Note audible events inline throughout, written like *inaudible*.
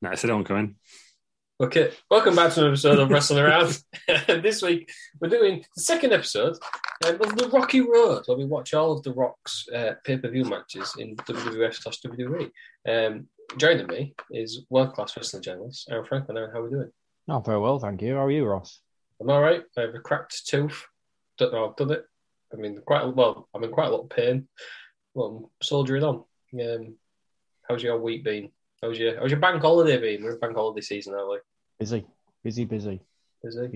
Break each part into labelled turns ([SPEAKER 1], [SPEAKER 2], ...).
[SPEAKER 1] Nice, I don't go in.
[SPEAKER 2] Okay, welcome back to another episode of Wrestling Around. *laughs* and this week we're doing the second episode um, of the Rocky Road, where we watch all of the Rock's uh, pay-per-view matches in WWF slash WWE. Um, joining me is world-class wrestling journalist Aaron Franklin. Aaron, how are we doing?
[SPEAKER 3] Oh, very well, thank you. How are you, Ross?
[SPEAKER 2] I'm all right. I have a cracked tooth. Don't know how I've done it. I mean, quite a- well. I'm in quite a lot of pain. Well, I'm soldiering on. Um, how's your week been? How's your How's your bank holiday been? We're in bank holiday season, aren't we?
[SPEAKER 3] Busy, busy, busy.
[SPEAKER 2] Is it?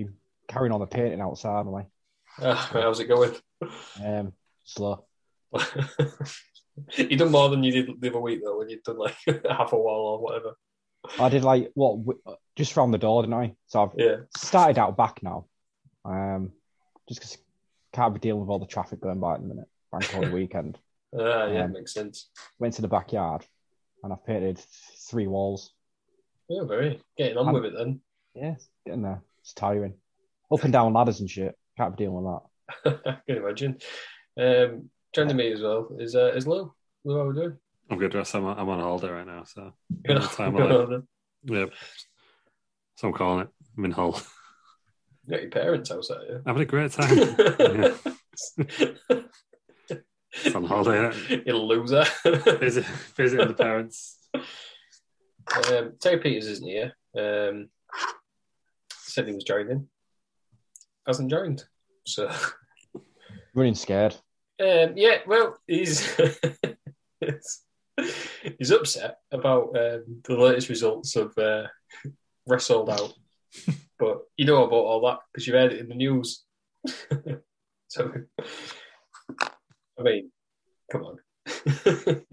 [SPEAKER 3] Carrying on the painting outside, am I?
[SPEAKER 2] Ah, how's it going? *laughs*
[SPEAKER 3] Um, slow.
[SPEAKER 2] you done more than you did the other week though, when you done like *laughs* half a wall or whatever.
[SPEAKER 3] I did like what w- just round the door, didn't I? So I've
[SPEAKER 2] Yeah,
[SPEAKER 3] started out back now. Um, just 'cause can't be dealing with all the traffic going by at the minute. Bank holiday weekend.
[SPEAKER 2] ah, yeah,
[SPEAKER 3] Um,
[SPEAKER 2] makes sense.
[SPEAKER 3] Went to the backyard, and I've painted three walls.
[SPEAKER 2] Yeah, very getting on
[SPEAKER 3] I'm-
[SPEAKER 2] with it then. *laughs*
[SPEAKER 3] Yes, getting there. It's tiring. Up and down ladders and shit. Can't be dealing with that.
[SPEAKER 2] I can imagine. Um, joining me as well is uh, is Lou. Lou, how are we doing?
[SPEAKER 1] I'm good, Russ. I'm, I'm on holiday right now, so
[SPEAKER 2] Good *laughs*
[SPEAKER 1] Yeah, time
[SPEAKER 2] good uh,
[SPEAKER 1] away.
[SPEAKER 2] on then.
[SPEAKER 1] yep. So I'm calling it. I'm in Hull. *laughs*
[SPEAKER 2] You got your parents house, are you?
[SPEAKER 1] Having a great time.
[SPEAKER 2] *laughs*
[SPEAKER 1] yeah. *laughs* It's on holiday, isn't
[SPEAKER 2] you loser.
[SPEAKER 1] Visit, visiting the parents.
[SPEAKER 2] um, Terry Peters isn't here. Um, said he was joining. Hasn't joined. So
[SPEAKER 3] Running scared.
[SPEAKER 2] Um, yeah, well, he's *laughs* he's upset about um, the latest results of uh, wrestled out, but you know about all that because you've heard it in the news. *laughs* so, I mean, come on. *laughs*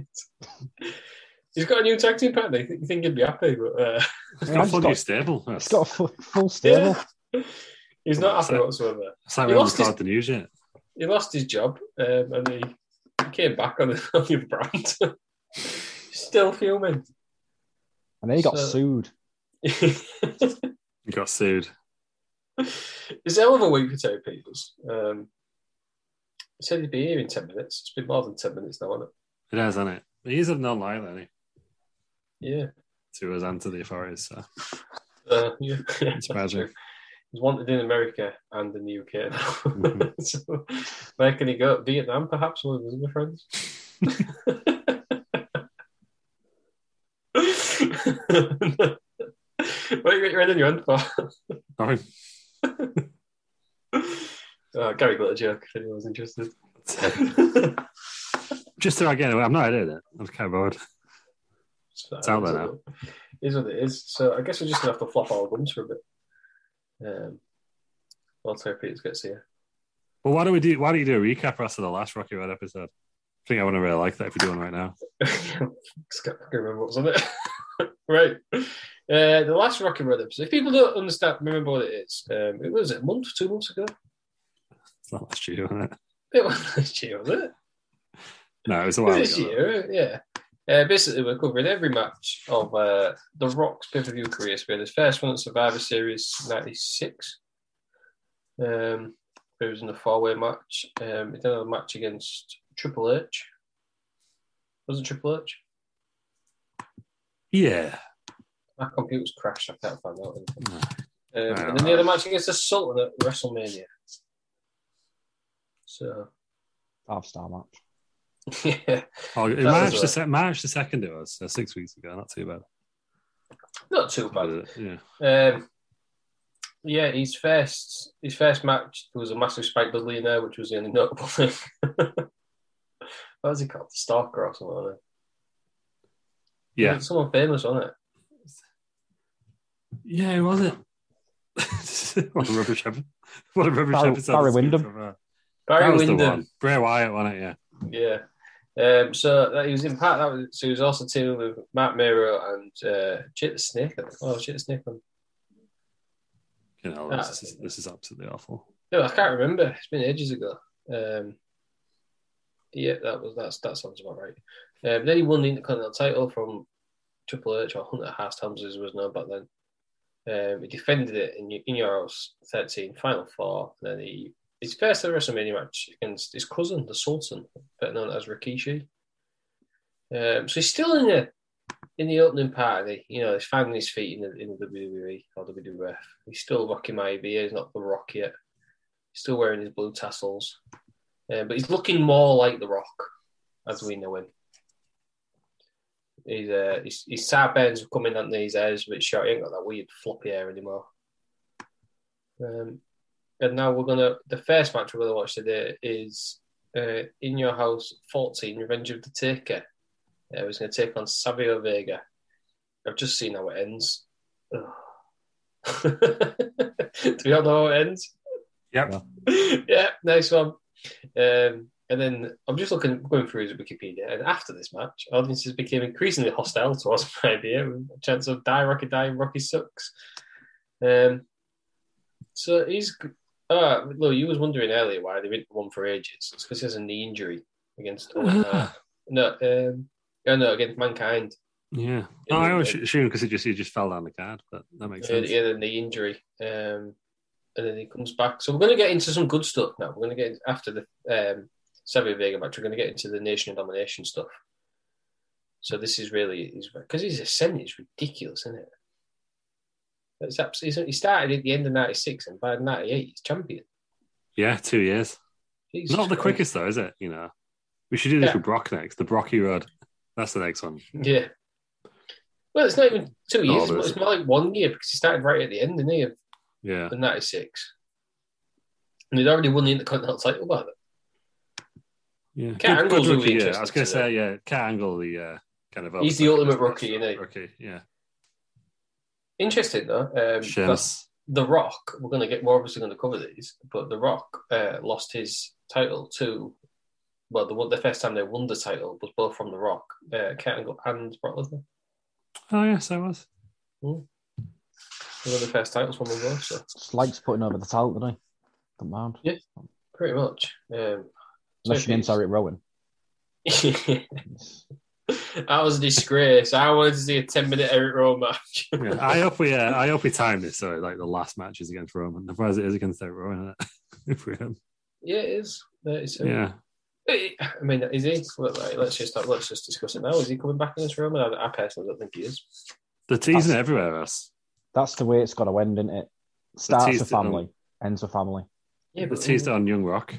[SPEAKER 2] he's got a new tag team partner. You think- you think he'd be happy, but uh,
[SPEAKER 1] It's
[SPEAKER 3] Yeah,
[SPEAKER 1] got a
[SPEAKER 3] I've
[SPEAKER 1] full
[SPEAKER 3] got-
[SPEAKER 1] new stable. That's,
[SPEAKER 3] It's got a full, full stable.
[SPEAKER 2] *laughs* he's not happy whatsoever.
[SPEAKER 1] it's like
[SPEAKER 2] he
[SPEAKER 1] we haven't
[SPEAKER 2] lost his-
[SPEAKER 1] started the news yet.
[SPEAKER 2] he lost his job um, and he he came back on the, *laughs* on the brand. Still fuming. *laughs*
[SPEAKER 3] And then he got
[SPEAKER 2] So-
[SPEAKER 3] sued.
[SPEAKER 2] it's
[SPEAKER 1] You got sued.
[SPEAKER 2] a hell of a week for Terry Peters. Um, he said he'd be here in 10 minutes. It's been more than 10 minutes now, hasn't
[SPEAKER 1] It is, isn't it? He's a non liar, isn't he?
[SPEAKER 2] it? Yeah.
[SPEAKER 1] To us and to the authorities. So.
[SPEAKER 2] Uh, *laughs* yeah.
[SPEAKER 1] It's
[SPEAKER 2] That's
[SPEAKER 1] magic.
[SPEAKER 2] true. He's wanted in America and in the *laughs* UK now.
[SPEAKER 1] Mm-hmm.
[SPEAKER 2] so, where can he go? Vietnam, perhaps, one of his other
[SPEAKER 1] *laughs*
[SPEAKER 2] friends? *laughs* what are you ready your hand for? *laughs*
[SPEAKER 1] I mean,
[SPEAKER 2] Uh, Gary got a joke if anyone's
[SPEAKER 1] *laughs*
[SPEAKER 2] interested.
[SPEAKER 1] *laughs* just so I get away, I'm not edited it. I'm kind of bored.
[SPEAKER 2] it's
[SPEAKER 1] out there now.
[SPEAKER 2] Is what it is. So I guess we're just gonna have to flop our gums for a bit. Um, while Terry Peters gets here.
[SPEAKER 1] Well, why don't we do? Why don't you do a recap for us of the last Rocky Road episode? I think I want to really like that if you're doing right now.
[SPEAKER 2] just can't fucking remember what's on it. *laughs* right. Uh, the last Rocky Road episode. If people don't understand, remember what it is. Um, it was a month, two months ago.
[SPEAKER 1] It's not last year, isn't it?
[SPEAKER 2] It was *laughs* last year, wasn't it?
[SPEAKER 1] No, it was a
[SPEAKER 2] It was
[SPEAKER 1] while
[SPEAKER 2] this
[SPEAKER 1] ago.
[SPEAKER 2] year, yeah. Uh, basically, we're covering every match of uh, The Rock's pay per view career. So we had his first one at Survivor Series 96. Um, who was in the four way match. Um, he did have a match against Triple H. Was it Triple H?
[SPEAKER 1] Yeah.
[SPEAKER 2] My computer's crashed. I can't find out. anything.
[SPEAKER 1] No.
[SPEAKER 2] Um,
[SPEAKER 1] No,
[SPEAKER 2] and then the other
[SPEAKER 1] I-
[SPEAKER 2] match against the Sultan at WrestleMania. So, *laughs*
[SPEAKER 3] Half star match.
[SPEAKER 2] yeah,
[SPEAKER 1] Oh, in
[SPEAKER 2] That
[SPEAKER 1] March
[SPEAKER 2] was
[SPEAKER 1] the
[SPEAKER 2] a-
[SPEAKER 1] se- March the second it was so six weeks ago. Not too bad.
[SPEAKER 2] not too bad.
[SPEAKER 1] Yeah. Mm.
[SPEAKER 2] Um, yeah, his first his first match there was a massive Spike Dudley in there, which was the only notable *laughs* thing. what was he called? Stalker or something? Wasn't it?
[SPEAKER 1] Yeah.
[SPEAKER 2] someone famous on it.
[SPEAKER 1] Yeah. It *laughs* was it. what a rubbish episode. What a rubbish
[SPEAKER 3] Barry-
[SPEAKER 1] episode.
[SPEAKER 3] Barry
[SPEAKER 1] this week
[SPEAKER 3] Windham.
[SPEAKER 1] from, uh,
[SPEAKER 2] Barry
[SPEAKER 1] that was the
[SPEAKER 2] Windham.
[SPEAKER 1] one. Bray Wyatt won it. Yeah.
[SPEAKER 2] Yeah. Um, so that, he was in part that was, so he was also teaming with Matt Miro and uh, Chip the Snake. Oh, Chip the Snake. on-
[SPEAKER 1] You know,
[SPEAKER 2] Ah,
[SPEAKER 1] this, is, this is absolutely awful.
[SPEAKER 2] No, I can't remember. It's been ages ago. Um, yeah, that was that's that sounds about right. Um, then he won the Intercontinental title from Triple H or Hunter Hearst Helms as it was known back then. Um, he defended it in in Euros 13 final four. And then he his first ever WrestleMania match against his cousin, the Sultan, better known as Rikishi. Um, so he's still in the in the opening party. You know, he's finding his feet in the, in the WWE or WWF. He's still rocking my beard. He's not the Rock yet. He's still wearing his blue tassels, uh, but he's looking more like The Rock as we know him. He's, uh, his, his side bends have come in on these hairs, but short. He ain't got that weird floppy hair anymore. Um, and now we're gonna the first match we're gonna watch today is uh, in your house 14 Revenge of the Taker. Uh, he's gonna take on Savio Vega. I've just seen how it ends. Ugh. *laughs* Do we all know how it ends?
[SPEAKER 1] Yep. *sighs*
[SPEAKER 2] *laughs* yeah, nice one. Um, and then I'm just looking going through his Wikipedia, and after this match, audiences became increasingly hostile towards *laughs* my idea, with a chance of die Rocky die Rocky sucks. Um, so he's. Uh, look, you was wondering earlier why they didn't one for ages. It's because he has a knee injury
[SPEAKER 1] *sighs*
[SPEAKER 2] against. Owen Hart. no, um, oh, no, against mankind.
[SPEAKER 1] Yeah.
[SPEAKER 2] Yeah,
[SPEAKER 1] No, I always
[SPEAKER 2] yeah.
[SPEAKER 1] assume because it just it just fell down the card, but that makes sense.
[SPEAKER 2] He had a knee injury, um, and then he comes back. So we're going to get into some good stuff now. We're going to get after the um, Savio Vega match. We're going to get into the Nation of Domination stuff. So this is really because his ascent is ridiculous, isn't it? It's abs- he's- he started at the end of '96, and by '98 he's champion.
[SPEAKER 1] Yeah, two years.
[SPEAKER 2] Jesus
[SPEAKER 1] Not the
[SPEAKER 2] Christ.
[SPEAKER 1] quickest though, is it? You know, we should do this
[SPEAKER 2] Yeah.
[SPEAKER 1] with Brock next. The Brocky Road. That's the next one.
[SPEAKER 2] Yeah. Well, it's not even two
[SPEAKER 1] No,
[SPEAKER 2] years.
[SPEAKER 1] it
[SPEAKER 2] it's,
[SPEAKER 1] isn't.
[SPEAKER 2] more like one year because he started right at the end, didn't he, of
[SPEAKER 1] Yeah.
[SPEAKER 2] the '96? And he'd already won the Intercontinental title by then.
[SPEAKER 1] Yeah.
[SPEAKER 2] Cat Angle's really
[SPEAKER 1] rookie, yeah. I
[SPEAKER 2] interesting
[SPEAKER 1] was going
[SPEAKER 2] to
[SPEAKER 1] to say, yeah, Cat Angle, the uh, kind of.
[SPEAKER 2] He's the
[SPEAKER 1] overlooked
[SPEAKER 2] ultimate
[SPEAKER 1] best
[SPEAKER 2] rookie,
[SPEAKER 1] wrestler.
[SPEAKER 2] isn't he?
[SPEAKER 1] Rookie, yeah.
[SPEAKER 2] Interesting though. Um, but
[SPEAKER 1] Sheamus.
[SPEAKER 2] the Rock, we're going to get. We're obviously going to cover these, but The Rock uh, lost his title to. Well, the one the first time they won the title was both from The Rock, uh, Kurt Angle and Brock Lesnar.
[SPEAKER 1] Oh yes, I was.
[SPEAKER 2] They were the first titles from them both, so
[SPEAKER 3] Just likes putting over the talent, doesn't he? Don't mind.
[SPEAKER 2] pretty much. Um,
[SPEAKER 3] Unless you're sorry, Rowan.
[SPEAKER 2] *laughs* that was a disgrace. I wanted to see a ten minute Eric Rowe match.
[SPEAKER 1] Yeah. I hope we, uh, I hope we time this so like the last match is against Roman, as it is against Eric Rowan. *laughs* If we, um,
[SPEAKER 2] *laughs* yeah, it is. It's,
[SPEAKER 1] yeah,
[SPEAKER 2] I mean, is he? Well, like, let's just let's just discuss it now. Is he coming back in this room? And I, I personally don't think he is.
[SPEAKER 1] the teasing everywhere else.
[SPEAKER 3] That's the way it's got to end, isn't it? Starts a
[SPEAKER 1] teased it on-
[SPEAKER 3] family, ends a family.
[SPEAKER 2] Yeah,
[SPEAKER 1] They teased it on Young Rock.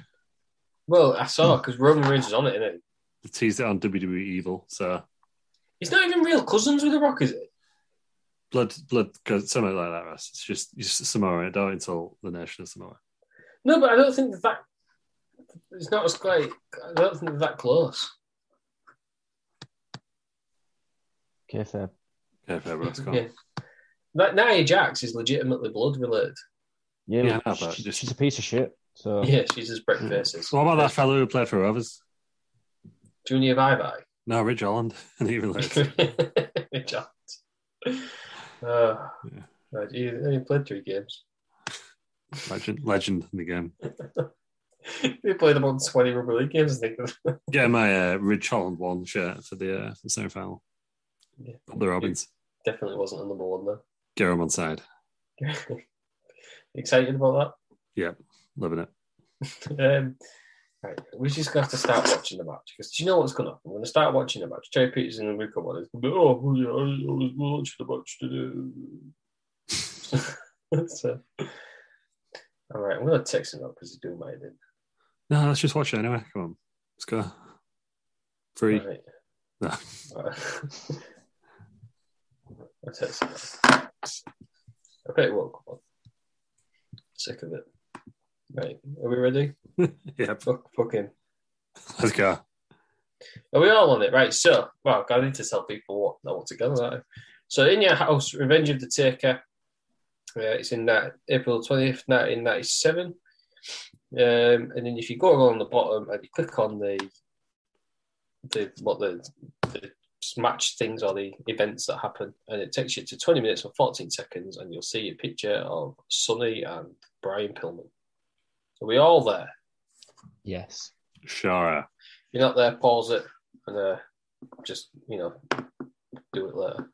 [SPEAKER 2] Well, I saw because Roman Reigns is on it, isn't he?
[SPEAKER 1] They teased it on WWE Evil. So
[SPEAKER 2] He's not even real cousins with The Rock, is it?
[SPEAKER 1] blood, blood, goes something like that. Russ. It's just, just Samoa. Don't insult the nation of Samoa.
[SPEAKER 2] No, but I don't think that it's not as great. I don't think they're that close.
[SPEAKER 3] Okay, fair.
[SPEAKER 1] Okay, fair, Russ, go on.
[SPEAKER 2] Yeah. That Nia Jax is legitimately blood related.
[SPEAKER 3] Yeah,
[SPEAKER 1] Yeah, I know,
[SPEAKER 3] she's,
[SPEAKER 1] but just-
[SPEAKER 3] she's a piece of shit. So
[SPEAKER 2] Yeah, she's as brick faces.
[SPEAKER 1] So what about that fellow who played for others?
[SPEAKER 2] Junior Bye Bye.
[SPEAKER 1] No, Ridge Holland. *laughs* and even later.
[SPEAKER 2] *laughs* Giant. Uh,
[SPEAKER 1] Yeah.
[SPEAKER 2] right, he, he played three games. *laughs*
[SPEAKER 1] legend, legend in the game.
[SPEAKER 2] he played about 20 rugby league games, I think. *laughs*
[SPEAKER 1] Get my uh, Ridge Holland one shirt for the, uh, for the semi final.
[SPEAKER 2] Yeah.
[SPEAKER 1] Up the Robins.
[SPEAKER 2] Definitely wasn't a number one,
[SPEAKER 1] Get him on side.
[SPEAKER 2] though. *laughs* Excited about
[SPEAKER 1] Loving it.
[SPEAKER 2] Um, right, we're just gonna have to start watching the match because do you know what's gonna happen? We're gonna start watching the match. Terry Peterson and Rico one is gonna be, oh, well, yeah, I was watching the match today. *laughs* so, all right, I'm gonna text him up because he's doing my head in.
[SPEAKER 1] No, let's just watch it anyway. Come on, let's go. Three.
[SPEAKER 2] Right.
[SPEAKER 1] No.
[SPEAKER 2] Right. *laughs* I'll text him. up. I bet he won't come on. Sick of it. Right, are we ready?
[SPEAKER 1] Yep.
[SPEAKER 2] Fuck, fuck him.
[SPEAKER 1] Let's go.
[SPEAKER 2] Are we all on it? Right, so, well, I need to tell people what they're all together. Right? So, In Your House, Revenge of the Taker, uh, it's in that April 20th, 1997. Um, and then if you go along the bottom and you click on the the what the, the match things or the events that happen, and it takes you to 20 minutes and 14 seconds, and you'll see a picture of Sonny and Brian Pillman. Are we all there?
[SPEAKER 3] Yes.
[SPEAKER 1] Shara.
[SPEAKER 2] you're not there, pause it and uh, just, you know, do it later.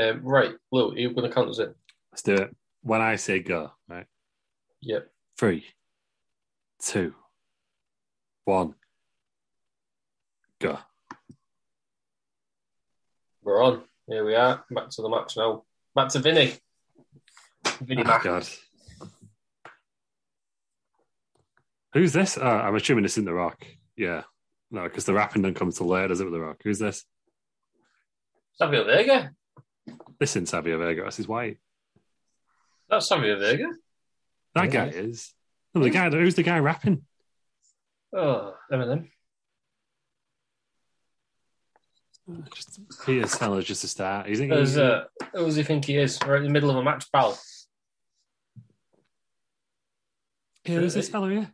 [SPEAKER 2] Um, right, Lou, you're going to count us in.
[SPEAKER 1] Let's do it. When I say go, right?
[SPEAKER 2] Yep.
[SPEAKER 1] Three, two, one, go.
[SPEAKER 2] We're on. Here we are. Back to the match now. Back to Vinny. Vinny
[SPEAKER 1] Oh,
[SPEAKER 2] Mac.
[SPEAKER 1] God. Who's this? Oh, I'm assuming it's in The Rock. Yeah. No, because the rapping don't come till later, does it, with The Rock? Who's this?
[SPEAKER 2] Savio Vega.
[SPEAKER 1] This in Savio Vega. This is white.
[SPEAKER 2] That's Savio Vega.
[SPEAKER 1] That
[SPEAKER 3] Yeah.
[SPEAKER 1] guy is. No, the guy. Who's the guy rapping?
[SPEAKER 2] Oh, Eminem.
[SPEAKER 1] Just Peter Sellers, just a star. He's in.
[SPEAKER 2] Who's, uh, who does he think he is? We're in the middle of a match, pal.
[SPEAKER 1] yeah, who's this fella? Yeah.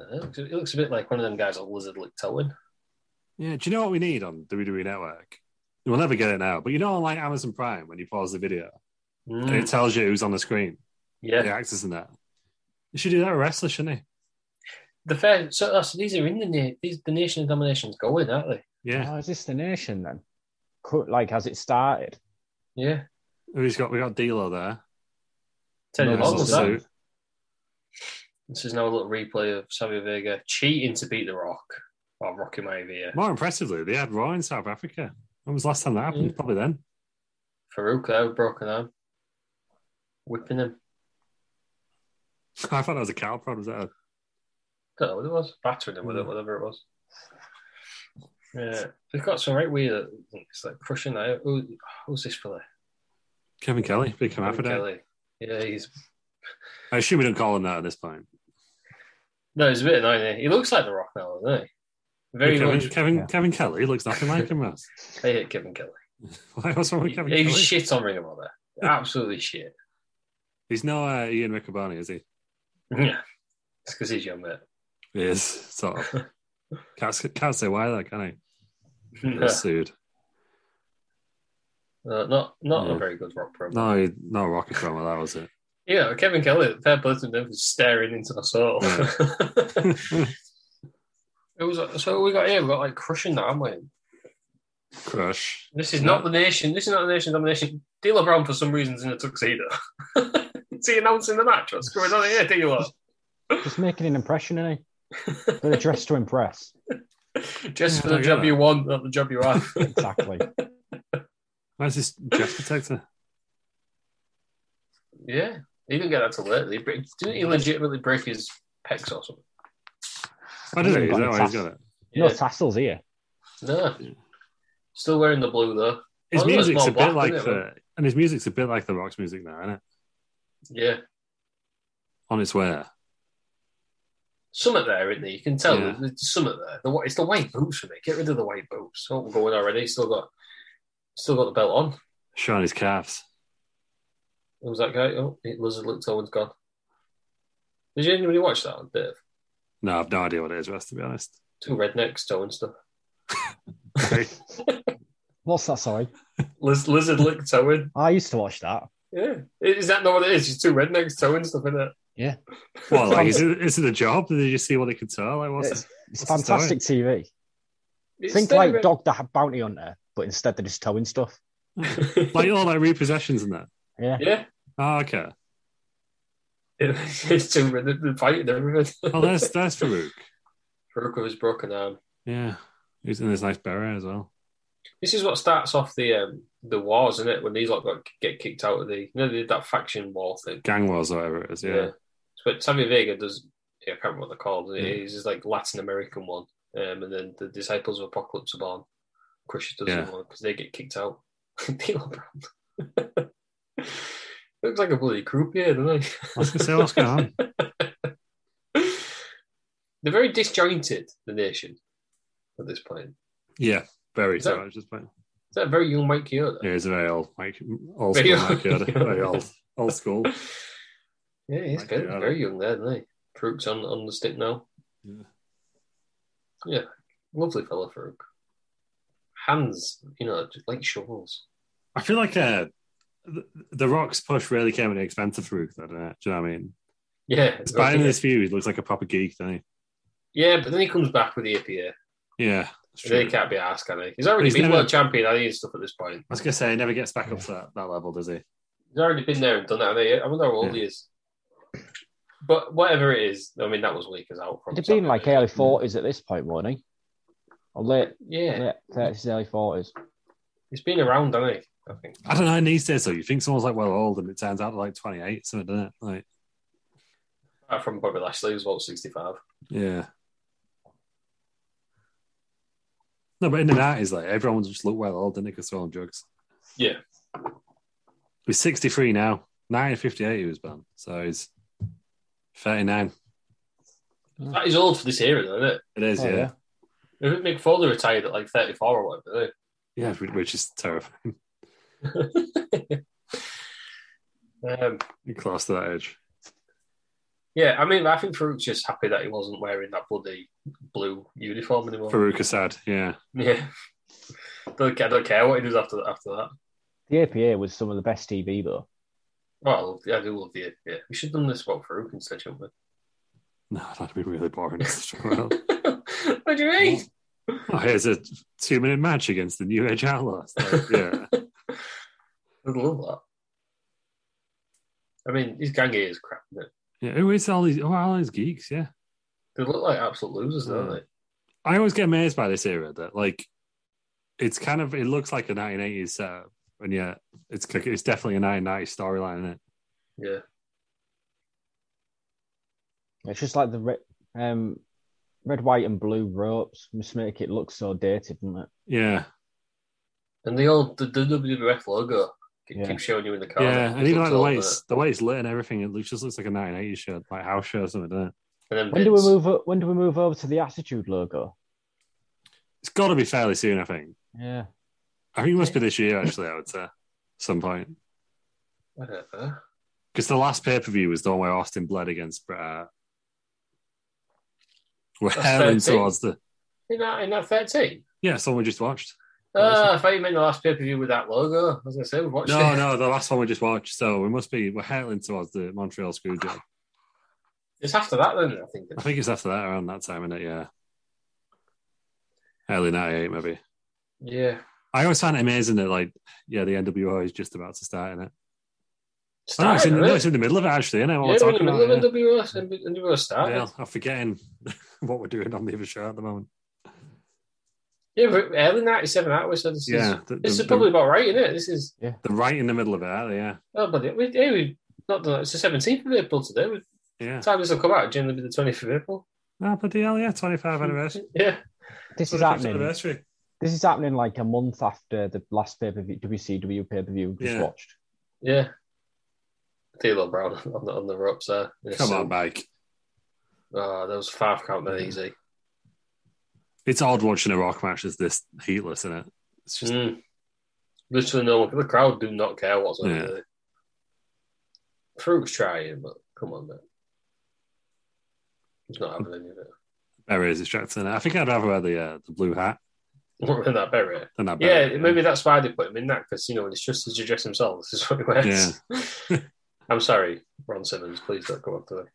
[SPEAKER 2] Uh, It looks- it looks a bit like one of them guys at Lizard Lick Towing.
[SPEAKER 1] Yeah. Do you know what we need on WWE Network? We'll never get it now, but you know, on like Amazon Prime, when you pause the video, and it tells you who's on the screen,
[SPEAKER 2] Mm, Yeah.
[SPEAKER 1] the actors in that. You should do that with wrestlers, shouldn't he?
[SPEAKER 2] The fair, so that's, these are in the, na- these, the Nation of Domination's going, aren't they?
[SPEAKER 1] Yeah.
[SPEAKER 3] Oh, is this the nation then? Could, like, has it started?
[SPEAKER 2] Yeah.
[SPEAKER 1] We've got we got D'Lo there.
[SPEAKER 2] Teddy
[SPEAKER 3] No,
[SPEAKER 2] Long
[SPEAKER 3] it's
[SPEAKER 2] was
[SPEAKER 3] not
[SPEAKER 2] that.
[SPEAKER 1] suit.
[SPEAKER 2] This is now a little replay of Savio Vega cheating to beat The Rock. Well, Rocky Maivia.
[SPEAKER 1] More impressively, they had Raw in South Africa. When was the last time that happened?
[SPEAKER 2] Yeah.
[SPEAKER 1] Probably then.
[SPEAKER 2] Farouk there with broken arm. Whipping him.
[SPEAKER 1] I thought that was a cow prod. Was that a
[SPEAKER 2] don't know what it was. Battering him with
[SPEAKER 1] Hmm.
[SPEAKER 2] it, whatever it was. Yeah. They've got some right weird. It's like crushing that. Who, who's this fella?
[SPEAKER 1] Kevin Kelly? Big
[SPEAKER 2] Kevin
[SPEAKER 1] hermaphrodite.
[SPEAKER 2] Kelly. Yeah, he's.
[SPEAKER 1] I assume we don't call him that at this point.
[SPEAKER 2] No, he's a bit annoying. isn't He He looks like The Rock now, doesn't he? Very
[SPEAKER 1] Kevin,
[SPEAKER 2] much.
[SPEAKER 1] Kevin,
[SPEAKER 3] Yeah.
[SPEAKER 1] Kevin Kelly looks nothing like him, Ross.
[SPEAKER 2] I hate Kevin Kelly.
[SPEAKER 1] *laughs* Why, what's wrong with
[SPEAKER 2] He,
[SPEAKER 1] Kevin
[SPEAKER 2] he
[SPEAKER 1] Kelly?
[SPEAKER 2] was shit on Ring of Honor. Absolutely shit. *laughs*
[SPEAKER 1] He's no uh, Ian Riccoboni, is he?
[SPEAKER 2] Yeah. It's because he's your mate. *laughs*
[SPEAKER 1] He is, sort of. can't, can't say why, though, can I?
[SPEAKER 2] No,
[SPEAKER 1] He's sued.
[SPEAKER 2] Uh, not not
[SPEAKER 1] Yeah.
[SPEAKER 2] a very good rock promo.
[SPEAKER 1] No, he- no rocket drama, that was it. *laughs*
[SPEAKER 2] Yeah, Kevin Kelly, fair play to them for staring into the soul. *laughs* it was so we got here. We got like crushing that, haven't we?
[SPEAKER 1] Crush.
[SPEAKER 2] This is not the nation. This is not the nation domination. D'Lo Brown for some reason's in a tuxedo. *laughs* is he announcing the match? What's going on here, D'Lo?
[SPEAKER 3] Just making an impression, innit? They're dressed to impress.
[SPEAKER 2] Just for the
[SPEAKER 1] Yeah, I get
[SPEAKER 2] job
[SPEAKER 1] it.
[SPEAKER 2] you want, not the job you
[SPEAKER 1] *laughs*
[SPEAKER 2] have.
[SPEAKER 3] Exactly.
[SPEAKER 1] Where's this chest protector?
[SPEAKER 2] yeah, he didn't get that till later. He break, didn't he legitimately break his pecs or something?
[SPEAKER 1] I don't know.
[SPEAKER 3] He's
[SPEAKER 1] Is
[SPEAKER 3] got
[SPEAKER 1] that
[SPEAKER 3] a
[SPEAKER 1] why he's
[SPEAKER 3] task.
[SPEAKER 1] got it?
[SPEAKER 3] No
[SPEAKER 2] Yeah.
[SPEAKER 3] tassels here.
[SPEAKER 2] No. Still wearing the blue though.
[SPEAKER 1] His
[SPEAKER 2] Oh, no, it's
[SPEAKER 1] music's
[SPEAKER 2] more
[SPEAKER 1] a bit
[SPEAKER 2] black,
[SPEAKER 1] like
[SPEAKER 2] isn't it?
[SPEAKER 1] the, and his music's a bit like the Rock's music now, isn't it?
[SPEAKER 2] Yeah.
[SPEAKER 1] On its way.
[SPEAKER 2] Summit there, isn't there? You can tell
[SPEAKER 1] Yeah.
[SPEAKER 2] there's summit there. The, wh- it's the white boots for me. Get rid of the white boots. Oh, we're going already. Still got, still got the belt on.
[SPEAKER 1] Showing his calves.
[SPEAKER 2] Who was that guy? Oh, it Lizard looked Owen's gone. Did you anybody watch that on Dave?
[SPEAKER 1] No, I've no idea what it is, Russ, to
[SPEAKER 2] *laughs*
[SPEAKER 1] be honest.
[SPEAKER 2] Two rednecks doing stuff.
[SPEAKER 1] Very-
[SPEAKER 3] What's that, sorry?
[SPEAKER 2] Liz, lizard licked towing.
[SPEAKER 3] I used to watch that.
[SPEAKER 2] Yeah, is that not what it is? It's two rednecks towing stuff, isn't it?
[SPEAKER 3] Yeah.
[SPEAKER 1] Well, like, is, it, is it a job? Did you see what they could tell? Like, what's
[SPEAKER 3] It's, it's
[SPEAKER 1] what's the story?
[SPEAKER 3] fantastic TV.
[SPEAKER 2] It's
[SPEAKER 3] Think
[SPEAKER 2] two *laughs*
[SPEAKER 3] like
[SPEAKER 2] red-
[SPEAKER 3] Dog the Ha- Bounty Hunter, but instead they're just towing stuff.
[SPEAKER 1] oh, like all like repossessions and that.
[SPEAKER 3] Yeah.
[SPEAKER 2] yeah,
[SPEAKER 1] Oh, okay.
[SPEAKER 2] *laughs* it's too the, the fight in the river. *laughs*
[SPEAKER 1] Oh, there's there's Farouk.
[SPEAKER 2] Farouk with his broken arm.
[SPEAKER 1] Yeah, he's in this nice beret as well.
[SPEAKER 2] This is what starts off the um, the wars, isn't it? When these lot got, get kicked out of the, you know, they did that faction war thing.
[SPEAKER 1] Gang wars, or whatever it is. Yeah,
[SPEAKER 2] But Savio Vega does, I can't remember what they're called.
[SPEAKER 1] Yeah.
[SPEAKER 2] He's just like Latin American one. Um, and then the Disciples of Apocalypse are born. Crusher doesn't
[SPEAKER 1] Yeah.
[SPEAKER 2] want because they get kicked out. *laughs* Deal brand. *laughs* Looks like a bloody croupier, doesn't he?
[SPEAKER 1] I was gonna say, what's going
[SPEAKER 2] *laughs*
[SPEAKER 1] on?
[SPEAKER 2] They're very disjointed, the nation, at this point.
[SPEAKER 1] yeah, very
[SPEAKER 2] Is that-
[SPEAKER 1] so. Just point.
[SPEAKER 2] Is that a very young Mike Kyoto?
[SPEAKER 1] Yeah, he's a very old, like old
[SPEAKER 2] Very
[SPEAKER 1] school,
[SPEAKER 2] old.
[SPEAKER 1] Mike Yoda. very old, old school.
[SPEAKER 2] Yeah, he's
[SPEAKER 1] Mike
[SPEAKER 2] very,
[SPEAKER 1] Kyoto.
[SPEAKER 2] very young there, isn't he? Farouk's on, on the stick now.
[SPEAKER 1] Yeah.
[SPEAKER 2] Yeah, lovely fella, Farouk. Hands, you know, like shovels.
[SPEAKER 1] I feel like uh, the, the Rock's push really came at the expense of Farouk, though, didn't it? Do you know what I mean?
[SPEAKER 2] Yeah,
[SPEAKER 1] Despite in this feud, he looks like a proper geek, doesn't
[SPEAKER 2] yeah, but then he comes back with the APA.
[SPEAKER 1] he? Yeah, that's
[SPEAKER 2] They
[SPEAKER 1] true.
[SPEAKER 2] can't be asked, can they? He's already
[SPEAKER 1] He's
[SPEAKER 2] been
[SPEAKER 1] never-
[SPEAKER 2] world champion, I think, and stuff at this point.
[SPEAKER 1] I was gonna say he never gets back up to that, that level, does he?
[SPEAKER 2] He's already been there and done that. hasn't he? I wonder how old
[SPEAKER 1] Yeah.
[SPEAKER 2] he is. But whatever it is, I mean, that was weak as out. from
[SPEAKER 3] It'd have been
[SPEAKER 2] Saudi
[SPEAKER 3] like
[SPEAKER 2] Arabia.
[SPEAKER 3] early 40s at this point, wouldn't he? Or late,
[SPEAKER 2] Yeah,
[SPEAKER 3] late 30s, early 40s.
[SPEAKER 2] he's been around, hasn't he? I think.
[SPEAKER 1] I don't know. In these days, though, you think someone's like well old, and it turns out they're like twenty eight, something, doesn't it? Like,
[SPEAKER 2] Apart from Bobby Lashley, who's about 65.
[SPEAKER 1] yeah. No, but in the nineties, like everyone just looked well old, didn't they? Because they're all on drugs.
[SPEAKER 2] Yeah.
[SPEAKER 1] He's sixty three now. Nineteen fifty eight, he was born, so he's thirty nine.
[SPEAKER 2] That is old for this era, though, isn't it?
[SPEAKER 1] It is,
[SPEAKER 3] Oh,
[SPEAKER 1] yeah,
[SPEAKER 3] yeah.
[SPEAKER 2] I think Mick Foley retired at like 34 or whatever.
[SPEAKER 1] yeah, whi- which is terrifying.
[SPEAKER 2] didn't he? Um,
[SPEAKER 1] Close to that age.
[SPEAKER 2] yeah, I mean, I think Farouk's just happy that he wasn't wearing that bloody blue uniform anymore.
[SPEAKER 1] Farouk Assad, yeah,
[SPEAKER 2] *laughs* Yeah. don't, care- I don't care what he does after after that.
[SPEAKER 3] The APA was some of the best TV, though.
[SPEAKER 2] Well, yeah, I do love the yeah. We should have done this about Farouk instead, shouldn't we?
[SPEAKER 1] no, that'd be really boring. *laughs* to struggle out.
[SPEAKER 2] *laughs* what do you mean?
[SPEAKER 1] oh, here's a two minute match against the New Age Outlaws. Like, yeah,
[SPEAKER 2] I'd love that. I mean, his gang here is crap, isn't it?
[SPEAKER 1] yeah. Who is all these? Oh, all these geeks, yeah.
[SPEAKER 2] They look like absolute losers, don't
[SPEAKER 1] Yeah.
[SPEAKER 2] they?
[SPEAKER 1] I always get amazed by this era that like it's kind of it looks like a 1980s setup, and yet it's c- it's definitely a 1990s storyline in it.
[SPEAKER 2] Yeah.
[SPEAKER 3] It's just like the red, um, red, white, and blue ropes must make it look so dated, doesn't it?
[SPEAKER 1] Yeah,
[SPEAKER 2] And the old the, the WWF logo keep
[SPEAKER 3] Yeah.
[SPEAKER 2] showing you in the car.
[SPEAKER 1] yeah, and even like the way
[SPEAKER 2] lights.
[SPEAKER 1] it's the way it's lit and everything, it looks, just looks like a 1980s shirt, like house show or something. Doesn't it?
[SPEAKER 2] And then
[SPEAKER 3] When do we
[SPEAKER 2] Vince.
[SPEAKER 3] move? o- When do we move over to the Attitude logo?
[SPEAKER 1] It's got to be fairly soon, I think.
[SPEAKER 3] Yeah,
[SPEAKER 1] I think it must be this year, actually. I would say some point
[SPEAKER 2] I don't know.
[SPEAKER 1] because the last pay per view was the one where Austin bled against uh, Bret Hart. We're
[SPEAKER 2] That's
[SPEAKER 1] heading
[SPEAKER 2] 13.
[SPEAKER 1] towards the
[SPEAKER 2] In that, in that 13?
[SPEAKER 1] yeah, someone we just watched.
[SPEAKER 2] Oh, I thought you meant the last pay per view with that logo. As I say, we watched
[SPEAKER 1] No,
[SPEAKER 2] it.
[SPEAKER 1] no, the last one we just watched. So we must be we're hurtling towards the Montreal Screwjob.
[SPEAKER 2] It's after that, then, I think.
[SPEAKER 1] I think it's after that around that time, isn't it? Yeah, early '98 maybe.
[SPEAKER 2] Yeah.
[SPEAKER 1] I always find it amazing that like yeah, the NWO is just about to start in it. Oh,
[SPEAKER 2] Started,
[SPEAKER 1] no, it's in, no,
[SPEAKER 2] innit?
[SPEAKER 1] it's in the middle of it actually, isn't it?
[SPEAKER 2] yeah,
[SPEAKER 1] What we're
[SPEAKER 2] we're in
[SPEAKER 1] talking
[SPEAKER 2] the middle
[SPEAKER 1] about,
[SPEAKER 2] of NWS and NWS
[SPEAKER 1] yeah.
[SPEAKER 2] started.
[SPEAKER 1] Yeah, I'm forgetting *laughs* what we're doing on the other show at the moment.
[SPEAKER 2] Yeah, but early 97 outwards, so this
[SPEAKER 1] Yeah, E.
[SPEAKER 2] is,
[SPEAKER 1] the,
[SPEAKER 2] this
[SPEAKER 1] the-
[SPEAKER 2] is probably
[SPEAKER 1] the-
[SPEAKER 2] about right, isn't it? This is,
[SPEAKER 1] the right in the middle of it. aren't they? Yeah,
[SPEAKER 2] oh, buddy, we, yeah, we've not done that. It's the 17th of April today. We've,
[SPEAKER 1] yeah.
[SPEAKER 2] Time this will come out, generally be the 20th of April.
[SPEAKER 1] Ah, bloody hell, yeah, 25 anniversary.
[SPEAKER 2] Yeah.
[SPEAKER 3] this is
[SPEAKER 1] 25th
[SPEAKER 3] happening.
[SPEAKER 1] anniversary.
[SPEAKER 3] This is happening like a month after the last pay per view, WCW pay per view we just
[SPEAKER 1] Yeah.
[SPEAKER 3] watched.
[SPEAKER 2] Yeah. Theodore Brown *laughs* on the, on the ropes there. Yeah,
[SPEAKER 1] Come
[SPEAKER 2] so-
[SPEAKER 1] on, Mike.
[SPEAKER 2] Oh, that was five count that easy.
[SPEAKER 1] It's odd watching a rock match that's this heatless, isn't it? It's just
[SPEAKER 2] Mm. Literally, no one. The crowd do not care whatsoever.
[SPEAKER 1] Yeah.
[SPEAKER 2] do they? Farouk's trying, but come on, man. He's not having any of it. *laughs*
[SPEAKER 1] very distracting. I think I'd rather wear the uh, the blue hat
[SPEAKER 2] Not in that beret.
[SPEAKER 1] than that.
[SPEAKER 2] Yeah,
[SPEAKER 1] beret,
[SPEAKER 2] maybe that's why they put him in that because you know when it's just as you dress himself, this *laughs* is what he wears. *laughs* I'm sorry, Ron Simmons. Please don't go after me.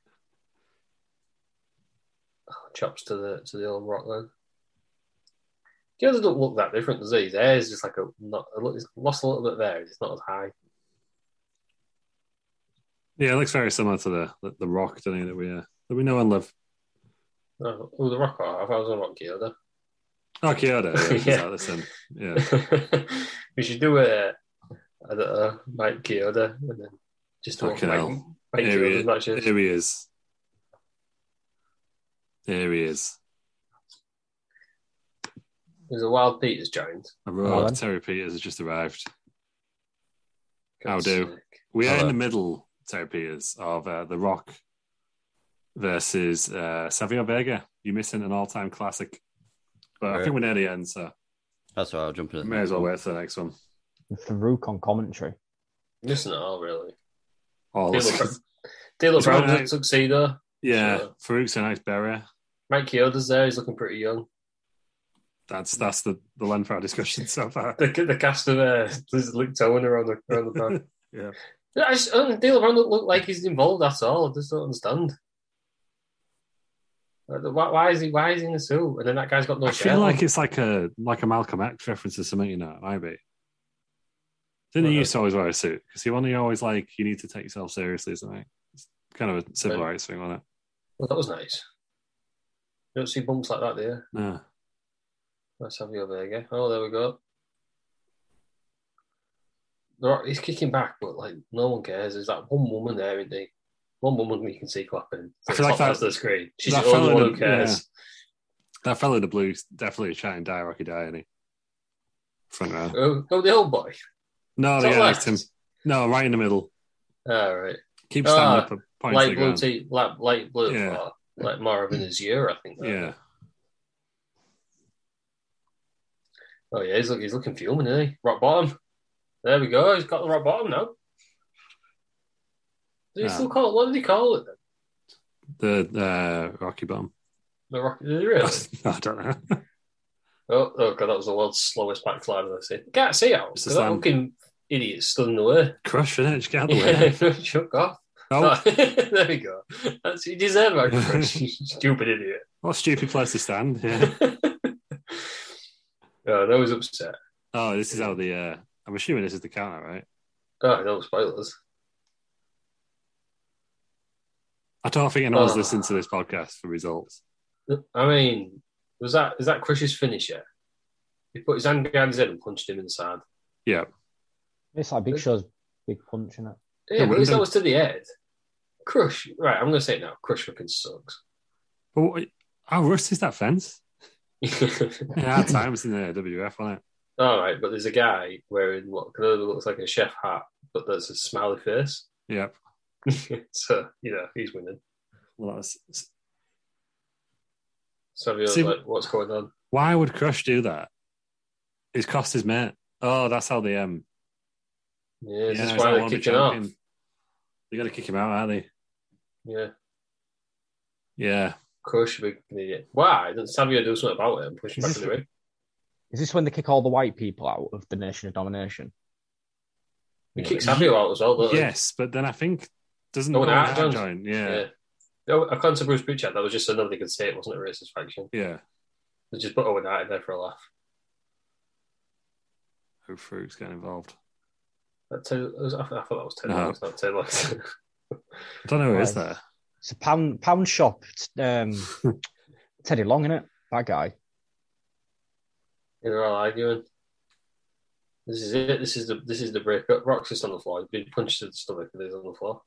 [SPEAKER 2] Oh, chops to the to the old rock then. The other don't look that different, does he? His hair is just like a not. a little- It's lost a little bit there. It's not as high.
[SPEAKER 1] Yeah, it looks very similar to the the, the Rock, doesn't it? That we uh, that we know and love.
[SPEAKER 2] Oh, oh, the rock art. I thought it was a rock Yoda.
[SPEAKER 1] Oh, Kyoto.
[SPEAKER 2] *laughs*
[SPEAKER 1] Yeah, it's
[SPEAKER 2] Yeah.
[SPEAKER 1] like the same. yeah.
[SPEAKER 2] *laughs* we should do a, I don't know, Mike Kyoto, and then just do one for
[SPEAKER 1] Fucking
[SPEAKER 2] Mike,
[SPEAKER 1] hell.
[SPEAKER 2] Mike
[SPEAKER 1] Here he,
[SPEAKER 2] Kyoto's
[SPEAKER 1] is.
[SPEAKER 2] matches.
[SPEAKER 1] Here he is. Here he is.
[SPEAKER 2] There's a Wild Peters joined.
[SPEAKER 1] A
[SPEAKER 3] Hello.
[SPEAKER 1] road. Terry Peters has just arrived. How
[SPEAKER 2] God's
[SPEAKER 1] do.
[SPEAKER 2] sake.
[SPEAKER 1] We are in
[SPEAKER 4] Hello.
[SPEAKER 1] the middle, Terry Peters, of uh, The Rock versus uh, Savio Vega. You're missing an all time classic. But I
[SPEAKER 4] Right.
[SPEAKER 1] think we're near the end, so
[SPEAKER 4] That's all right. I'll jump in. at the
[SPEAKER 1] may
[SPEAKER 4] next
[SPEAKER 1] as well
[SPEAKER 4] one.
[SPEAKER 1] wait for the next one.
[SPEAKER 3] With Farouk on commentary.
[SPEAKER 2] Listen at all, really.
[SPEAKER 1] Oh,
[SPEAKER 2] Deal
[SPEAKER 1] listen.
[SPEAKER 2] with- Taylor
[SPEAKER 1] It's all
[SPEAKER 2] Brown's
[SPEAKER 1] right.
[SPEAKER 2] at Tuxedo.
[SPEAKER 1] *laughs* yeah,
[SPEAKER 2] Sure.
[SPEAKER 1] Farouk's a nice barrier.
[SPEAKER 2] Mike Kyoto's there. He's looking pretty young.
[SPEAKER 1] That's that's the, the length of our discussion so far.
[SPEAKER 2] *laughs* The, the cast of uh, there's Luke Towan around the, around the
[SPEAKER 1] *laughs*
[SPEAKER 2] back.
[SPEAKER 1] Yeah.
[SPEAKER 2] I just, I don't- Taylor Brown don't look like he's involved at all. I just don't understand. Like, Why, why is he? Why is he in a suit? And then that guy's got no
[SPEAKER 1] I
[SPEAKER 2] shirt.
[SPEAKER 1] feel like
[SPEAKER 2] on.
[SPEAKER 1] it's like a like a Malcolm X reference or something, you know, it might be. Didn't
[SPEAKER 2] Right.
[SPEAKER 1] he used to always wear a suit? Because he only always like you need to take yourself seriously, isn't it? It's kind of a civil
[SPEAKER 2] Right.
[SPEAKER 1] rights thing, wasn't it?
[SPEAKER 2] Well, that was nice. You don't see bumps like that, do you?
[SPEAKER 1] No.
[SPEAKER 2] Let's have you over again. Oh, there we go. The Rock, he's kicking back, but like no one cares. There's that one woman there, isn't he? One woman we can see clapping.
[SPEAKER 1] I
[SPEAKER 2] It's
[SPEAKER 1] feel like
[SPEAKER 2] top
[SPEAKER 1] that-
[SPEAKER 2] left of the screen. She's
[SPEAKER 1] that
[SPEAKER 2] the only
[SPEAKER 1] fella
[SPEAKER 2] one
[SPEAKER 1] that-
[SPEAKER 2] who cares.
[SPEAKER 1] That fellow in the blues definitely a trying die Rocky Die, isn't he? Front row.
[SPEAKER 2] Oh, oh, the old boy.
[SPEAKER 1] No,
[SPEAKER 2] Top
[SPEAKER 1] Oh, yeah,
[SPEAKER 2] left.
[SPEAKER 1] next to him. No, right in the middle.
[SPEAKER 2] All right.
[SPEAKER 1] Keep
[SPEAKER 2] Ah,
[SPEAKER 1] standing up and point to the
[SPEAKER 2] Light blue
[SPEAKER 1] ground.
[SPEAKER 2] tea, light, light blue.
[SPEAKER 1] Yeah.
[SPEAKER 2] or, Like more of an azure, I think. that.
[SPEAKER 1] Yeah.
[SPEAKER 2] Oh yeah, he's, look, he's looking fuming, isn't he? Rock bottom. There we go. He's got the rock bottom now. Did he
[SPEAKER 1] Yeah.
[SPEAKER 2] still call it? What did he call it? Then?
[SPEAKER 1] The uh, Rocky Bomb.
[SPEAKER 2] The rock? Did he really?
[SPEAKER 1] *laughs* I don't know.
[SPEAKER 2] *laughs*
[SPEAKER 1] *laughs*
[SPEAKER 2] Oh, oh god, that was the world's slowest backslide I've seen. Can't see how
[SPEAKER 1] It's
[SPEAKER 2] 'cause
[SPEAKER 1] a
[SPEAKER 2] that
[SPEAKER 1] slam.
[SPEAKER 2] fucking idiot stood in the way.
[SPEAKER 1] Crush, innit? Just get out of
[SPEAKER 2] *laughs*
[SPEAKER 1] the way.
[SPEAKER 2] Yeah, Shook off.
[SPEAKER 1] Oh,
[SPEAKER 2] No, *laughs* there we go. That's you deserve that. Chris, you *laughs* Stupid idiot.
[SPEAKER 1] what a stupid place to stand. Yeah.
[SPEAKER 2] *laughs* oh, that was upset.
[SPEAKER 1] Oh, this is how the. Uh, I'm assuming this is the counter, right?
[SPEAKER 2] Oh, no spoilers.
[SPEAKER 1] I don't think anyone's
[SPEAKER 2] Ah.
[SPEAKER 1] listened to this podcast for results.
[SPEAKER 2] I mean, was that is that Chris's finisher? He put his hand behind his head and punched him in the side.
[SPEAKER 1] Yeah,
[SPEAKER 3] It's like Big Show's big punch in it.
[SPEAKER 2] Yeah, but at
[SPEAKER 1] but
[SPEAKER 2] least
[SPEAKER 1] then-
[SPEAKER 2] that was to the head. Crush, right? I'm going to say it now. Crush fucking sucks. *laughs*
[SPEAKER 1] but what, how rust is that fence? Yeah, hard times in the WF, wasn't it?
[SPEAKER 2] All right, but there's a guy wearing what kind of looks like a chef hat, but that's a smiley face. *laughs*
[SPEAKER 1] Yep.
[SPEAKER 2] so you know he's winning.
[SPEAKER 1] Well, that was,
[SPEAKER 2] So everyone's
[SPEAKER 1] See,
[SPEAKER 2] like, "What's going on?"
[SPEAKER 1] why would Crush do that? It's cost his mate. Oh, that's how they um.
[SPEAKER 2] Yeah, is
[SPEAKER 1] yeah,
[SPEAKER 2] this
[SPEAKER 1] is
[SPEAKER 2] why
[SPEAKER 1] that
[SPEAKER 2] they're
[SPEAKER 1] one of the
[SPEAKER 2] kicking off?
[SPEAKER 1] champion? They got to kick him out, aren't they?
[SPEAKER 2] Yeah,
[SPEAKER 1] Yeah,
[SPEAKER 2] Crush, big idiot. Why doesn't Savio do something about it and push him
[SPEAKER 3] Is
[SPEAKER 2] back
[SPEAKER 3] this-
[SPEAKER 2] in the ring?
[SPEAKER 3] Is this when they kick all the white people out of the Nation of Domination?
[SPEAKER 2] He
[SPEAKER 3] Yeah.
[SPEAKER 2] kicks Savio out as well, doesn't he?
[SPEAKER 1] yes, but then I think doesn't
[SPEAKER 2] Oh,
[SPEAKER 1] oh,
[SPEAKER 2] and Hart
[SPEAKER 1] Hart
[SPEAKER 2] joins.
[SPEAKER 1] join? Yeah,
[SPEAKER 2] Yeah. No, according to Bruce Pritchard, that was just another they could say it wasn't a racist faction.
[SPEAKER 1] yeah.
[SPEAKER 2] They just put Owen Hart in there for a laugh.
[SPEAKER 1] Who Fruit's getting involved?
[SPEAKER 2] That Taylor, I was- I thought that was Taylor.
[SPEAKER 1] No.
[SPEAKER 2] It's not Taylor. *laughs*
[SPEAKER 1] I don't know who is
[SPEAKER 3] Right.
[SPEAKER 1] there.
[SPEAKER 3] It's a pound pound shop. t- Um, Teddy Long in it. That guy.
[SPEAKER 2] They're all arguing. This is it. This is the this is the breakup. Rock's just on the floor. He's been punched in the stomach and he's on the floor.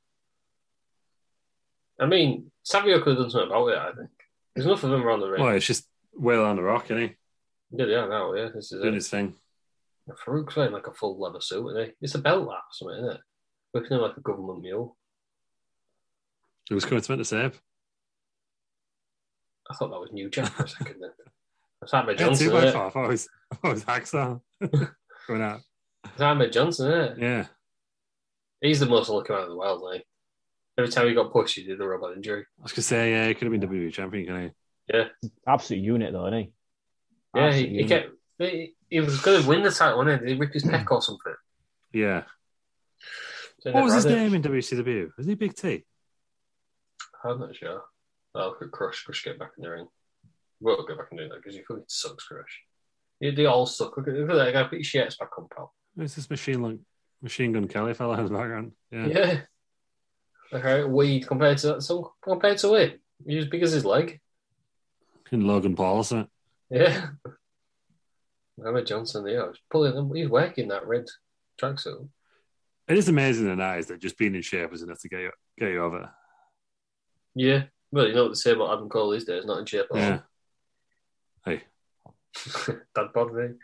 [SPEAKER 2] I mean, Savio could have done something about it. I think there's enough of them around the ring.
[SPEAKER 1] Well, it's just Will on the Rock, isn't he?
[SPEAKER 2] Yeah, they are now. Yeah, this is
[SPEAKER 1] Doing
[SPEAKER 2] it.
[SPEAKER 1] his thing.
[SPEAKER 2] Farouk's wearing like a full leather suit, isn't he? It's a belt lap or something, isn't it? Looking like a government mule.
[SPEAKER 1] It was coming to make the save.
[SPEAKER 2] I thought that was New Jack for a second. *laughs* Then that's Ahmed
[SPEAKER 1] Yeah,
[SPEAKER 2] Johnson.
[SPEAKER 1] two by
[SPEAKER 2] isn't it?
[SPEAKER 1] five. I was, I was Axel. *laughs* Going out.
[SPEAKER 2] It's Ahmed Johnson, isn't it?
[SPEAKER 1] Yeah.
[SPEAKER 2] He's the most looking man in the world, like. Every time he got pushed, he did the robot injury.
[SPEAKER 1] I was going to say, yeah, he could have been WWE champion, can he?
[SPEAKER 3] Absolute unit though, isn't he?
[SPEAKER 2] Yeah, he,
[SPEAKER 3] Absolute
[SPEAKER 2] he
[SPEAKER 3] unit.
[SPEAKER 2] kept. He, he was going to win the title, wasn't he? Did he rip his neck or something?
[SPEAKER 1] Yeah.
[SPEAKER 2] So he
[SPEAKER 1] What was
[SPEAKER 2] never
[SPEAKER 1] his
[SPEAKER 2] had it.
[SPEAKER 1] name in WCW? Was he Big T?
[SPEAKER 2] I'm not sure. Oh, could Crush, Crush get back in the ring. Won't get back in the ring because he fucking sucks, Crush. They, they all suck. Look at, look at that guy. Put your shirts back on, pal.
[SPEAKER 1] Who's this machine like machine gun Kelly fella in the background? Yeah.
[SPEAKER 2] Yeah. Okay, we compared to some compared to it. He's as big as his leg.
[SPEAKER 1] And Logan Paul, isn't it?
[SPEAKER 2] Yeah. *laughs* Mohamed Johnson, yeah, he's pulling him. He's working that red tracksuit.
[SPEAKER 1] It is amazing in eyes that just being in shape is enough to get you get you over.
[SPEAKER 2] Yeah. Well, you know what they say about Adam Cole these days, not in shape at
[SPEAKER 1] Yeah.
[SPEAKER 2] all. *laughs* Dad bod thing.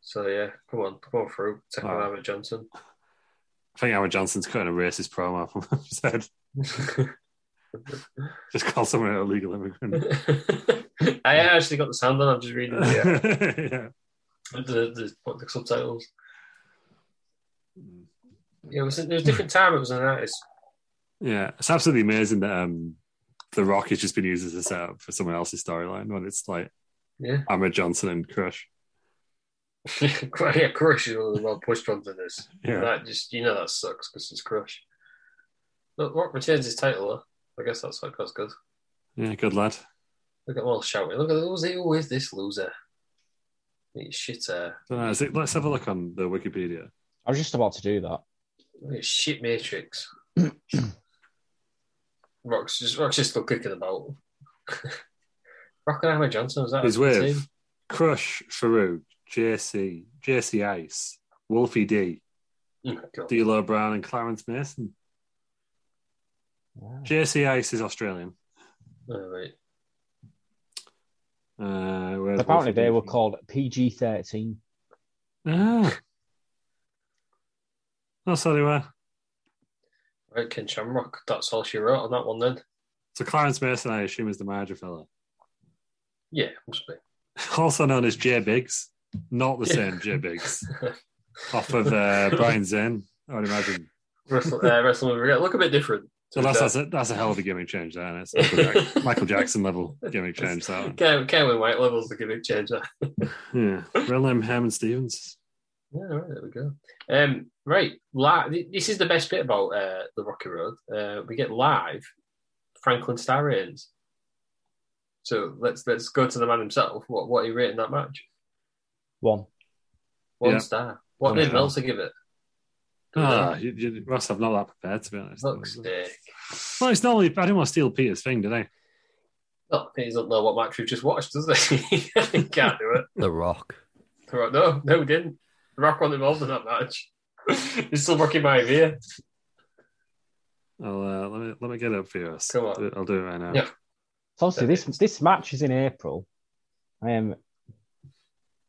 [SPEAKER 2] So yeah, come on, come on through. Take on
[SPEAKER 1] Wow.
[SPEAKER 2] Mohamed Johnson. *laughs*
[SPEAKER 1] I think Howard Johnson's cutting a racist promo *laughs* from what he said. Just call someone an illegal immigrant.
[SPEAKER 2] I actually got the sound on, I'm just reading
[SPEAKER 1] *laughs*
[SPEAKER 2] the, uh,
[SPEAKER 1] yeah.
[SPEAKER 2] the, the, what, the subtitles. Yeah, it was, it was a different time. It was an artist.
[SPEAKER 1] Yeah. It's absolutely amazing that um, The Rock has just been used as a setup for someone else's storyline when it's like
[SPEAKER 2] Yeah.
[SPEAKER 1] Ahmed Johnson and Crush.
[SPEAKER 2] *laughs* yeah, Crush is one of the well pushed ones in this.
[SPEAKER 1] Yeah.
[SPEAKER 2] That just you know that sucks because it's Crush. Look, Rock retains his title though. I guess that's like that's good.
[SPEAKER 1] Yeah, good lad.
[SPEAKER 2] Look at them all shouting. Look at those they always this loser. Look at shit air.
[SPEAKER 1] So, uh, is it- let's have a look on the Wikipedia.
[SPEAKER 3] I was just about to do that.
[SPEAKER 2] Look at shit
[SPEAKER 1] *clears throat*
[SPEAKER 2] matrix. Rock's just Rock's just still kicking about. *laughs* Rock and Hammer Johnson, is that
[SPEAKER 1] He's
[SPEAKER 2] a team?
[SPEAKER 1] with Crush, Farouk, JC, JC Ice, Wolfie D,
[SPEAKER 2] Oh my God.
[SPEAKER 1] D'Lo Brown, and Clarence Mason.
[SPEAKER 3] Wow.
[SPEAKER 1] JC Ice is Australian.
[SPEAKER 2] Oh, right.
[SPEAKER 1] Uh, where's Wolfie
[SPEAKER 3] Apparently, they
[SPEAKER 1] D
[SPEAKER 3] were
[SPEAKER 1] from?
[SPEAKER 3] called PG 13.
[SPEAKER 1] Ah. Oh, so they were.
[SPEAKER 2] Right, Ken Shamrock. That's all she wrote on that one then.
[SPEAKER 1] So Clarence Mason, I assume, is the manager fella. *laughs*
[SPEAKER 2] Yeah, must be.
[SPEAKER 1] Also known as J Biggs. Not the
[SPEAKER 2] Yeah.
[SPEAKER 1] same
[SPEAKER 2] *laughs*
[SPEAKER 1] J Biggs. Off of uh, Brian Zinn, I would imagine.
[SPEAKER 2] Wrestle, uh, wrestling with regret. Look a bit different.
[SPEAKER 1] So that's, that's, a, that's a hell of a gimmick change there, and it's Michael, Jack- Michael Jackson level gimmick change that one.
[SPEAKER 2] Can't, can't win white levels to give it change. that.
[SPEAKER 1] Yeah. Real name Herman Stevens.
[SPEAKER 2] Yeah, right, there we go. Um, right, live. This is the best bit about uh, the Rocky Road. Uh, we get live Franklin Star ratings. So let's let's go to the man himself. What what are you rating that match?
[SPEAKER 3] One.
[SPEAKER 2] One
[SPEAKER 1] Yeah.
[SPEAKER 2] star. What
[SPEAKER 1] One
[SPEAKER 2] did
[SPEAKER 1] star.
[SPEAKER 2] Meltzer give it?
[SPEAKER 1] Ah,
[SPEAKER 2] eh?
[SPEAKER 1] you, you, Russ, I'm not that prepared to be honest.
[SPEAKER 2] Fuck's sake.
[SPEAKER 1] Well, it's normally I didn't want to steal Peter's thing, did I?
[SPEAKER 2] Oh, he doesn't know what match we've just watched, does he? *laughs* he can't do it.
[SPEAKER 4] The Rock.
[SPEAKER 2] Right, No, no, we didn't. The Rock wasn't involved in that match. *laughs* He's still rocking my ear.
[SPEAKER 1] I'll uh, let me let me get it up for you. Russ.
[SPEAKER 2] Come on.
[SPEAKER 1] I'll do it right now.
[SPEAKER 2] Yeah.
[SPEAKER 3] So obviously, this this match is in April. Um,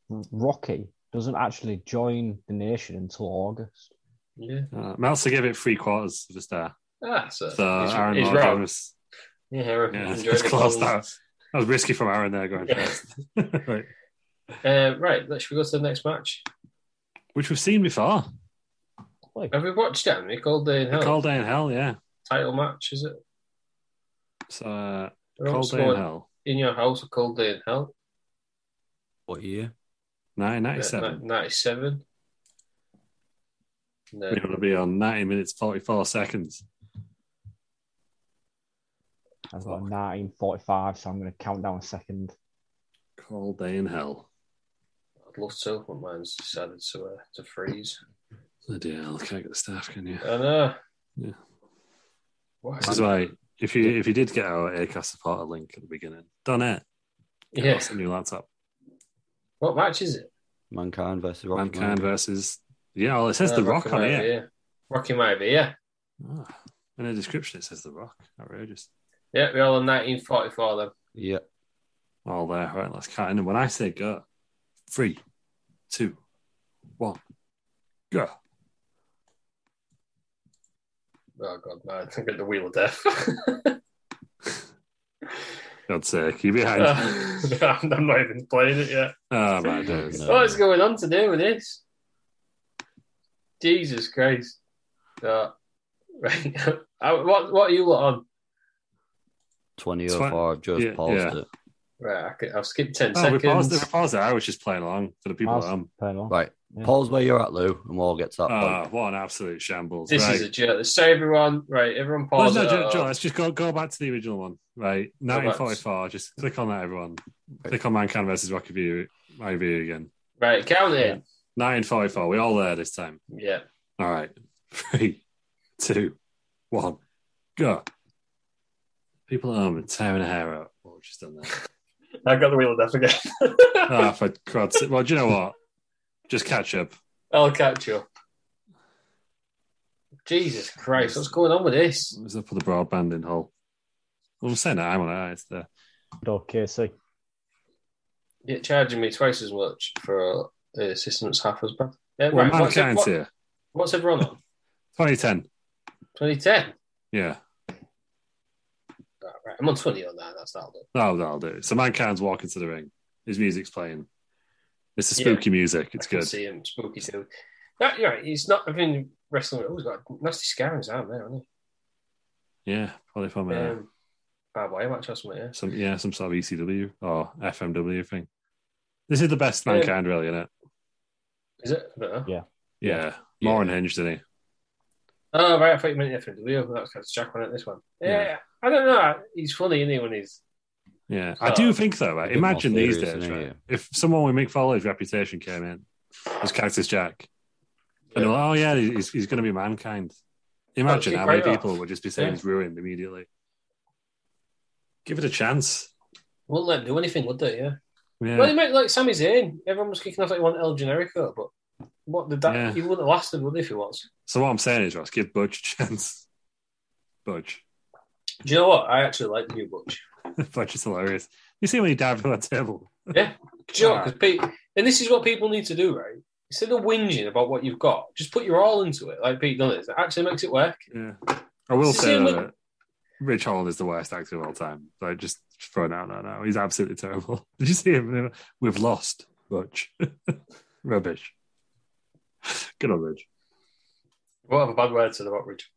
[SPEAKER 3] Rocky doesn't actually join the nation until August.
[SPEAKER 2] Yeah.
[SPEAKER 1] Uh, Meltzer gave it three quarters of a star.
[SPEAKER 2] Ah, so,
[SPEAKER 1] So Aaron
[SPEAKER 2] he's, he's
[SPEAKER 1] Moore
[SPEAKER 2] wrong.
[SPEAKER 1] gave us-
[SPEAKER 2] Yeah, Aaron,
[SPEAKER 1] Yeah, *laughs*
[SPEAKER 2] enjoy
[SPEAKER 1] it's
[SPEAKER 2] the
[SPEAKER 1] close
[SPEAKER 2] calls.
[SPEAKER 1] that. That was risky from Aaron there going
[SPEAKER 2] Yeah.
[SPEAKER 1] first. *laughs* right.
[SPEAKER 2] Uh, right, let's should we go to the next match.
[SPEAKER 1] Which we've seen before.
[SPEAKER 2] Have we watched it? Nick All Day in Hell
[SPEAKER 1] Cold Day in Hell, yeah.
[SPEAKER 2] title match, is it?
[SPEAKER 1] So uh,
[SPEAKER 2] They're all
[SPEAKER 1] Cold Day in
[SPEAKER 2] scored
[SPEAKER 1] Hell.
[SPEAKER 2] in your house, a cold day in hell.
[SPEAKER 4] What year?
[SPEAKER 2] Yeah,
[SPEAKER 1] 1997.
[SPEAKER 2] ni- 97. No.
[SPEAKER 1] We're going to be on 90 minutes 44 seconds.
[SPEAKER 3] I've got 1945, so I'm going to count down a second.
[SPEAKER 1] Cold Day in Hell.
[SPEAKER 2] I'd love to, but mine's decided to uh, to freeze.
[SPEAKER 1] Bloody hell, can't get the staff, can you?
[SPEAKER 2] I know.
[SPEAKER 1] Yeah.
[SPEAKER 2] Why?
[SPEAKER 1] This is why if you if you did get our AirCast supporter link at the beginning, done it. Get
[SPEAKER 2] Yeah.
[SPEAKER 1] us a new laptop.
[SPEAKER 2] What match is it?
[SPEAKER 4] Mankind versus Rocky.
[SPEAKER 1] Mankind versus yeah, well it says
[SPEAKER 2] Uh,
[SPEAKER 1] the rock, on
[SPEAKER 2] Maivia.
[SPEAKER 1] here.
[SPEAKER 2] Rocky Maivia.
[SPEAKER 1] Ah. in the description it says the rock. Outrageous.
[SPEAKER 2] Yeah, we're all in 1944 then.
[SPEAKER 4] Yeah.
[SPEAKER 1] All there. Right, let's count. And when I say go, three, two, one, go.
[SPEAKER 2] Oh, God, *laughs* man. I'm getting the wheel of death. *laughs*
[SPEAKER 1] God's sake, you behind.
[SPEAKER 2] Uh, *laughs* I'm I'm not even playing it yet.
[SPEAKER 1] *laughs* oh my days.
[SPEAKER 4] No.
[SPEAKER 2] What is going on today with this? Jesus Christ. Uh, *laughs* right. Uh, what, what are you lot on?
[SPEAKER 4] 2005, just
[SPEAKER 1] Yeah,
[SPEAKER 4] paused
[SPEAKER 1] yeah.
[SPEAKER 4] it.
[SPEAKER 2] Right, I could, I've skipped 10
[SPEAKER 1] Oh, we
[SPEAKER 2] seconds.
[SPEAKER 1] paused, we paused it. I was just playing along for the people
[SPEAKER 3] Miles,
[SPEAKER 1] at home.
[SPEAKER 3] turn on.
[SPEAKER 4] Right.
[SPEAKER 3] Yeah.
[SPEAKER 4] Pause where you're at, Lou, and we'll get to that
[SPEAKER 1] Oh,
[SPEAKER 4] point.
[SPEAKER 1] what an absolute shambles.
[SPEAKER 2] This
[SPEAKER 1] right.
[SPEAKER 2] is a joke. Sorry, everyone. Right, everyone
[SPEAKER 1] Well,
[SPEAKER 2] pause.
[SPEAKER 1] no,
[SPEAKER 2] it.
[SPEAKER 1] Joe, Joe, let's just go, go back to the original one. Right,
[SPEAKER 2] back.
[SPEAKER 1] 1944. Just click on that, everyone. Click on Mankind versus Rocky View, my view again.
[SPEAKER 2] right, count in.
[SPEAKER 1] 1944. We all there this time.
[SPEAKER 2] Yeah.
[SPEAKER 1] All right. *laughs* Three, two, one, go. People at home are tearing their hair out. What we've just done
[SPEAKER 2] *laughs*
[SPEAKER 1] there.
[SPEAKER 2] I got the wheel of death again.
[SPEAKER 1] Ah, for God's sake. Well, do you know what? Just catch up.
[SPEAKER 2] *laughs* I'll catch you. Jesus Christ, what's going on with this?
[SPEAKER 1] It was up for the broadband in Hull. Well, I'm saying that I'm on it. It's there.
[SPEAKER 3] Okay, see.
[SPEAKER 2] You're charging me twice as much for a system that's half as bad. Yeah,
[SPEAKER 1] Well,
[SPEAKER 2] right,
[SPEAKER 1] I'm
[SPEAKER 2] what's, it-
[SPEAKER 1] kind
[SPEAKER 2] what-
[SPEAKER 1] here.
[SPEAKER 2] what's everyone on?
[SPEAKER 1] 2010.
[SPEAKER 2] 2010.
[SPEAKER 1] Yeah.
[SPEAKER 2] Right, right. I'm on 20 on that. That's that'll do.
[SPEAKER 1] That'll, Oh, that'll do. So Mankind's walking to the ring. His music's playing. It's the
[SPEAKER 2] Yeah.
[SPEAKER 1] spooky music. It's
[SPEAKER 2] I can
[SPEAKER 1] good.
[SPEAKER 2] see him spooky too. No, you're right. He's not. I mean, wrestling. Oh, he's got a nasty scar on his arm there, hasn't
[SPEAKER 1] Yeah. Probably from
[SPEAKER 2] he?
[SPEAKER 1] uh,
[SPEAKER 2] Um, barbed wire match or something. Yeah.
[SPEAKER 1] some yeah some sort of ECW or FMW thing. This is the best Mankind, really, isn't it?
[SPEAKER 2] Is it? I don't know.
[SPEAKER 3] Yeah.
[SPEAKER 1] Yeah.
[SPEAKER 4] Yeah.
[SPEAKER 1] More unhinged, isn't he?
[SPEAKER 2] Oh right, I thought you meant different. The wheel. That's kind of Jack one at this one. Yeah,
[SPEAKER 1] Yeah.
[SPEAKER 2] I don't know. He's funny, isn't he? When he's
[SPEAKER 1] Yeah, I
[SPEAKER 2] Oh.
[SPEAKER 1] do think though.
[SPEAKER 4] A
[SPEAKER 1] Right?
[SPEAKER 4] bit more
[SPEAKER 1] Imagine these
[SPEAKER 4] serious,
[SPEAKER 1] days,
[SPEAKER 4] isn't it,
[SPEAKER 1] right?
[SPEAKER 4] yeah.
[SPEAKER 1] If someone with Mick Foley's reputation came in as Cactus Jack, and they're like, "Oh yeah, he's, he's going to be mankind." Imagine
[SPEAKER 2] keep
[SPEAKER 1] how many
[SPEAKER 2] right
[SPEAKER 1] people would just be saying
[SPEAKER 2] Yeah.
[SPEAKER 1] he's ruined immediately. Give it a chance.
[SPEAKER 2] wouldn't let him do anything, would they? Yeah.
[SPEAKER 1] Yeah,
[SPEAKER 2] Well, he meant like Sami Zayn. Everyone was kicking off like one El Generico, but what did that?
[SPEAKER 1] Yeah.
[SPEAKER 2] He wouldn't have lasted, would he, if he was?
[SPEAKER 1] So what I'm saying is, Ross, give Butch a chance. *laughs* Butch, *laughs*
[SPEAKER 2] Do you know what? I actually like New Butch.
[SPEAKER 1] Butch is hilarious. You see when he dived on that table.
[SPEAKER 2] Do you know? Because Pete, and this is what people need to do, right? Instead of whinging about what you've got, just put your all into it, like Pete does. It actually makes it work.
[SPEAKER 1] Yeah, I will
[SPEAKER 2] It's the
[SPEAKER 1] say
[SPEAKER 2] same
[SPEAKER 1] though,
[SPEAKER 2] with-
[SPEAKER 1] that Rich Holland is the worst actor of all time. So I just throw out that now. He's absolutely terrible. *laughs* Did you see him? We've lost Butch. *laughs* Rubbish. *laughs* Good on Rich.
[SPEAKER 2] What have a bad word said about *laughs* Richard?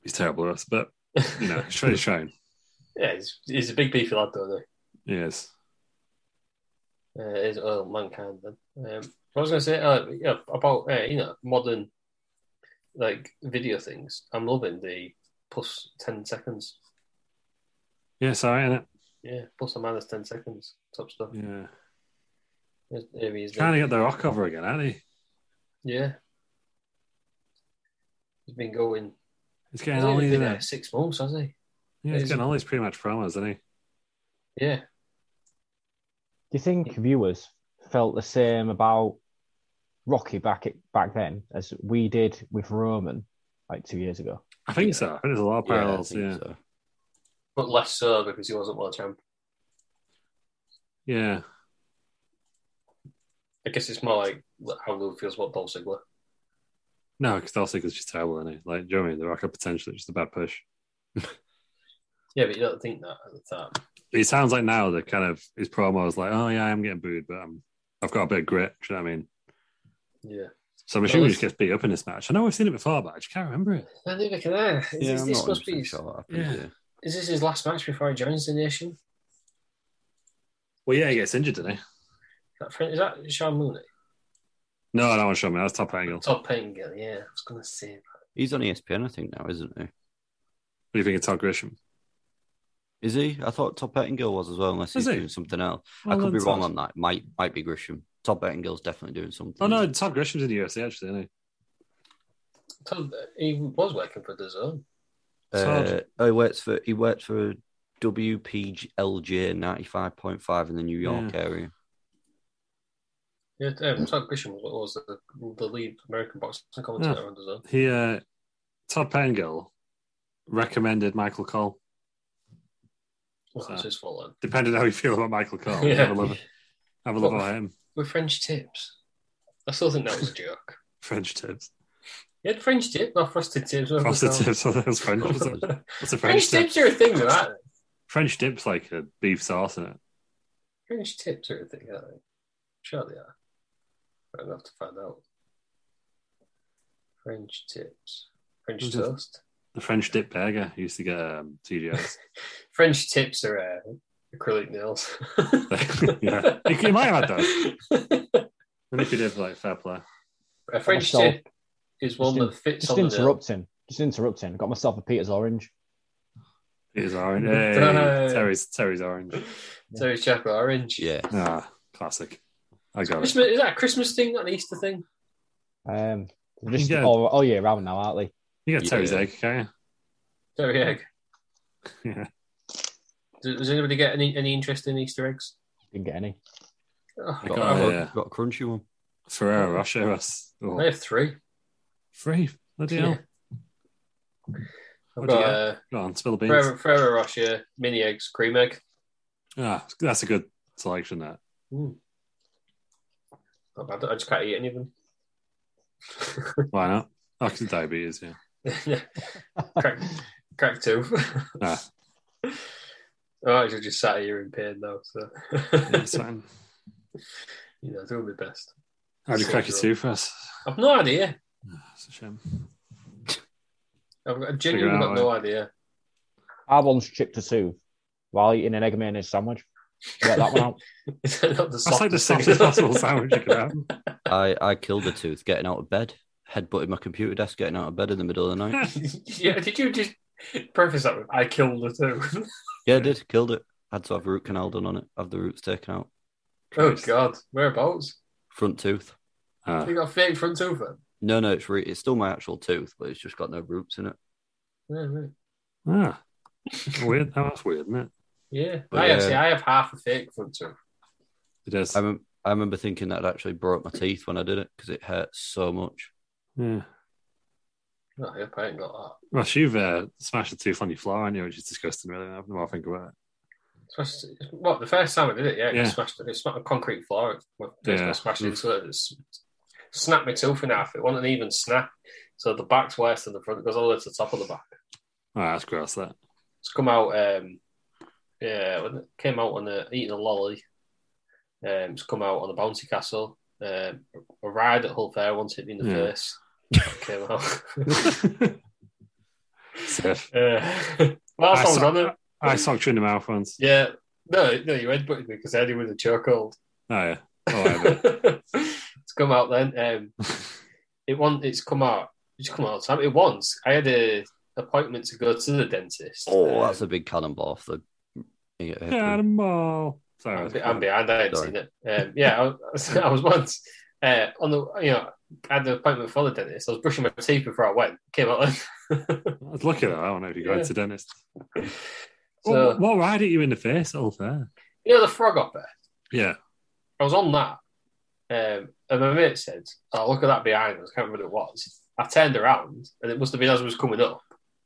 [SPEAKER 1] He's terrible, Russ, but you know, he's trying. he's trying.
[SPEAKER 2] yeah, he's, he's a big beefy lad, though. Isn't he?
[SPEAKER 1] Yes.
[SPEAKER 2] uh, is oh, mankind. Then um, I was going to say uh, yeah, about uh, you know modern like video things. I'm loving the plus ten seconds.
[SPEAKER 1] Yes, all right, innit?
[SPEAKER 2] Yeah, plus or minus ten seconds. Top stuff.
[SPEAKER 1] Yeah.
[SPEAKER 2] Here's- Here he is.
[SPEAKER 1] Trying to
[SPEAKER 2] then.
[SPEAKER 1] get the rock over again, aren't he?
[SPEAKER 2] Yeah, he's been going.
[SPEAKER 1] He's
[SPEAKER 2] He's
[SPEAKER 1] getting all
[SPEAKER 2] only
[SPEAKER 1] these.
[SPEAKER 2] been
[SPEAKER 1] innit?
[SPEAKER 2] there six months, has he?
[SPEAKER 1] Yeah, he's
[SPEAKER 2] He's-
[SPEAKER 1] getting all these pretty much promos, isn't he?
[SPEAKER 2] Yeah.
[SPEAKER 3] Do you think viewers felt the same about Rocky back it, back then as we did with Roman like two years ago?
[SPEAKER 1] I think so. I think there's a lot of
[SPEAKER 4] Yeah, I
[SPEAKER 1] parallels. Yeah.
[SPEAKER 4] think
[SPEAKER 1] Yeah.
[SPEAKER 4] so.
[SPEAKER 2] But less so because he wasn't world champ. I guess it's more like how Lou feels about Dolph Ziggler.
[SPEAKER 1] No, because Dawson is just terrible, isn't he? Like, do you know what I mean? The rock had potentially just a bad push.
[SPEAKER 2] Yeah, but you don't think that at the time.
[SPEAKER 1] it sounds like now that kind of his promo is like, oh yeah, I'm getting booed, but I'm, I've got a bit of grit. Do you know what I mean?
[SPEAKER 2] Yeah.
[SPEAKER 1] So I'm assuming he
[SPEAKER 2] it's-
[SPEAKER 1] just gets beat up in this match. I know we've seen it before, but I just can't remember it.
[SPEAKER 2] I neither can I. Is
[SPEAKER 4] Yeah,
[SPEAKER 2] this,
[SPEAKER 4] I'm
[SPEAKER 2] this
[SPEAKER 4] not
[SPEAKER 2] must
[SPEAKER 4] 100%
[SPEAKER 2] be.
[SPEAKER 4] sure what happened.
[SPEAKER 1] Yeah.
[SPEAKER 4] Yeah.
[SPEAKER 2] Is this his last match before he joins the nation?
[SPEAKER 1] Well, yeah, he gets injured, doesn't he?
[SPEAKER 2] That friend, is that Sean Mooney?
[SPEAKER 1] No, that one showed me. That's top angle. What
[SPEAKER 2] Todd Pettingill, yeah, I was going to say that.
[SPEAKER 4] He's on E ESPN, I think, now, isn't he?
[SPEAKER 1] do you think of Todd Grisham?
[SPEAKER 4] Is he? I thought Todd Pettingill was as well, unless
[SPEAKER 1] Is
[SPEAKER 4] he's
[SPEAKER 1] he?
[SPEAKER 4] doing something else.
[SPEAKER 1] Well
[SPEAKER 4] I could
[SPEAKER 1] done,
[SPEAKER 4] be wrong
[SPEAKER 1] Todd.
[SPEAKER 4] on that. Might might be Grisham. Todd Pettingill's definitely doing something.
[SPEAKER 1] Oh no, Todd Grisham's in the UFC actually, isn't he?
[SPEAKER 2] Todd, he was working for the zone.
[SPEAKER 4] Uh,
[SPEAKER 1] Todd.
[SPEAKER 4] oh, he works for he works for WPLJ ninety five point five in the New York area.
[SPEAKER 2] Yeah, um, Todd Grisham was, was the, the lead American boxing commentator on the zone.
[SPEAKER 1] He, uh, Todd Pettingill recommended Michael Cole.
[SPEAKER 2] Well, that's
[SPEAKER 1] So-
[SPEAKER 2] his fault then.
[SPEAKER 1] Depending on how you feel about Michael
[SPEAKER 4] *laughs*
[SPEAKER 1] Cole,
[SPEAKER 2] Yeah.
[SPEAKER 1] have a look. Have a look at him.
[SPEAKER 2] With French tips. I still think that was a joke.
[SPEAKER 1] French tips,
[SPEAKER 2] He had French tip, not frosted tips. whatever
[SPEAKER 1] frosted
[SPEAKER 2] it's
[SPEAKER 1] *laughs*
[SPEAKER 2] called.
[SPEAKER 1] tips. What was French?
[SPEAKER 2] *laughs*
[SPEAKER 1] What's a, what's a
[SPEAKER 2] French
[SPEAKER 1] French tip?
[SPEAKER 2] tips are a thing, right?
[SPEAKER 1] French dip's like a beef sauce in it.
[SPEAKER 2] French tips are a thing, aren't they? Sure they are. I'll have to find out. French tips. French
[SPEAKER 1] Who's it?
[SPEAKER 2] toast.
[SPEAKER 1] The French dip burger I used to get um, TGS.
[SPEAKER 2] French tips are uh, acrylic nails.
[SPEAKER 1] *laughs* Yeah. You can- you might have had
[SPEAKER 2] *laughs*
[SPEAKER 1] and if you did, like, fair play.
[SPEAKER 2] A French
[SPEAKER 3] Myself.
[SPEAKER 2] tip is one
[SPEAKER 3] Just
[SPEAKER 2] that fits
[SPEAKER 3] Just
[SPEAKER 2] on the nail.
[SPEAKER 3] interrupting. Just interrupting. Got myself a Peter's orange.
[SPEAKER 1] It is orange. Hey,
[SPEAKER 2] Hey.
[SPEAKER 1] Terry's Terry's orange.
[SPEAKER 2] So it's chocolate orange.
[SPEAKER 4] Yeah,
[SPEAKER 1] Ah, classic. I got it.
[SPEAKER 2] Christmas, is that a Christmas thing, not an Easter thing?
[SPEAKER 3] Um, they're just
[SPEAKER 1] Yeah.
[SPEAKER 3] all, all year round now, aren't they?
[SPEAKER 1] You get
[SPEAKER 4] Yeah.
[SPEAKER 1] Terry's egg, can't
[SPEAKER 2] Terry Egg.
[SPEAKER 1] you? *laughs* Yeah.
[SPEAKER 2] Does, does anybody get any, any interest in Easter eggs?
[SPEAKER 3] Didn't get any.
[SPEAKER 2] Oh,
[SPEAKER 1] I
[SPEAKER 2] God,
[SPEAKER 1] got
[SPEAKER 2] I,
[SPEAKER 1] a,
[SPEAKER 2] want-
[SPEAKER 1] uh,
[SPEAKER 4] Got a crunchy one.
[SPEAKER 1] Ferrero Rocher. us. Oh,
[SPEAKER 2] I have three.
[SPEAKER 1] Free. Bloody
[SPEAKER 2] Yeah.
[SPEAKER 1] hell.
[SPEAKER 2] I've
[SPEAKER 1] What do you
[SPEAKER 2] got
[SPEAKER 1] get?
[SPEAKER 2] uh,
[SPEAKER 1] Go on, spill the beans.
[SPEAKER 2] Ferrero Ferrero Rocher mini eggs, cream egg.
[SPEAKER 1] Ah, that's a good selection, that.
[SPEAKER 2] Mm. Not bad. Oh, I just can't eat any of them.
[SPEAKER 1] Why not? Oh, 'cause of diabetes, yeah.
[SPEAKER 2] *laughs* crack, crack two. *laughs*
[SPEAKER 1] Ah,
[SPEAKER 2] oh, I should just sat here in pain now. So,
[SPEAKER 1] that's fine.
[SPEAKER 2] *laughs* you know, doing my best.
[SPEAKER 1] How'd you crack your
[SPEAKER 2] Sure.
[SPEAKER 1] tooth first?
[SPEAKER 2] I've no idea.
[SPEAKER 1] That's a shame.
[SPEAKER 2] I've I've
[SPEAKER 1] Figure it
[SPEAKER 2] genuinely got
[SPEAKER 1] out,
[SPEAKER 2] no idea.
[SPEAKER 3] I once chipped a tooth while eating an egg mayonnaise sandwich. Get that one out.
[SPEAKER 2] Is that *laughs* not the
[SPEAKER 1] That's like the
[SPEAKER 2] softest thing? *laughs*
[SPEAKER 1] softest possible sandwich you could have.
[SPEAKER 4] I, I killed a tooth getting out of bed, headbutted my computer desk getting out of bed in the middle of the night.
[SPEAKER 2] yeah, did you just preface that with "I killed the two? *laughs*
[SPEAKER 4] yeah, I did. Killed it. Had to have a root canal done on it, have the roots taken out.
[SPEAKER 2] oh God, whereabouts?
[SPEAKER 4] Front tooth. Uh.
[SPEAKER 1] Ah,
[SPEAKER 2] You got a fake front tooth? then?
[SPEAKER 4] No, no, it's, re- it's still my actual tooth, but it's just got no roots in it.
[SPEAKER 2] Yeah, right. *laughs*
[SPEAKER 1] ah. Weird. Oh, that's weird, isn't it?
[SPEAKER 2] Yeah,
[SPEAKER 4] But,
[SPEAKER 2] I
[SPEAKER 4] yeah.
[SPEAKER 2] actually I have half a fake front tooth.
[SPEAKER 1] It is.
[SPEAKER 4] I, mem- I remember thinking that it actually broke my teeth when I did it because it hurt so much.
[SPEAKER 1] yeah.
[SPEAKER 2] No, I hope I ain't got that.
[SPEAKER 1] Russ, you've uh, smashed a tooth on your floor, and you, which is disgusting, really. I've no more to think about it.
[SPEAKER 2] Smashed, what the first time I did it? Yeah,
[SPEAKER 1] Yeah.
[SPEAKER 2] It, smashed, it smashed a concrete floor. My face
[SPEAKER 1] Yeah.
[SPEAKER 2] got smashed into it. It's, snapped my tooth in half. It wasn't an even snap. So the back's worse than the front. It goes all the way to the top of the back.
[SPEAKER 1] Oh, that's
[SPEAKER 2] *laughs*
[SPEAKER 1] gross, that.
[SPEAKER 2] It's come out. Um, yeah, when it came out on the eating a lolly. Um, it's come out on the bouncy castle. Um, a ride at Hull Fair once hit me in the
[SPEAKER 1] Yeah.
[SPEAKER 2] face. That came out. *laughs*
[SPEAKER 1] Safe.
[SPEAKER 2] uh, whilst I
[SPEAKER 1] I
[SPEAKER 2] was
[SPEAKER 1] saw-
[SPEAKER 2] on it,
[SPEAKER 1] I socked you in the mouth once.
[SPEAKER 2] yeah. No, no, you headbutted me because I had you with a chokehold.
[SPEAKER 1] Oh, yeah. Oh, I
[SPEAKER 2] *laughs*
[SPEAKER 1] bet.
[SPEAKER 2] it's come out then. Um, it one, it's come out. It's come out. Sam. It once I had a appointment to go to the dentist.
[SPEAKER 4] Oh,
[SPEAKER 2] Um,
[SPEAKER 4] that's a big cannonball off the.
[SPEAKER 1] Animal. Sorry.
[SPEAKER 2] I'm,
[SPEAKER 1] Oh, that's
[SPEAKER 2] I'm
[SPEAKER 1] bad.
[SPEAKER 2] behind. I hadn't
[SPEAKER 4] Sorry.
[SPEAKER 2] seen it. Um, yeah, I was, *laughs* I was once uh, on the you know I had an appointment for the dentist. I was brushing my teeth before I went. Came out then.
[SPEAKER 1] I was lucky though. I don't know if you go
[SPEAKER 2] Yeah.
[SPEAKER 1] to dentist.
[SPEAKER 2] *laughs* so
[SPEAKER 1] what, what ride hit you in the face? All fair.
[SPEAKER 2] you know the frog hopper.
[SPEAKER 1] Yeah.
[SPEAKER 2] I was on that, um, and my mate said, "Oh, look at that behind us." I can't remember what it was. I turned around, and it must have been as I was coming up.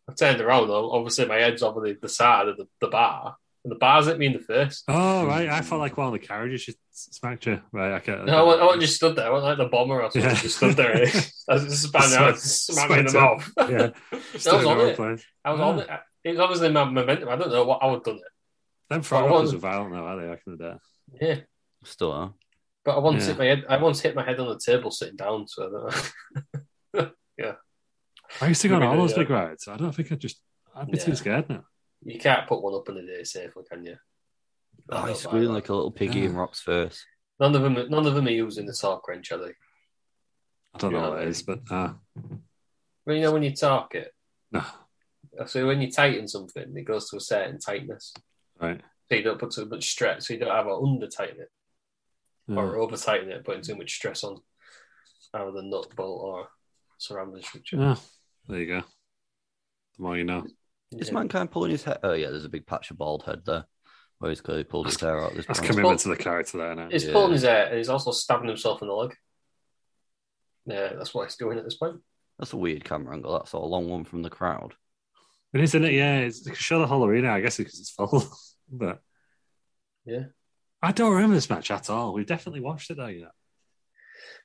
[SPEAKER 2] I turned around, though. Obviously, my head's over the, the side of the, the bar, and the bar's hit me in the face.
[SPEAKER 1] Oh right. I felt like one of the carriages just smacked you. Right. I can't.
[SPEAKER 2] No, I wasn't, I wasn't just stood there. I wasn't like the bomber or something.
[SPEAKER 1] Yeah.
[SPEAKER 2] I just stood there. *laughs* eh? I was just span out, smacked me in the
[SPEAKER 1] Smacked
[SPEAKER 2] mouth. *laughs*
[SPEAKER 1] Yeah.
[SPEAKER 2] I was
[SPEAKER 1] Stood in the
[SPEAKER 2] on
[SPEAKER 1] wrong
[SPEAKER 2] it.
[SPEAKER 1] place.
[SPEAKER 2] I was
[SPEAKER 1] Ah.
[SPEAKER 2] on it. It was obviously my momentum. I don't know what I would have done I
[SPEAKER 1] Them frog hoppers
[SPEAKER 2] wasn't-
[SPEAKER 1] are violent though, are they? I can do that.
[SPEAKER 2] it. Yeah,
[SPEAKER 4] Still are.
[SPEAKER 2] but I once
[SPEAKER 1] Yeah.
[SPEAKER 2] hit my head. I once hit my head on the table sitting down. So I don't know. *laughs*
[SPEAKER 1] I used to go on
[SPEAKER 2] Maybe
[SPEAKER 1] all
[SPEAKER 2] they
[SPEAKER 1] those
[SPEAKER 2] are.
[SPEAKER 1] big rides. I don't think I just. I'd be
[SPEAKER 2] Yeah.
[SPEAKER 1] too scared now.
[SPEAKER 2] you can't put one up in a day safely, can you?
[SPEAKER 4] Oh,
[SPEAKER 2] I
[SPEAKER 4] he's
[SPEAKER 2] don't
[SPEAKER 4] squealing
[SPEAKER 2] like
[SPEAKER 4] like a little piggy in
[SPEAKER 1] Yeah.
[SPEAKER 4] Rock's face.
[SPEAKER 2] None of them, none of them are using the torque wrench, are they?
[SPEAKER 1] I don't
[SPEAKER 2] Yeah,
[SPEAKER 1] know what it
[SPEAKER 2] they-
[SPEAKER 1] is, but uh,
[SPEAKER 2] Well, you know when you torque it,
[SPEAKER 1] no.
[SPEAKER 2] so when you tighten something, it goes to a certain tightness,
[SPEAKER 1] Right.
[SPEAKER 2] so you don't put too much stress, so you don't have to under tighten it
[SPEAKER 1] Yeah.
[SPEAKER 2] or over tighten it, putting too much stress on either the nut bolt or surrounding structure.
[SPEAKER 1] Yeah. There you go. The more you know.
[SPEAKER 4] Is
[SPEAKER 2] Yeah.
[SPEAKER 4] mankind pulling his hair? Oh yeah, there's a big patch of bald head there, where he's clearly pulled his hair out. at This
[SPEAKER 1] That's
[SPEAKER 4] point.
[SPEAKER 1] commitment to the character there now.
[SPEAKER 2] He's
[SPEAKER 4] Yeah.
[SPEAKER 2] pulling his hair and he's also stabbing himself in the leg. Yeah, that's what he's doing at this point.
[SPEAKER 4] That's a weird camera angle. That's a long one from the crowd.
[SPEAKER 1] It is, isn't it? Yeah, it's it's show the whole arena, I guess, because it's full. *laughs* but
[SPEAKER 2] Yeah.
[SPEAKER 1] I don't remember this match at all. We definitely watched it though, you know.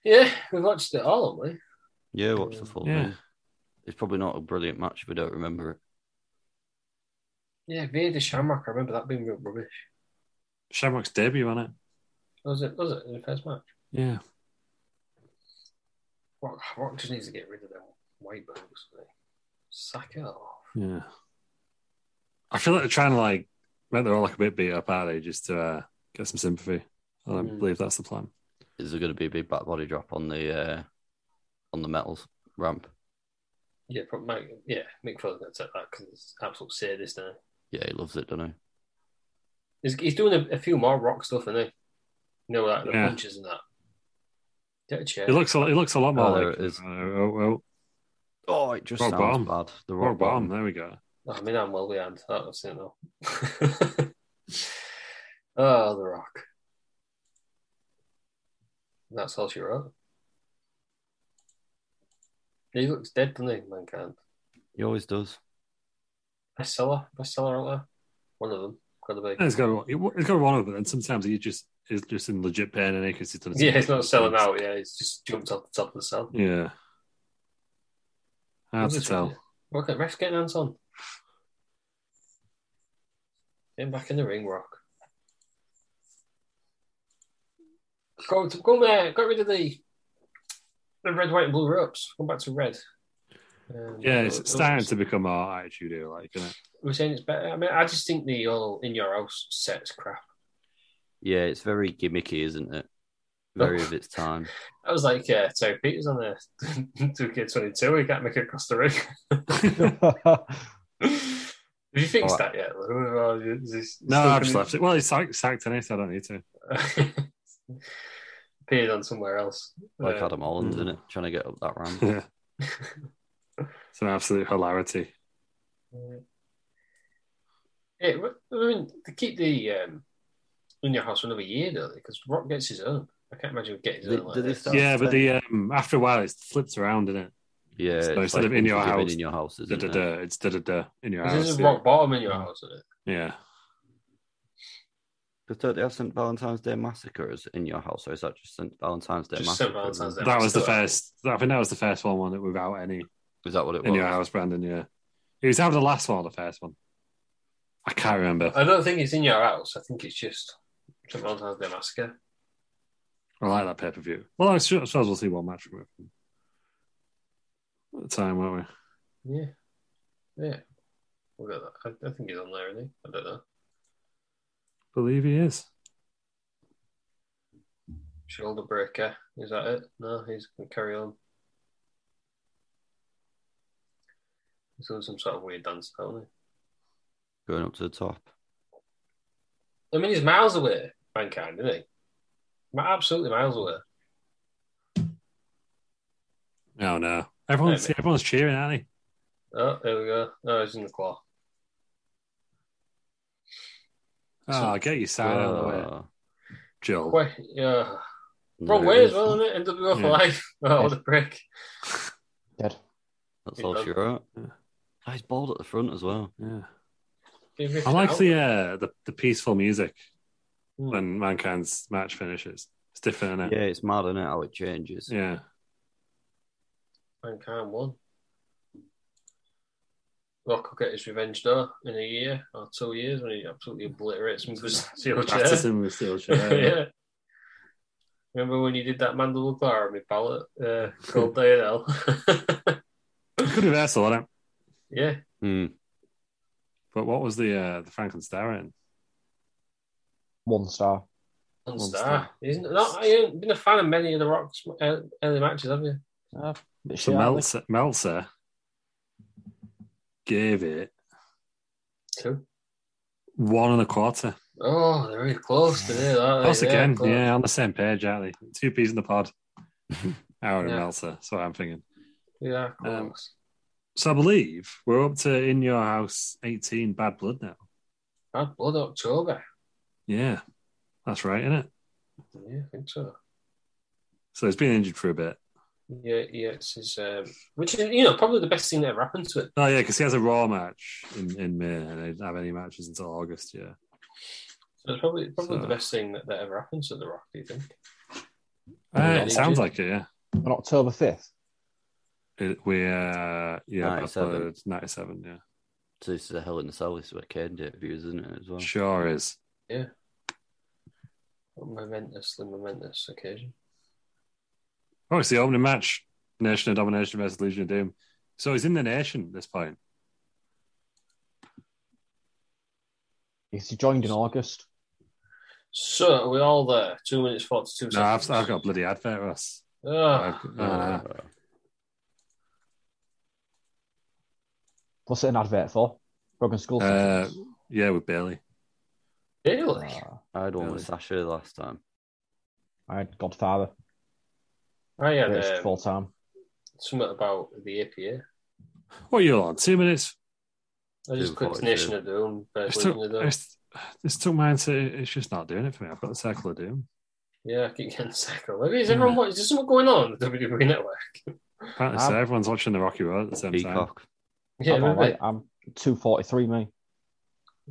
[SPEAKER 2] Yeah, we watched it all, haven't we?
[SPEAKER 4] Yeah, watch the full
[SPEAKER 1] Yeah.
[SPEAKER 4] thing. It's probably not a brilliant match if we don't remember it.
[SPEAKER 2] Yeah, Vader Shamrock. I remember that being real rubbish.
[SPEAKER 1] Shamrock's debut on it.
[SPEAKER 2] Was it? Was it in the first match?
[SPEAKER 1] Yeah,
[SPEAKER 2] Rock, Rock just needs to get rid of them white belts. doesn't he? Sack it off.
[SPEAKER 1] yeah. I feel like they're trying to like make they're all like a bit beat up, are they, just to uh, get some sympathy. I don't
[SPEAKER 2] Mm.
[SPEAKER 1] believe that's the plan.
[SPEAKER 4] Is there going to be a big back body drop on the uh, on the metals ramp?
[SPEAKER 2] Yeah, but Mike, yeah, Mick Foley's going to take that because it's absolute sadist now.
[SPEAKER 4] Yeah, he loves it, don't he?
[SPEAKER 2] He's, he's doing a, a few more rock stuff, isn't he? You know, like the
[SPEAKER 1] Yeah.
[SPEAKER 2] punches and that. Get a chair.
[SPEAKER 1] It looks a, it looks a lot more
[SPEAKER 4] Oh, there
[SPEAKER 1] like
[SPEAKER 4] it is.
[SPEAKER 1] uh, oh, oh,
[SPEAKER 4] Oh, it just
[SPEAKER 1] Rock
[SPEAKER 4] sounds
[SPEAKER 1] bottom.
[SPEAKER 4] bad. The
[SPEAKER 1] Rock
[SPEAKER 4] rock
[SPEAKER 1] bottom. There we go.
[SPEAKER 2] I mean, I'm well behind that. Oh, I've seen it all. *laughs* oh, The Rock. That's all she wrote. He looks dead, doesn't he, Mankind?
[SPEAKER 4] He always does.
[SPEAKER 2] Bestseller, bestseller out there. One of them, gotta be.
[SPEAKER 1] And it's got it's got one of them, and sometimes he just is just in legit pain and because he's done.
[SPEAKER 2] *laughs* Yeah, it's not selling out. Yeah, it's just jumped off the top of the cell.
[SPEAKER 1] Yeah, hard to
[SPEAKER 2] What's it-
[SPEAKER 1] tell.
[SPEAKER 2] Look at ref's getting hands on. Get him back in the ring, Rock. Go, go there. Got rid of the the red, white, and blue ropes. Go back to red. Um,
[SPEAKER 1] Yeah, it's
[SPEAKER 2] so-
[SPEAKER 1] starting to become our attitude here, like isn't it?
[SPEAKER 2] We're saying it's better. I mean, I just think the all in your house set's crap.
[SPEAKER 4] Yeah, it's very gimmicky, isn't it? Very of its
[SPEAKER 1] *laughs*
[SPEAKER 4] time.
[SPEAKER 2] That was like uh, Terry Peters on the *laughs* 2K22. He can't make it across the ring. *laughs*
[SPEAKER 1] *laughs*
[SPEAKER 2] Have you fixed
[SPEAKER 4] All right.
[SPEAKER 2] that yet? Lou? Or is this-
[SPEAKER 1] No, I've just
[SPEAKER 2] still-
[SPEAKER 1] left it. Well, he's sacked, sacked anyway, so I don't need to. *laughs*
[SPEAKER 2] *laughs* appeared on somewhere else.
[SPEAKER 4] Like
[SPEAKER 2] Uh,
[SPEAKER 4] Adam Holland,
[SPEAKER 1] Mm.
[SPEAKER 4] isn't it? Trying to get up that ramp.
[SPEAKER 1] *laughs* Yeah. it's an absolute hilarity.
[SPEAKER 2] yeah, but, I mean, they keep the um, in your house for another year, don't they? Because Rock gets his own. I can't imagine him getting his
[SPEAKER 4] Did-
[SPEAKER 2] own. Like
[SPEAKER 4] did they
[SPEAKER 2] this.
[SPEAKER 4] start-
[SPEAKER 1] yeah, but the um, after a while, it flips around, isn't it?
[SPEAKER 4] Yeah,
[SPEAKER 1] So
[SPEAKER 4] it's
[SPEAKER 1] instead of in your
[SPEAKER 4] unforgiven
[SPEAKER 1] house,
[SPEAKER 4] in your house,
[SPEAKER 1] Da
[SPEAKER 4] isn't
[SPEAKER 1] da
[SPEAKER 4] it?
[SPEAKER 1] da. It's da da da in your
[SPEAKER 2] This
[SPEAKER 1] house.
[SPEAKER 2] is
[SPEAKER 1] Yeah.
[SPEAKER 2] rock bottom in your house, isn't it?
[SPEAKER 1] yeah.
[SPEAKER 4] Because don't they have St. Valentine's Day massacres in your house, or is that just St. Valentine's Day
[SPEAKER 2] Just
[SPEAKER 4] massacre?
[SPEAKER 2] St. Valentine's Day.
[SPEAKER 1] that was the
[SPEAKER 2] still-
[SPEAKER 1] first. I think that was the first one, one that without any
[SPEAKER 4] Is that what it
[SPEAKER 1] in
[SPEAKER 4] was?
[SPEAKER 1] your house, Brandon. Yeah, it was either the last one or the first one. I can't remember.
[SPEAKER 2] I don't think it's in your house. I think it's just St. Valentine's Day Massacre.
[SPEAKER 1] I like that pay per view. Well, I su- I suppose we'll see one match from it at the time, won't
[SPEAKER 2] Yeah. Yeah. We'll get that. I, I think he's on there, isn't he? I don't know.
[SPEAKER 1] we? Believe he is.
[SPEAKER 2] Shoulder breaker. Is that it? No, he's going to carry on. He's doing some sort of weird dance, don't
[SPEAKER 4] Going up to the top.
[SPEAKER 2] he? I mean, he's miles away, mankind, isn't he? Ma- Absolutely miles away.
[SPEAKER 1] No, Oh, no. Everyone's
[SPEAKER 2] Maybe.
[SPEAKER 1] everyone's cheering, aren't they?
[SPEAKER 2] Oh, there we go. No, he's in the claw.
[SPEAKER 1] Oh, get your side out of the way,
[SPEAKER 4] Uh,
[SPEAKER 1] Jill.
[SPEAKER 2] Wait, yeah.
[SPEAKER 4] no,
[SPEAKER 2] Wrong way
[SPEAKER 4] it
[SPEAKER 2] as well,
[SPEAKER 4] is.
[SPEAKER 2] isn't it? NWO for
[SPEAKER 1] Yeah.
[SPEAKER 2] life. *laughs* Oh, what a prick.
[SPEAKER 3] Dead.
[SPEAKER 4] That's all she wrote.
[SPEAKER 1] Yeah.
[SPEAKER 4] Oh, he's bald at the front as well.
[SPEAKER 1] Yeah.
[SPEAKER 2] He ripped
[SPEAKER 1] I
[SPEAKER 2] it
[SPEAKER 1] like
[SPEAKER 2] out.
[SPEAKER 1] the, uh, the the peaceful music
[SPEAKER 2] Hmm.
[SPEAKER 1] when Mankind's match finishes. It's different,
[SPEAKER 4] Yeah,
[SPEAKER 1] isn't it?
[SPEAKER 4] it's mad, isn't it? How it changes.
[SPEAKER 1] Yeah. yeah.
[SPEAKER 2] Mankind won. Rock will get his revenge though in a year or two years when he absolutely
[SPEAKER 1] *laughs*
[SPEAKER 2] obliterates him with his steel chair.
[SPEAKER 1] Baptism with steel
[SPEAKER 2] yeah.
[SPEAKER 1] chair. *laughs* yeah.
[SPEAKER 2] Remember when you did that mandible bar on my pallet? Uh, cold day in hell.
[SPEAKER 1] Good reversal, isn't it?
[SPEAKER 2] *laughs* yeah.
[SPEAKER 4] Hmm.
[SPEAKER 1] But what was the uh, the Franklin star in?
[SPEAKER 3] One star.
[SPEAKER 2] One
[SPEAKER 1] One
[SPEAKER 2] star.
[SPEAKER 1] star.
[SPEAKER 2] Isn't not, I ain't been a fan of many of the Rock's uh, early matches, have you?
[SPEAKER 3] Uh, bit
[SPEAKER 1] So
[SPEAKER 3] shit, aren't they?
[SPEAKER 1] Meltzer, Meltzer gave it
[SPEAKER 2] Two.
[SPEAKER 1] one and a quarter.
[SPEAKER 2] Oh, they're really close to there. aren't they?
[SPEAKER 1] Us again,
[SPEAKER 2] close.
[SPEAKER 1] yeah, on the same page, aren't they? Two peas in
[SPEAKER 2] *laughs*
[SPEAKER 1] the pod. Aaron
[SPEAKER 2] Yeah.
[SPEAKER 1] and Meltzer. That's what I'm thinking.
[SPEAKER 2] Yeah, close.
[SPEAKER 1] Um, So I believe we're up to in your house 18 bad blood now.
[SPEAKER 2] Bad blood October.
[SPEAKER 1] Yeah, that's right, isn't it?
[SPEAKER 2] Yeah, I think so.
[SPEAKER 1] So he's been injured for a bit.
[SPEAKER 2] Yeah, yeah, it's his, um, which is you know probably the best thing that ever happened to him.
[SPEAKER 1] Oh yeah, because he has a raw match in, in May, and they didn't have any matches until August. Yeah,
[SPEAKER 2] So it's probably probably
[SPEAKER 1] So-
[SPEAKER 2] the best thing that, that ever happened to the Rock. Do you think?
[SPEAKER 1] Uh,
[SPEAKER 2] Oh, Yeah.
[SPEAKER 1] it sounds like it. Yeah,
[SPEAKER 3] On October 5th.
[SPEAKER 1] it, we uh, yeah, bad
[SPEAKER 4] 97.
[SPEAKER 1] blood, 97 yeah.
[SPEAKER 4] So this is a hell in a cell. This is what Kane did views, isn't it? As well.
[SPEAKER 1] Sure is.
[SPEAKER 2] A momentously momentous occasion.
[SPEAKER 1] Oh, it's the opening match. Nation of Domination versus Legion of Doom. So he's in the nation at this point.
[SPEAKER 3] Because he joined in August.
[SPEAKER 2] So are we all there. Two minutes forty-two
[SPEAKER 1] No, I've,
[SPEAKER 2] seconds.
[SPEAKER 1] I've got a bloody advert for us.
[SPEAKER 2] Ah,
[SPEAKER 1] I've-
[SPEAKER 4] Uh,
[SPEAKER 1] uh,
[SPEAKER 3] What's it an advert for? Broken
[SPEAKER 2] Oh,
[SPEAKER 3] Skull.
[SPEAKER 1] uh,
[SPEAKER 3] Syndrome.
[SPEAKER 1] yeah, with Bailey.
[SPEAKER 2] really?
[SPEAKER 3] Ah,
[SPEAKER 4] I had one with
[SPEAKER 1] Really?
[SPEAKER 4] Sasha last time.
[SPEAKER 3] I had Godfather.
[SPEAKER 2] I had
[SPEAKER 3] British
[SPEAKER 2] um,
[SPEAKER 3] full time.
[SPEAKER 2] something about the APA.
[SPEAKER 1] What are you on? Two minutes?
[SPEAKER 2] I just
[SPEAKER 4] Two
[SPEAKER 2] clicked
[SPEAKER 4] forty
[SPEAKER 2] Nation
[SPEAKER 4] two.
[SPEAKER 2] of Doom. uh,
[SPEAKER 1] It's
[SPEAKER 2] Legion of
[SPEAKER 1] took,
[SPEAKER 2] Doom.
[SPEAKER 1] it's, it's took mine to, it's just not doing it for me. I've got the Circle of Doom.
[SPEAKER 2] Yeah, I keep getting *laughs* cycled. Maybe is
[SPEAKER 1] Hmm.
[SPEAKER 2] everyone? What, is there something going on on the WWE Network? *laughs*
[SPEAKER 1] Apparently,
[SPEAKER 3] Ah.
[SPEAKER 1] so everyone's watching the Rocky Road at the same time.
[SPEAKER 4] Peacock.
[SPEAKER 2] Yeah,
[SPEAKER 3] I'm,
[SPEAKER 2] maybe.
[SPEAKER 3] all right. I'm 243, me.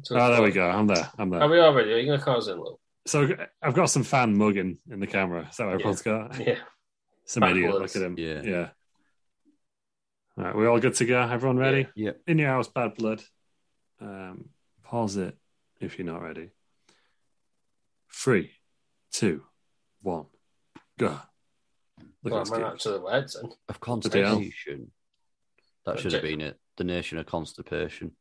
[SPEAKER 2] So
[SPEAKER 1] Oh,
[SPEAKER 2] it's-
[SPEAKER 1] there we go. I'm there. I'm
[SPEAKER 2] Are
[SPEAKER 1] there.
[SPEAKER 2] we already? Are you going to cause it, Lou?
[SPEAKER 1] So I've got some fan mugging in the camera. Is that what everyone's got?
[SPEAKER 2] Yeah.
[SPEAKER 1] Some
[SPEAKER 2] Fan
[SPEAKER 1] idiot.
[SPEAKER 2] bloods.
[SPEAKER 1] Look at him.
[SPEAKER 4] Yeah.
[SPEAKER 1] Yeah. All right. We all good to go? Everyone ready?
[SPEAKER 4] Yeah.
[SPEAKER 1] In your house, bad blood. Um, pause it if you're not ready. Three, two, one, go. Look
[SPEAKER 2] Well,
[SPEAKER 1] at this
[SPEAKER 2] man
[SPEAKER 1] kid.
[SPEAKER 2] up to the words. And
[SPEAKER 4] Of
[SPEAKER 1] hell?
[SPEAKER 4] constipation. That should have
[SPEAKER 2] Okay.
[SPEAKER 4] been it. The nation of constipation.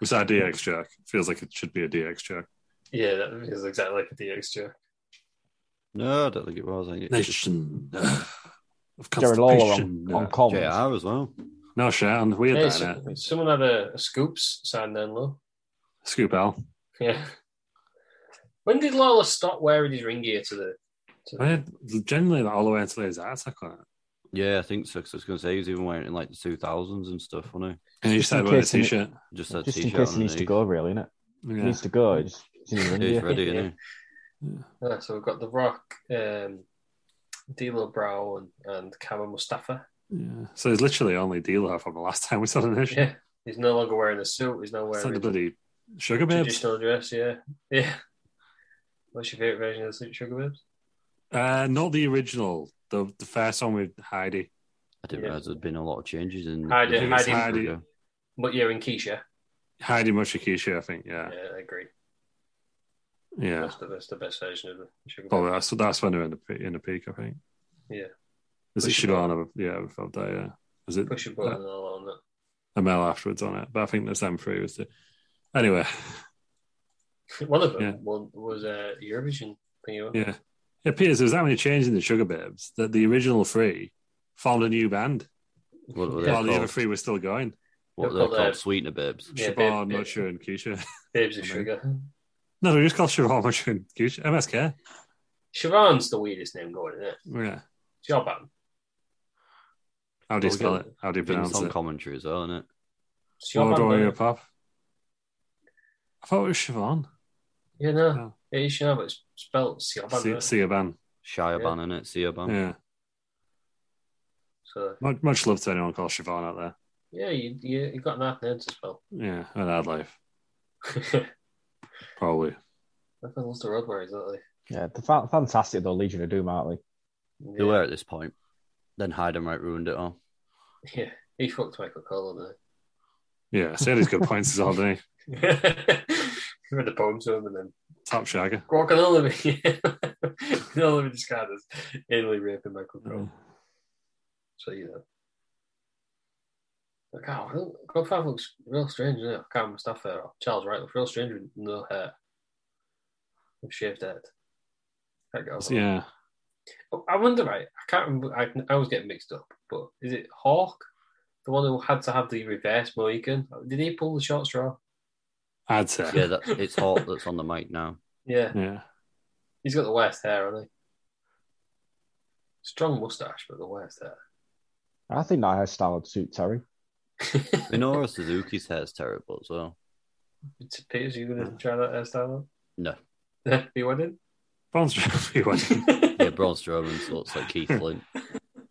[SPEAKER 1] Was that a DX joke? Feels like it should be a DX joke.
[SPEAKER 2] yeah, that is exactly like a DX joke.
[SPEAKER 4] No, I don't think it was. I think it was just
[SPEAKER 1] Nation uh, of
[SPEAKER 3] Jerry Lawler on,
[SPEAKER 1] constipation.
[SPEAKER 3] on
[SPEAKER 1] uh,
[SPEAKER 3] comms.
[SPEAKER 4] JR as well.
[SPEAKER 1] No, Sean, weird
[SPEAKER 2] Hey,
[SPEAKER 1] that.
[SPEAKER 2] so-
[SPEAKER 1] innit?
[SPEAKER 2] someone had a, a scoops sign then, Lou.
[SPEAKER 1] Scoop Al.
[SPEAKER 2] *laughs* Yeah. When did Lawler stop wearing his ring gear to the? To the
[SPEAKER 1] I had generally like, all the way until his ass attack on it.
[SPEAKER 4] Yeah, I think so. 'cause I was going to say he was even wearing it in like the 2000s and stuff, wasn't
[SPEAKER 1] And he
[SPEAKER 3] Just
[SPEAKER 1] just had
[SPEAKER 3] in
[SPEAKER 1] wearing a
[SPEAKER 3] case he-
[SPEAKER 1] t shirt.
[SPEAKER 4] he? Just that
[SPEAKER 3] Just in
[SPEAKER 4] t-shirt
[SPEAKER 3] case he needs to
[SPEAKER 4] underneath.
[SPEAKER 3] go, really, innit? He
[SPEAKER 1] Yeah.
[SPEAKER 3] needs to go. He's, he's in the ring
[SPEAKER 4] *laughs* He's
[SPEAKER 3] gear.
[SPEAKER 4] ready, isn't he?
[SPEAKER 2] Yeah, so we've got The Rock, um, D'Lo Brown, and, and Cameron Mustafa.
[SPEAKER 1] yeah. So he's literally only dealer from the last time we saw the nation.
[SPEAKER 2] Yeah, *laughs* he's no longer wearing a suit. He's now
[SPEAKER 1] It's like
[SPEAKER 2] wearing
[SPEAKER 1] the
[SPEAKER 2] a
[SPEAKER 1] bloody sugar babes.
[SPEAKER 2] traditional dress. Yeah, yeah. What's your favorite version of the Sugar Babes?
[SPEAKER 1] Uh, not the original, the the first one with Heidi.
[SPEAKER 4] I didn't
[SPEAKER 2] Yeah.
[SPEAKER 4] realize there'd been a lot of changes in.
[SPEAKER 2] I did-
[SPEAKER 4] in-
[SPEAKER 2] I
[SPEAKER 4] in-
[SPEAKER 1] didn't-
[SPEAKER 4] in-
[SPEAKER 2] But yeah, in Keisha.
[SPEAKER 1] Heidi Mushikishi, I think. Yeah.
[SPEAKER 2] Yeah, I agree.
[SPEAKER 1] Yeah.
[SPEAKER 2] That's, the, that's the best version of the Sugar
[SPEAKER 1] Probably
[SPEAKER 2] Babes.
[SPEAKER 1] that's, that's when they're in the, pe- in the peak, I think.
[SPEAKER 2] Yeah.
[SPEAKER 1] Is it
[SPEAKER 2] Push it
[SPEAKER 1] Shibana? Yeah, before that, yeah. Is it
[SPEAKER 2] Push your button and all on that. *laughs*
[SPEAKER 1] a mail afterwards on it? But I think that's them three was the. Anyway,
[SPEAKER 2] *laughs* One of them
[SPEAKER 1] Yeah.
[SPEAKER 2] one, was uh, Eurovision thing. you-
[SPEAKER 1] yeah. It appears there was that many changes in the Sugar Babes that the original three formed a new band
[SPEAKER 4] What were they
[SPEAKER 1] while the other
[SPEAKER 4] called?
[SPEAKER 1] three were still going.
[SPEAKER 4] What were
[SPEAKER 2] They're
[SPEAKER 4] they
[SPEAKER 2] called, uh,
[SPEAKER 4] called? Sweetener Babes.
[SPEAKER 2] Yeah,
[SPEAKER 1] Siobhan,
[SPEAKER 2] Bib-
[SPEAKER 1] Mucha, and Keisha.
[SPEAKER 2] Babes of
[SPEAKER 1] I mean-
[SPEAKER 2] Sugar.
[SPEAKER 1] No, they were just called Siobhan, Mucha, and Keisha. MSK.
[SPEAKER 2] Siobhan's the weirdest name going, isn't it?
[SPEAKER 1] Yeah.
[SPEAKER 2] Siobhan.
[SPEAKER 1] How do you
[SPEAKER 4] Well, we
[SPEAKER 1] spell
[SPEAKER 4] got-
[SPEAKER 1] it? How do you
[SPEAKER 4] Been
[SPEAKER 1] pronounce
[SPEAKER 4] some
[SPEAKER 1] it?
[SPEAKER 4] commentary as well, isn't it?
[SPEAKER 1] Lord Warrior
[SPEAKER 2] Siobhan.
[SPEAKER 1] Pop. I thought it was Siobhan.
[SPEAKER 2] Yeah, no.
[SPEAKER 1] No.
[SPEAKER 2] It is Siobhan, but it's spelled Siobhan.
[SPEAKER 1] Si-
[SPEAKER 2] isn't it?
[SPEAKER 1] Siobhan.
[SPEAKER 2] Yeah.
[SPEAKER 4] Shia Ban, isn't it? Sia Ban.
[SPEAKER 1] Yeah.
[SPEAKER 2] So,
[SPEAKER 1] Much, much love to anyone called Siobhan out there.
[SPEAKER 2] yeah, you, you, you got an half name to *laughs* spell.
[SPEAKER 1] Yeah. An ad life.
[SPEAKER 2] Everyone
[SPEAKER 1] Probably.
[SPEAKER 2] loves the road warriors, don't
[SPEAKER 3] Yeah, they're fa- fantastic, though, Legion of Doom, aren't
[SPEAKER 2] they?
[SPEAKER 4] They were at this point. Then Hyde might ruined it all.
[SPEAKER 2] Yeah, he fucked Michael Cole,
[SPEAKER 1] Yeah. So he had
[SPEAKER 4] *laughs*
[SPEAKER 1] his good points as well, didn't he?
[SPEAKER 2] didn't he? he read the poem to him and then,
[SPEAKER 1] Top shagger.
[SPEAKER 2] Rock and *laughs* all of me. all of me discarded. Italy raping Michael
[SPEAKER 1] Mm-hmm.
[SPEAKER 2] Cole. So, you know. Like, oh, I don't- Godfather looks real strange, isn't it? Cameron Mustafa or Charles Wright looks real strange with no hair. With shaved head. Can't get over that.
[SPEAKER 1] Yeah.
[SPEAKER 2] I wonder, right? I can't remember. I, I always get mixed up, but is it Hawk, the one who had to have the reverse Mohican? Did he pull the short straw?
[SPEAKER 1] I'd say. *laughs*
[SPEAKER 4] Yeah, that, it's Hawk that's on the mic now.
[SPEAKER 2] Yeah,
[SPEAKER 1] Yeah.
[SPEAKER 2] he's got the worst hair, hasn't he? Strong mustache, but the worst
[SPEAKER 3] they? I think that hairstyle would suit Terry.
[SPEAKER 4] *laughs*
[SPEAKER 2] hair.
[SPEAKER 4] Minoru Suzuki's hair's terrible as well.
[SPEAKER 2] *laughs* It's- Peters, are you going to try that hairstyle?
[SPEAKER 4] No.
[SPEAKER 2] on? *laughs* you went in?
[SPEAKER 1] Bronze trophy winner.
[SPEAKER 4] *laughs* Yeah, Braun Strowman looks
[SPEAKER 1] *laughs*
[SPEAKER 4] like Keith Flint.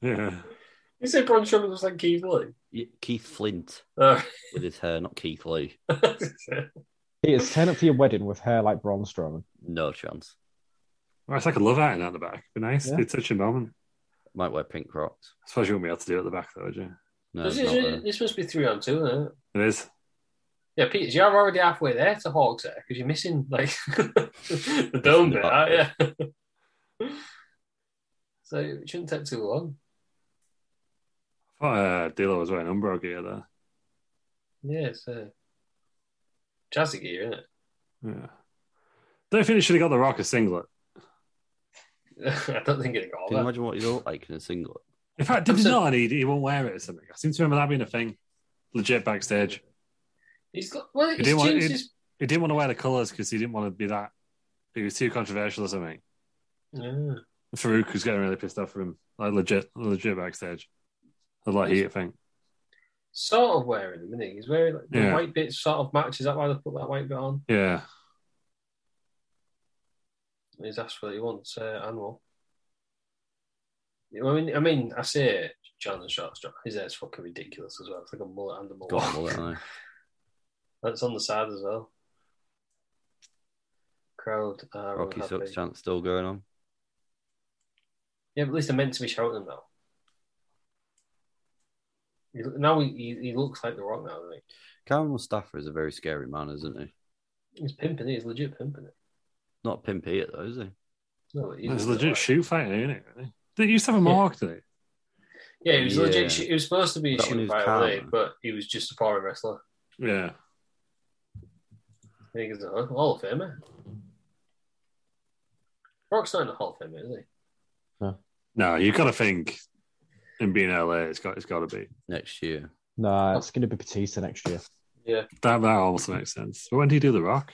[SPEAKER 1] Yeah.
[SPEAKER 2] *laughs* You say Braun Strowman looks like Keith Lee?
[SPEAKER 4] Yeah, Keith Flint
[SPEAKER 2] Oh. *laughs*
[SPEAKER 4] with his hair, not Keith Lee.
[SPEAKER 3] Peters, turn up for your wedding with hair like Braun Strowman.
[SPEAKER 4] No chance.
[SPEAKER 1] Well, it's like a love outing at the back. Be nice.
[SPEAKER 3] Yeah.
[SPEAKER 1] It's such a moment.
[SPEAKER 4] Might wear pink Crocs.
[SPEAKER 1] I suppose you wouldn't be able to do it at the back, though, would you?
[SPEAKER 4] No,
[SPEAKER 2] this,
[SPEAKER 4] it's
[SPEAKER 2] is,
[SPEAKER 4] not uh, there.
[SPEAKER 2] this must be three on two, isn't it?
[SPEAKER 1] It is.
[SPEAKER 2] Yeah, Peters, you're already halfway there to Hawks there because you're missing like *laughs* the dome bit, aren't you? *laughs* so it shouldn't take too long.
[SPEAKER 1] I thought uh, Dilo was wearing Umbro gear there.
[SPEAKER 2] Yeah, it's uh, jazzy gear, isn't
[SPEAKER 1] Yeah. Don't you think they should have got the Rock a singlet?
[SPEAKER 2] it? *laughs* I don't think it
[SPEAKER 4] Can you
[SPEAKER 2] got all that.
[SPEAKER 4] imagine what he looked like in a singlet?
[SPEAKER 1] In fact, did he
[SPEAKER 2] So-
[SPEAKER 1] not need it? He won't wear it or something. I seem to remember that being a thing. Legit backstage.
[SPEAKER 2] He's got well, he's
[SPEAKER 1] didn't want-
[SPEAKER 2] changed
[SPEAKER 1] he-
[SPEAKER 2] his.
[SPEAKER 1] He didn't want to wear the colours because he didn't want to be that. He was too controversial or something.
[SPEAKER 2] Yeah.
[SPEAKER 1] Farouk was getting really pissed off for him. Like legit, legit backstage. I'd like he to think.
[SPEAKER 2] Sort of wearing them, isn't he? He's wearing like, the
[SPEAKER 1] Yeah.
[SPEAKER 2] white bit sort of matches. Is that why they put that white bit on?
[SPEAKER 1] Yeah.
[SPEAKER 2] He's asked for what he wants, uh, Anwar. You know, I mean, I mean, I say John and Shortstrap. His hair's fucking ridiculous as well. It's like a mullet and a mullet.
[SPEAKER 4] Got a mullet,
[SPEAKER 2] *laughs*
[SPEAKER 4] aye.
[SPEAKER 2] That's on the side as well. Crowd are
[SPEAKER 4] Rocky
[SPEAKER 2] unhappy.
[SPEAKER 4] sucks chant still going on.
[SPEAKER 2] Yeah, but at least they're meant to be shouting them now. He- Now he, he, he looks like the Rock now. Like
[SPEAKER 4] Karen Mustafa is a very scary man, isn't he?
[SPEAKER 2] he's pimping it. He's legit pimping it.
[SPEAKER 4] Not Pimp Peter though, is he?
[SPEAKER 2] No, he's
[SPEAKER 1] It's legit shoot fighting, isn't it? Really? They used to have a mark, did
[SPEAKER 2] Yeah, he was legit.
[SPEAKER 4] Yeah.
[SPEAKER 2] shoot- He was supposed to be a
[SPEAKER 4] That one
[SPEAKER 2] shoot
[SPEAKER 4] is
[SPEAKER 2] by
[SPEAKER 4] Karma.
[SPEAKER 2] LA, but he was just a foreign wrestler.
[SPEAKER 1] they? Yeah.
[SPEAKER 2] I think he's a Hall of Famer. Rock's not in the Hall of Famer, is he?
[SPEAKER 1] No, you've got to think in being LA, it's got it's got to be.
[SPEAKER 4] Next year.
[SPEAKER 2] Oh.
[SPEAKER 3] Nah, it's going to be Batista next year
[SPEAKER 2] Yeah.
[SPEAKER 1] That that almost makes sense. But when do you do The Rock?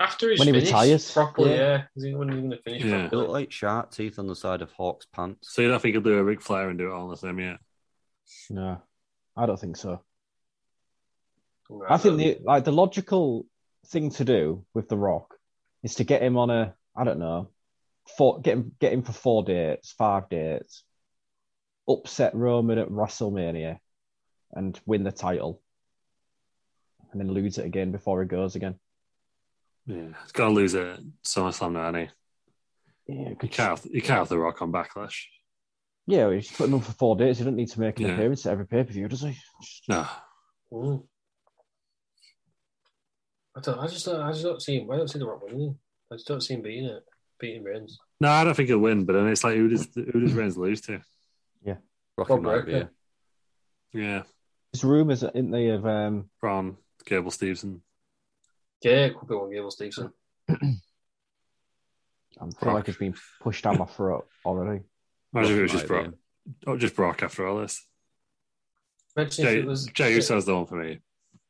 [SPEAKER 2] After he's
[SPEAKER 3] When he
[SPEAKER 2] finished
[SPEAKER 3] retires?
[SPEAKER 2] properly,
[SPEAKER 3] Yeah.
[SPEAKER 2] yeah. Is he when he's going to finish
[SPEAKER 1] Yeah.
[SPEAKER 4] He looked
[SPEAKER 2] properly?
[SPEAKER 4] like shark teeth on the side of Hawk's pants.
[SPEAKER 1] So you don't think he'll do a Ric Flair and do it all the same, yeah.
[SPEAKER 3] no i don't think so
[SPEAKER 2] Right,
[SPEAKER 3] i think
[SPEAKER 2] um,
[SPEAKER 3] the like the logical thing to do with the rock is to get him on a i don't know four get him get him for four dates five dates upset roman at wrestlemania and win the title and then lose it again before he goes again
[SPEAKER 1] Yeah. He's got to lose it at SummerSlam now, hasn't
[SPEAKER 3] yeah
[SPEAKER 1] he? You can't have, you can't have The Rock on Backlash.
[SPEAKER 3] yeah he's put him on for four dates he doesn't need to make an
[SPEAKER 1] Yeah.
[SPEAKER 3] appearance at every pay-per-view does he
[SPEAKER 1] No.
[SPEAKER 2] mm. I don't. I just. Don't, I just don't see him. I don't see the Rock winning. I just don't see him beating it. Beating Reigns.
[SPEAKER 1] No, I don't think he'll win, but then it's like, who does, who does Reigns lose to?
[SPEAKER 4] Rocky
[SPEAKER 2] Bob
[SPEAKER 4] might be
[SPEAKER 2] Barker.
[SPEAKER 1] Yeah.
[SPEAKER 3] There's rumours, isn't there, of um,
[SPEAKER 1] Braun, Gable Stevenson.
[SPEAKER 2] Yeah, it could be one Gable Stevenson.
[SPEAKER 3] I feel like it's been pushed down my throat already.
[SPEAKER 1] Imagine if it was
[SPEAKER 4] Rocky
[SPEAKER 1] just
[SPEAKER 4] might
[SPEAKER 1] Brock. Oh, just Brock after all this.
[SPEAKER 2] Imagine if
[SPEAKER 1] Jay,
[SPEAKER 2] it was.
[SPEAKER 1] Jay Uso's the one for me.
[SPEAKER 4] be.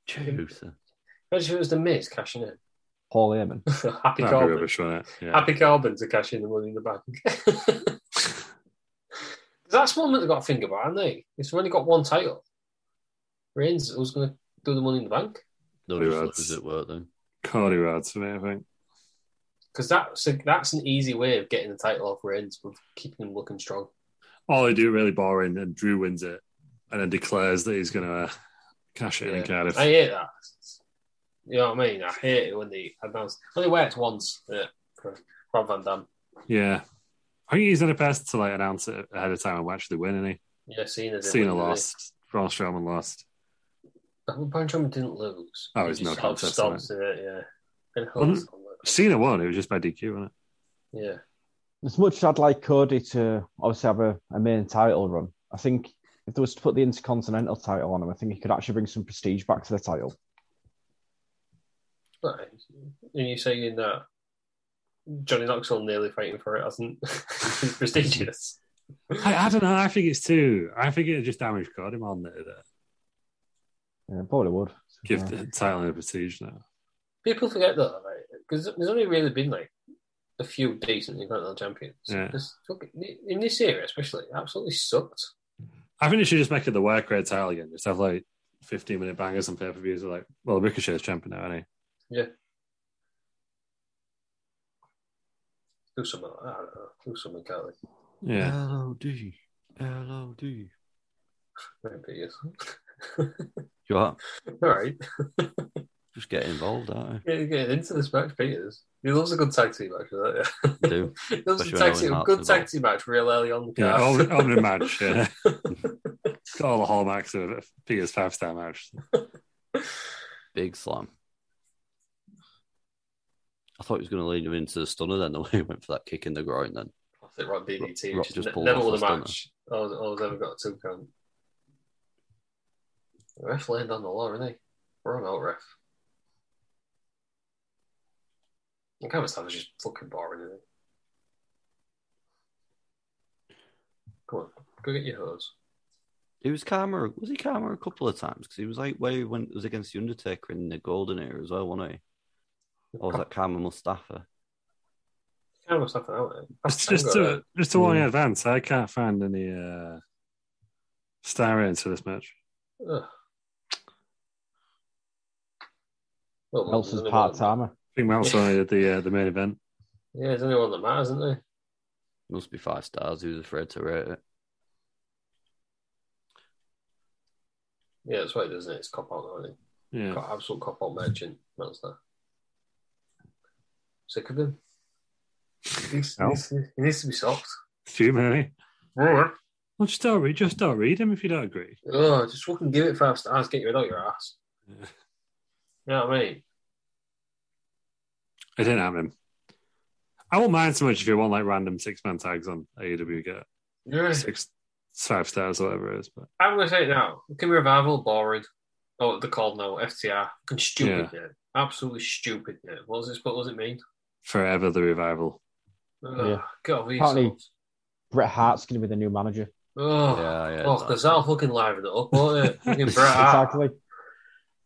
[SPEAKER 4] Jey Uso.
[SPEAKER 2] Imagine if it was the Miz cashing in. *laughs*
[SPEAKER 3] Paul Heyman.
[SPEAKER 2] Happy
[SPEAKER 1] That'd be
[SPEAKER 2] Corbin.
[SPEAKER 1] rubbish, wouldn't it? Yeah.
[SPEAKER 2] Happy Corbin to cash in the money in the bank. *laughs* 'Cause That's one that they've got to think about, haven't they? It's only got one title. Reigns who's going to do the money in the bank
[SPEAKER 4] They'll
[SPEAKER 1] Who
[SPEAKER 4] just
[SPEAKER 1] else?
[SPEAKER 4] lose at work then.
[SPEAKER 1] Cody Rhodes for me, I think.
[SPEAKER 2] because that's a, that's an easy way of getting the title off Reigns with keeping him looking strong.
[SPEAKER 1] All Oh, they do really boring, and Drew wins it, and then declares that he's going to uh, cash it in in Cardiff.
[SPEAKER 2] I hate that. You know what I mean? I hate it when they announce. Only worked once. Yeah, for Rob Van Dam.
[SPEAKER 1] yeah, I think he's in a best to like announce it ahead of time and we'll actually win. Any
[SPEAKER 2] Yeah, Cena. did win,
[SPEAKER 1] Cena
[SPEAKER 2] didn't he?
[SPEAKER 1] lost, Braun Strowman lost.
[SPEAKER 2] But Braun Strowman didn't lose.
[SPEAKER 1] Oh,
[SPEAKER 2] He
[SPEAKER 1] it's
[SPEAKER 2] just
[SPEAKER 1] no
[SPEAKER 2] sort of
[SPEAKER 1] contest,
[SPEAKER 2] stomped
[SPEAKER 1] isn't
[SPEAKER 2] it, Yeah, and
[SPEAKER 1] Wasn't-
[SPEAKER 2] Hunt's on it.
[SPEAKER 1] Cena won. It was just by DQ, wasn't it?
[SPEAKER 2] yeah.
[SPEAKER 3] As much as I'd like Cody to obviously have a, a main title run, I think if there was to put the Intercontinental title on him, I think he could actually bring some prestige back to the title.
[SPEAKER 2] Right. And you're saying that Johnny Knoxville nearly fighting for it hasn't *laughs* it's prestigious.
[SPEAKER 1] I, I don't know. I think it's too. I think it just damaged Cody more than it did. uh,
[SPEAKER 3] Yeah, probably would.
[SPEAKER 1] Give
[SPEAKER 3] Yeah.
[SPEAKER 1] the title and prestige now.
[SPEAKER 2] People forget that, right? Because there's only really been like a few decent Intercontinental champions.
[SPEAKER 1] Yeah.
[SPEAKER 2] This- look, In this era, especially, it absolutely sucked.
[SPEAKER 1] I think they should just make it the work rate title again. Just have like 15 minute bangers on pay per views. Like, well, Ricochet's champion now, isn't
[SPEAKER 2] Do something, I don't know, do something, Carly.
[SPEAKER 1] he? Yeah.
[SPEAKER 4] L-O-D. L-O-D.
[SPEAKER 2] Maybe *laughs* yes.
[SPEAKER 4] You are.
[SPEAKER 2] All right.
[SPEAKER 4] Just get involved, aren't
[SPEAKER 2] Get, get into this match, Peters. He loves a good tag team match, doesn't he?
[SPEAKER 4] you? Do.
[SPEAKER 2] *laughs* He loves a
[SPEAKER 4] Especially
[SPEAKER 2] tag
[SPEAKER 4] when Owen
[SPEAKER 2] team,
[SPEAKER 4] Hart's
[SPEAKER 2] good tag
[SPEAKER 4] involved.
[SPEAKER 2] team match real early on the
[SPEAKER 1] Yeah,
[SPEAKER 2] card.
[SPEAKER 1] open,
[SPEAKER 2] *laughs*
[SPEAKER 1] opening match. Yeah, It's got all the hallmarks of a Peter's five star match.
[SPEAKER 4] Big slam. I thought he was going to lead him into the stunner then, the *laughs* way he went for that kick in the groin then.
[SPEAKER 2] I think Rock DDT,
[SPEAKER 4] Rock
[SPEAKER 2] which
[SPEAKER 4] just
[SPEAKER 2] just
[SPEAKER 4] pulled
[SPEAKER 2] never
[SPEAKER 4] off
[SPEAKER 2] won a
[SPEAKER 4] a stunner.
[SPEAKER 2] match. I was, I was ever got a two count. The ref laying down the law, isn't he? We're on out, ref. I can't understand, it's just fucking boring, isn't it? Come on, go get your hose.
[SPEAKER 4] He was Karma. Was he Karma a couple of times? Because he was like where he went it was against the Undertaker in the Golden Era as well, wasn't he? Or was that Karma Mustafa?
[SPEAKER 2] Can't have something out there.
[SPEAKER 1] Just, just to just to warn you in advance, I can't find any uh, Star ratings for this match.
[SPEAKER 2] Ugh. Well,
[SPEAKER 3] Else is
[SPEAKER 2] there's only
[SPEAKER 3] part
[SPEAKER 2] one-
[SPEAKER 3] timer.
[SPEAKER 1] I think Mouse only did the uh, the main event.
[SPEAKER 2] Yeah, there's only one that matters, isn't there?
[SPEAKER 4] Must be five stars. Who's afraid to rate it?
[SPEAKER 2] Yeah, that's right, doesn't it? It's cop out, isn't it?
[SPEAKER 1] Yeah,
[SPEAKER 2] Got absolute cop out merchant. That's that. Sick of him. He needs,
[SPEAKER 1] No.
[SPEAKER 2] he needs to be soft.
[SPEAKER 1] few maybe.
[SPEAKER 2] Oh,
[SPEAKER 1] Well, just don't read. Just don't read him if you don't agree.
[SPEAKER 2] just fucking give it five stars. Get you out your ass.
[SPEAKER 1] Yeah.
[SPEAKER 2] You know what I mean?
[SPEAKER 1] It didn't happen. I won't mind so much if you want like random six man tags on AEW get
[SPEAKER 2] Yeah.
[SPEAKER 1] six five stars or whatever it is. But
[SPEAKER 2] I'm going to say it now. Kim Revival, boring. Oh, they're called now FTR. Fucking stupid now. Absolutely stupid now. What does this? What does it mean?
[SPEAKER 1] forever the revival.
[SPEAKER 2] Ugh,
[SPEAKER 3] Yeah.
[SPEAKER 2] Get over
[SPEAKER 3] Apparently-
[SPEAKER 2] yourselves.
[SPEAKER 3] Bret Hart's going to be the new manager.
[SPEAKER 2] Oh,
[SPEAKER 4] Yeah, yeah,
[SPEAKER 2] oh,
[SPEAKER 4] that-
[SPEAKER 2] because that'll fucking liven it up, won't it? Fucking Bret Hart.
[SPEAKER 3] Exactly.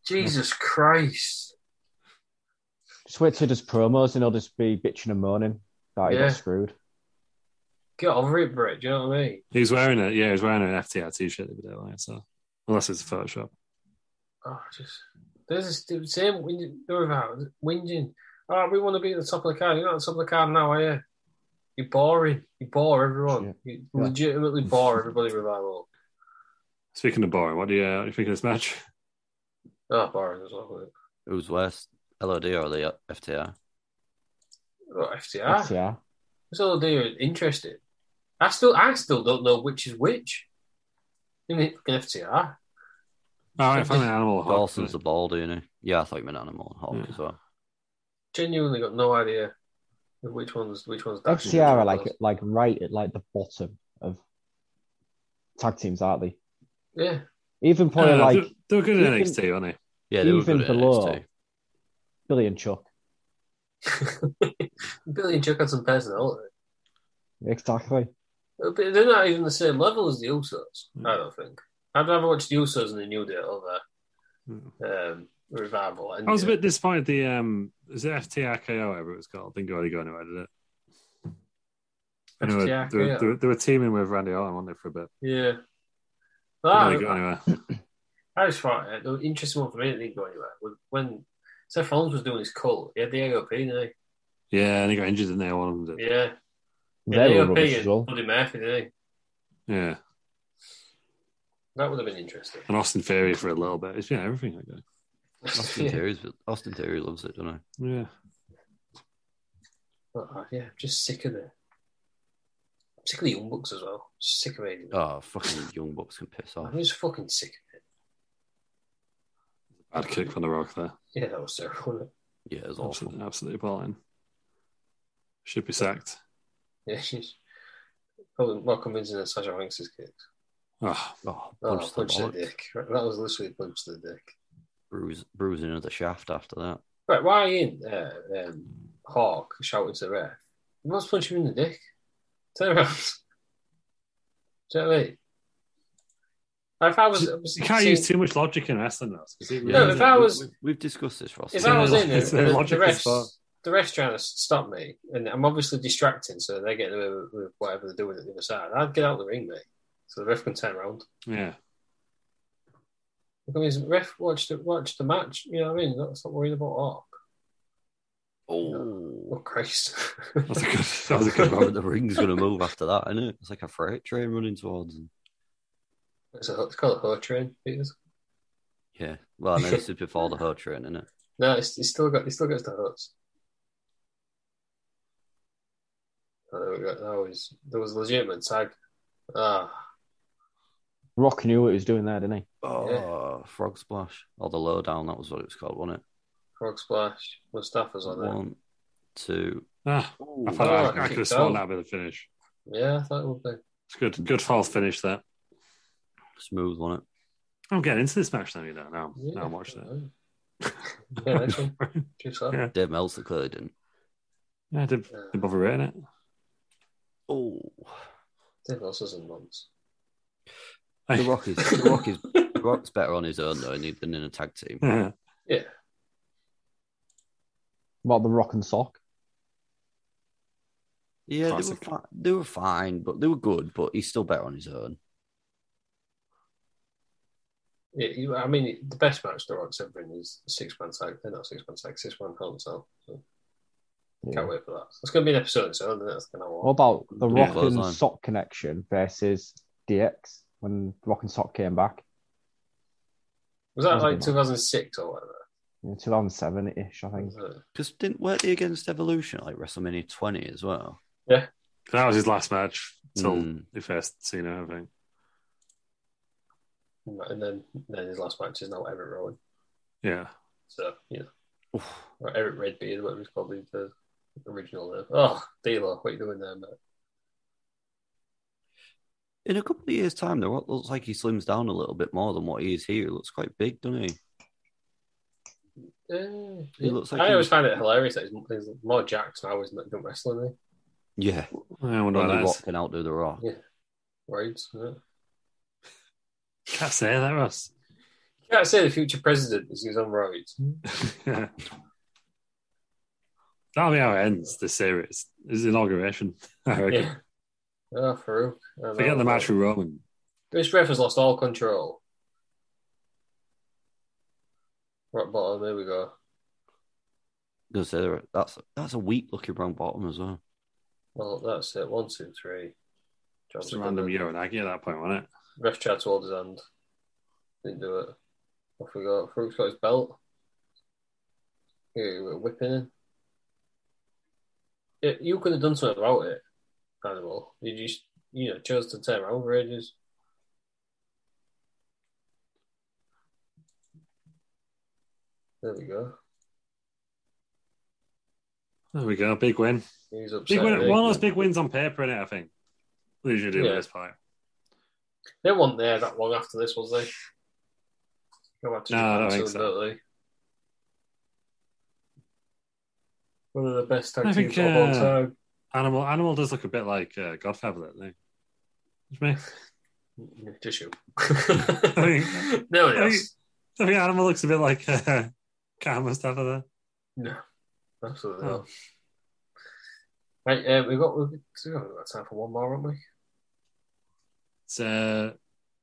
[SPEAKER 2] Jesus Christ.
[SPEAKER 3] Just wait till he does promos and he'll just be bitching and moaning that he
[SPEAKER 2] Yeah.
[SPEAKER 3] got screwed.
[SPEAKER 2] Get over it, Brit. Do you know what I mean?
[SPEAKER 1] He's wearing it. Yeah, he's wearing an FTR t-shirt the other day. Like, so unless it's Photoshop,
[SPEAKER 2] Oh, just there's this the same when you they're about whinging. Oh, we want to be at the top of the card. You're not at the top of the card now, are you? You're boring. You bore everyone. You
[SPEAKER 3] Yeah.
[SPEAKER 2] legitimately bore everybody with that role.
[SPEAKER 1] speaking of boring, what do you, uh, what do you think of this match? *laughs*
[SPEAKER 2] Oh, boring as well. wasn't it?
[SPEAKER 4] Who's worse, LOD or the FTR?
[SPEAKER 2] Oh, FTR.
[SPEAKER 3] That's yeah.
[SPEAKER 2] So they're interested. I still, I still don't know which is which. In the fucking FTR.
[SPEAKER 1] All right, finally, Animal Hawk.
[SPEAKER 4] Dawson's the bald, isn't he? Yeah, I thought you meant Animal and Hawk
[SPEAKER 1] Yeah.
[SPEAKER 4] as well.
[SPEAKER 2] Genuinely got no idea of which one's which one's. that.
[SPEAKER 3] FTR are like like right at like the bottom of tag teams, aren't they?
[SPEAKER 2] Yeah.
[SPEAKER 3] Even
[SPEAKER 1] Yeah,
[SPEAKER 2] Uh,
[SPEAKER 3] probably like
[SPEAKER 1] Uh, they're, they're good
[SPEAKER 3] you
[SPEAKER 1] at NXT, aren't they?
[SPEAKER 4] Yeah, they
[SPEAKER 3] Even
[SPEAKER 4] were good
[SPEAKER 3] below.
[SPEAKER 4] at NXT.
[SPEAKER 3] Billy and Chuck.
[SPEAKER 2] *laughs* Billy and Chuck had some personality.
[SPEAKER 3] Exactly.
[SPEAKER 2] But they're not even the same level as the Usos, I don't think. I'd rather watch the Usos and the New Day over um, Revival. And
[SPEAKER 1] I was a bit disappointed. The um, is it FTR KO, whatever it was called? Didn't go go anywhere, did it? Anyway,
[SPEAKER 2] FTR
[SPEAKER 1] they, were,
[SPEAKER 2] KO.
[SPEAKER 1] they, were, they were teaming with Randy Orton, weren't they, for a bit?
[SPEAKER 2] Yeah.
[SPEAKER 1] Didn't
[SPEAKER 3] Ah.
[SPEAKER 2] But
[SPEAKER 1] really go anywhere.
[SPEAKER 2] I, I just thought uh, the interesting one for me that didn't go anywhere was when Seth Rollins was doing his cult, he had the AOP, didn't
[SPEAKER 1] Yeah, and he got injured in there. One of them
[SPEAKER 2] he?
[SPEAKER 1] did.
[SPEAKER 2] Yeah. He
[SPEAKER 3] They
[SPEAKER 2] had
[SPEAKER 3] were
[SPEAKER 2] AOP
[SPEAKER 3] rubbish as
[SPEAKER 2] and
[SPEAKER 3] well.
[SPEAKER 2] Buddy Murphy, didn't he?
[SPEAKER 1] Yeah,
[SPEAKER 2] That would have been interesting.
[SPEAKER 1] and Austin Theory for a little bit. It's yeah, everything like that.
[SPEAKER 2] *laughs*
[SPEAKER 4] Austin,
[SPEAKER 2] yeah.
[SPEAKER 4] Theory's, Austin Theory loves it, doesn't he?
[SPEAKER 1] Yeah,
[SPEAKER 2] Uh, yeah, just sick of it. Sick of the Young Bucks as well. Sick of it.
[SPEAKER 4] Oh, fucking Young Bucks can piss
[SPEAKER 3] oh.
[SPEAKER 4] off.
[SPEAKER 2] I'm just fucking sick of it.
[SPEAKER 1] bad kick from the Rock there.
[SPEAKER 2] Yeah, that was terrible. wasn't
[SPEAKER 4] Yeah, it was awful.
[SPEAKER 1] Absolutely, absolutely appalling. Should be sacked.
[SPEAKER 2] it? Yeah, *laughs* she's probably more convincing than Sasha Banks' kicks.
[SPEAKER 1] Oh,
[SPEAKER 4] Oh,
[SPEAKER 2] Oh,
[SPEAKER 4] punch the
[SPEAKER 2] punch the
[SPEAKER 4] bollocks.
[SPEAKER 2] dick. Right, that was literally a punch to the dick.
[SPEAKER 4] Bruise, bruising of the shaft after that.
[SPEAKER 2] Right, why ain't uh, um, Hawk shouting to the ref? You must punch him in the dick. Turn around. *laughs* Do you know what I mean? If I was,
[SPEAKER 1] you can't
[SPEAKER 2] see,
[SPEAKER 1] use too much logic in wrestling, though. 'cause it
[SPEAKER 2] No,
[SPEAKER 1] really-
[SPEAKER 2] if I was-
[SPEAKER 4] we, we've discussed this, Ross.
[SPEAKER 2] if I was in there,
[SPEAKER 1] It's a
[SPEAKER 2] the, the,
[SPEAKER 1] logical start.
[SPEAKER 2] refs, the refs trying to stop me, and I'm obviously distracting, so they're getting away with, with whatever they're doing at the other side. I'd get out of the ring, mate, so the ref can turn around.
[SPEAKER 1] yeah,
[SPEAKER 2] I mean, ref watched the, watched the match. You know what I mean? Not, not worried about Hawk.
[SPEAKER 4] oh,
[SPEAKER 2] Oh Christ!
[SPEAKER 1] that's a
[SPEAKER 2] *laughs*
[SPEAKER 1] good. That was a good
[SPEAKER 4] Robert,
[SPEAKER 1] one.
[SPEAKER 4] the ring's gonna move after that, isn't it? It's like a freight train running towards him.
[SPEAKER 2] It's, a, it's called a hoe train. Peters.
[SPEAKER 4] Yeah, well, I
[SPEAKER 2] *laughs*
[SPEAKER 4] know this is before the hoe train, isn't it?
[SPEAKER 2] No, it's, it's still got it still gets the hooks. Oh, there we go. That was there was legitimate tag. Ah,
[SPEAKER 3] Rock knew what he was doing there, didn't he?
[SPEAKER 4] Oh, frog splash or the lowdown. That was what it was called, wasn't it?
[SPEAKER 2] frog splash. Mustafa's on there.
[SPEAKER 4] One, two.
[SPEAKER 1] Ah, I
[SPEAKER 4] Ooh,
[SPEAKER 1] thought
[SPEAKER 2] Oh,
[SPEAKER 1] I, I
[SPEAKER 2] I
[SPEAKER 1] could
[SPEAKER 2] think
[SPEAKER 1] have
[SPEAKER 2] so.
[SPEAKER 1] sworn that would be the finish.
[SPEAKER 2] Yeah, I thought it would be.
[SPEAKER 1] It's good. Good false finish there.
[SPEAKER 4] smooth, wasn't it?
[SPEAKER 1] I'm getting into this match now. You know, now,
[SPEAKER 2] Yeah,
[SPEAKER 1] now I'm watching it.
[SPEAKER 2] Yeah, that's
[SPEAKER 1] *laughs*
[SPEAKER 2] one. Just that.
[SPEAKER 1] Yeah.
[SPEAKER 4] Dave Meltzer clearly didn't.
[SPEAKER 1] Yeah, I did, did bother rating it.
[SPEAKER 4] Oh,
[SPEAKER 2] Dave Nelson's in months.
[SPEAKER 1] *laughs*
[SPEAKER 4] the Rock is the Rock is the Rock's better on his own though, isn't he, than in a tag team.
[SPEAKER 1] Yeah.
[SPEAKER 2] Yeah,
[SPEAKER 3] What the Rock and Sock?
[SPEAKER 4] Yeah, they were,
[SPEAKER 1] Classic.
[SPEAKER 4] fi- they were fine, but they were good. But he's still better on his own.
[SPEAKER 2] Yeah, you- I mean, the best match The Rock's ever in is six man tag. They're not six man tag, six man home cell. So
[SPEAKER 3] Yeah.
[SPEAKER 2] can't wait for that. It's going to be an episode, so I think that's going to
[SPEAKER 3] What
[SPEAKER 2] want.
[SPEAKER 3] about the
[SPEAKER 4] Yeah.
[SPEAKER 3] Rock and
[SPEAKER 4] Clothesline.
[SPEAKER 3] Sock connection versus DX when Rock and Sock came back
[SPEAKER 2] Was that
[SPEAKER 3] That's a
[SPEAKER 2] like
[SPEAKER 3] good one.
[SPEAKER 2] 2006 or whatever?
[SPEAKER 3] in 2007 ish, I think.
[SPEAKER 2] Was it?
[SPEAKER 4] Because didn't weren't they against Evolution at, like WrestleMania 20 as well?
[SPEAKER 1] And *laughs* that was his last match till
[SPEAKER 4] Mm.
[SPEAKER 1] he first seen her, I think.
[SPEAKER 2] And then, then his last match is now Eric Rowan.
[SPEAKER 1] Yeah.
[SPEAKER 2] So, you know, or Eric Redbeard, whatever he's probably the original name. Oh, D'Lo, what are you doing there, mate?
[SPEAKER 4] In a couple of years' time, The Rock looks like he slims down a little bit more than what he is here. He looks quite big, doesn't he?
[SPEAKER 2] Yeah.
[SPEAKER 4] He looks like
[SPEAKER 2] I
[SPEAKER 4] he-
[SPEAKER 2] always find it hilarious that he's, he's more jacked now he's not doing wrestling. eh?
[SPEAKER 4] Yeah.
[SPEAKER 1] I wonder
[SPEAKER 4] Only
[SPEAKER 1] what that
[SPEAKER 4] Rock
[SPEAKER 1] is.
[SPEAKER 4] can outdo The Rock.
[SPEAKER 2] Yeah. Right? Yeah.
[SPEAKER 1] Can't say that, Ross.
[SPEAKER 2] You can't say the future president is his own right.
[SPEAKER 1] Yeah. *laughs* That'll be how it ends the series. His inauguration. *laughs* I reckon.
[SPEAKER 2] Yeah. Oh, Farouk. I
[SPEAKER 1] Forget
[SPEAKER 2] know.
[SPEAKER 1] the match with Roman.
[SPEAKER 2] This ref has lost all control. Rock bottom, there we go.
[SPEAKER 4] Gonna say The Rock- That's, that's a weak looking round bottom as well.
[SPEAKER 2] Well, that's it. One, two, three.
[SPEAKER 1] Just a random Yoranagi at that point, wasn't it?
[SPEAKER 2] Ref tried to hold his hand. Didn't do it. Off we go. Farouk's got his belt. Here, we're whipping him. Yeah, you could have done something about it, Animal. You just, you know, chose to turn around for ages. There we go.
[SPEAKER 1] There we go. Big win.
[SPEAKER 2] He's upset.
[SPEAKER 1] Big win.
[SPEAKER 2] They-
[SPEAKER 1] One of those big wins on paper in it, I think. We usually do
[SPEAKER 2] Yeah.
[SPEAKER 1] at this point.
[SPEAKER 2] They weren't there that long after this, was they? Go back to
[SPEAKER 1] No, I
[SPEAKER 2] Japan
[SPEAKER 1] don't think
[SPEAKER 2] soon,
[SPEAKER 1] so.
[SPEAKER 2] don't they? One of the best
[SPEAKER 1] I
[SPEAKER 2] tag
[SPEAKER 1] think,
[SPEAKER 2] teams of all
[SPEAKER 1] uh,
[SPEAKER 2] time.
[SPEAKER 1] Animal Animal does look a bit like uh, Godfather, doesn't he? Doesn't he?
[SPEAKER 2] Just you. *laughs*
[SPEAKER 1] mean-
[SPEAKER 2] no one
[SPEAKER 1] I mean-
[SPEAKER 2] else.
[SPEAKER 1] I think Animal looks a bit like uh, *laughs* Kyle Mustafa there.
[SPEAKER 2] No, absolutely
[SPEAKER 1] Oh.
[SPEAKER 2] not. Right, uh, we've got we've only got time for one more, haven't we?
[SPEAKER 1] So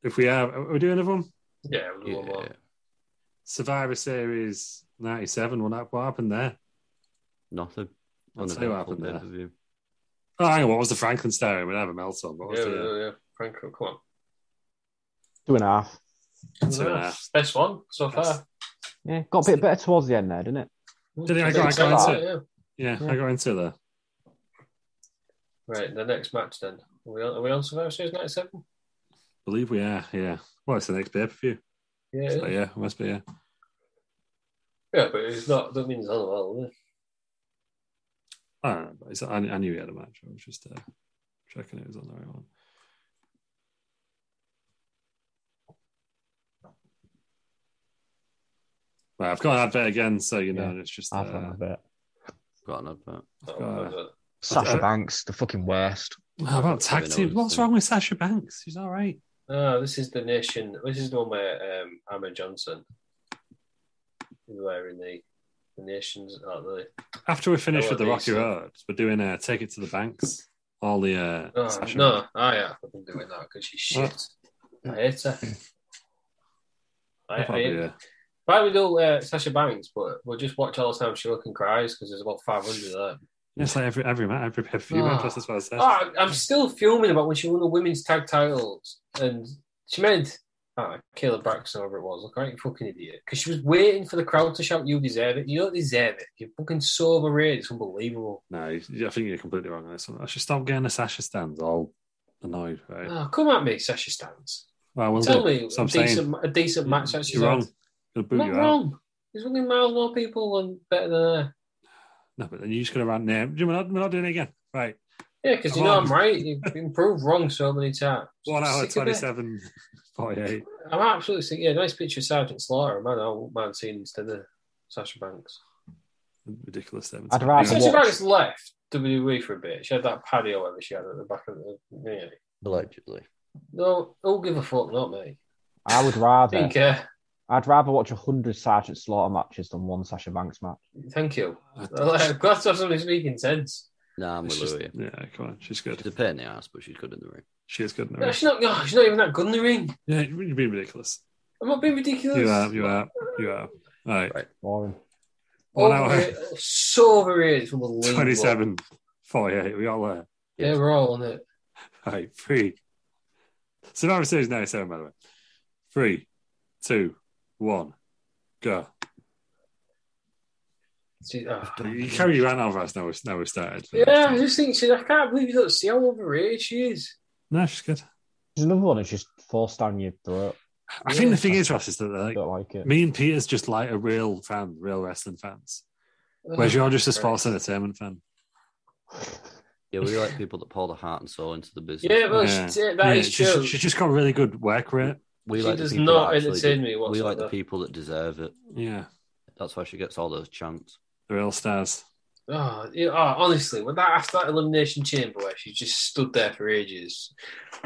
[SPEAKER 1] if we have, are we doing another one?
[SPEAKER 2] Yeah, we'll do one
[SPEAKER 4] Yeah.
[SPEAKER 2] more.
[SPEAKER 1] Survivor Series 97. Well, that, what happened there?
[SPEAKER 4] Nothing.
[SPEAKER 1] I'll tell you what happened there.
[SPEAKER 4] Interview.
[SPEAKER 1] Oh, hang on. What was the Franklin story? We never melt on. What was
[SPEAKER 2] Yeah,
[SPEAKER 1] the, uh,
[SPEAKER 2] yeah, yeah. Franco, come on.
[SPEAKER 3] Two and a half.
[SPEAKER 1] Two and a half.
[SPEAKER 2] Best one so far.
[SPEAKER 3] Yeah, got a bit better towards the end there, didn't it?
[SPEAKER 1] Did he- I
[SPEAKER 2] Bit
[SPEAKER 1] got- I got
[SPEAKER 2] excited,
[SPEAKER 1] into
[SPEAKER 2] yeah.
[SPEAKER 1] yeah, I got into there.
[SPEAKER 2] Right, the next match then. Are we on, are we on Survivor Series 97?
[SPEAKER 1] believe we are. Yeah. Well, it's the next pay per view.
[SPEAKER 2] Yeah, it
[SPEAKER 1] Yeah.
[SPEAKER 2] is.
[SPEAKER 1] So, yeah, it must be. Yeah.
[SPEAKER 2] Yeah, but it's not. That means other well.
[SPEAKER 1] I don't know, but it's, I, I knew he had a match. I was just uh, checking it was on the right one. Right, I've got an advert again, so you know
[SPEAKER 3] Yeah,
[SPEAKER 1] it's just
[SPEAKER 3] Half an
[SPEAKER 1] uh,
[SPEAKER 3] advert.
[SPEAKER 4] Got an advert.
[SPEAKER 2] Not
[SPEAKER 1] Uh,
[SPEAKER 2] well, is it?
[SPEAKER 3] Sasha
[SPEAKER 1] Okay.
[SPEAKER 3] Banks, the fucking worst.
[SPEAKER 1] how about tag
[SPEAKER 4] Kevin
[SPEAKER 1] team.
[SPEAKER 4] Owens,
[SPEAKER 1] What's
[SPEAKER 4] so-
[SPEAKER 1] wrong with Sasha Banks? She's all right.
[SPEAKER 2] Ah, this is the nation. This is the one where um, Emma Johnson is wearing the, the nations, aren't they?
[SPEAKER 1] After we finish
[SPEAKER 2] Oh,
[SPEAKER 1] with the
[SPEAKER 2] at
[SPEAKER 1] Rocky
[SPEAKER 2] least.
[SPEAKER 1] Roads, we're doing uh, Take It to the Banks. All the uh,
[SPEAKER 2] Oh,
[SPEAKER 1] Sasha
[SPEAKER 2] no, I have been doing that because she's shit. I hate her. I, I
[SPEAKER 1] Banks. Probably,
[SPEAKER 2] hate
[SPEAKER 1] yeah.
[SPEAKER 2] Why we do uh, Sasha Banks, but we'll just watch all the time she looking cries because there's about 500 of them.
[SPEAKER 1] It's like every every match, every pay per view
[SPEAKER 2] Oh.
[SPEAKER 1] match. That's what I said.
[SPEAKER 2] Ah, I'm still fuming about when she won the women's tag titles and she made ah, Kayla Braxton, whatever it was, look like a fucking idiot. Because she was waiting for the crowd to shout, You deserve it. You don't deserve it. You're fucking so overrated. It's unbelievable.
[SPEAKER 1] No, you- I think you're completely wrong on this one. I should stop getting the Sasha stands all annoyed, right?
[SPEAKER 2] Oh, come at me, Sasha Stans.
[SPEAKER 1] Well, I will
[SPEAKER 2] Tell
[SPEAKER 1] do.
[SPEAKER 2] me
[SPEAKER 1] So
[SPEAKER 2] a
[SPEAKER 1] I'm saying
[SPEAKER 2] decent, a decent match that she's
[SPEAKER 1] you're wrong.
[SPEAKER 2] had.
[SPEAKER 1] Gonna boot
[SPEAKER 2] Not
[SPEAKER 1] you out.
[SPEAKER 2] wrong. There's fucking miles more people and better than her.
[SPEAKER 1] No, but then you're just gonna rant name. We're not, we're not doing it again. Right.
[SPEAKER 2] Yeah, because you
[SPEAKER 1] Come
[SPEAKER 2] know
[SPEAKER 1] on.
[SPEAKER 2] I'm right. You've been proved wrong so many times.
[SPEAKER 1] One hour
[SPEAKER 2] Sick of it.
[SPEAKER 1] 27, 48.
[SPEAKER 2] I'm absolutely sick. Yeah, nice picture of Sergeant Slaughter. Man, I wouldn't mind seeing instead of Sasha Banks.
[SPEAKER 1] Ridiculous. 7
[SPEAKER 3] I'd rather
[SPEAKER 2] Sasha
[SPEAKER 3] watch-
[SPEAKER 2] Banks left WWE for a bit. She had that paddy or whatever she had at the back of the yeah.
[SPEAKER 4] Allegedly.
[SPEAKER 2] No, who'll give a fuck, not me.
[SPEAKER 3] I would
[SPEAKER 2] I
[SPEAKER 3] rather.
[SPEAKER 2] think, uh,
[SPEAKER 3] I'd rather watch a hundred Sergeant Slaughter matches than one Sasha Banks match.
[SPEAKER 2] thank you. *laughs* I'm glad to have somebody speaking sense.
[SPEAKER 4] Nah, I'm
[SPEAKER 1] It's
[SPEAKER 4] with
[SPEAKER 1] just-
[SPEAKER 4] Louis.
[SPEAKER 1] yeah, come on. She's
[SPEAKER 4] She's a
[SPEAKER 1] good.
[SPEAKER 4] pain in the ass, but she's good in the ring.
[SPEAKER 1] She is good. in the
[SPEAKER 4] Hmm.
[SPEAKER 2] No,
[SPEAKER 1] ring.
[SPEAKER 2] she's not, no, she's not even that good in the ring.
[SPEAKER 1] Yeah, you're being ridiculous.
[SPEAKER 2] I'm not being ridiculous.
[SPEAKER 1] You are, you are, you are. All right.
[SPEAKER 2] Right.
[SPEAKER 3] Boring.
[SPEAKER 1] One hour,
[SPEAKER 2] Overrated- So overrated. it's unbelievable.
[SPEAKER 1] 27, 48. We all there.
[SPEAKER 2] Yeah, we're all on it.
[SPEAKER 1] All right. Three. Survivor Series 97, by the way. Three, two, one, go.
[SPEAKER 2] See, ah.
[SPEAKER 1] You carry your hand over us now. We've, now we've started.
[SPEAKER 2] Yeah, I just think she, I can't believe you don't see how overrated she is.
[SPEAKER 1] No, she's good.
[SPEAKER 3] There's another one that's just forced down your throat.
[SPEAKER 1] I think the thing is, Ross, is that like,
[SPEAKER 3] Don't like it.
[SPEAKER 1] me and Peter's just like a real fan, real wrestling fans. Whereas you're just a sports entertainment fan.
[SPEAKER 4] Yeah, we like people that pour their heart and soul into the business.
[SPEAKER 2] Yeah, well,
[SPEAKER 1] Yeah.
[SPEAKER 2] she- that
[SPEAKER 1] Yeah,
[SPEAKER 2] is
[SPEAKER 1] she's,
[SPEAKER 2] true.
[SPEAKER 1] she's just got a really good work rate.
[SPEAKER 4] we
[SPEAKER 2] she
[SPEAKER 4] like the
[SPEAKER 2] does
[SPEAKER 4] people that
[SPEAKER 2] not
[SPEAKER 4] actually
[SPEAKER 2] entertain
[SPEAKER 4] do-
[SPEAKER 2] me
[SPEAKER 4] We like the
[SPEAKER 2] whatsoever.
[SPEAKER 4] people that deserve it.
[SPEAKER 1] Yeah,
[SPEAKER 4] That's why she gets all those chants.
[SPEAKER 1] the real stars.
[SPEAKER 2] Oh, yeah, oh, honestly, when that after that elimination chamber where she just stood there for ages,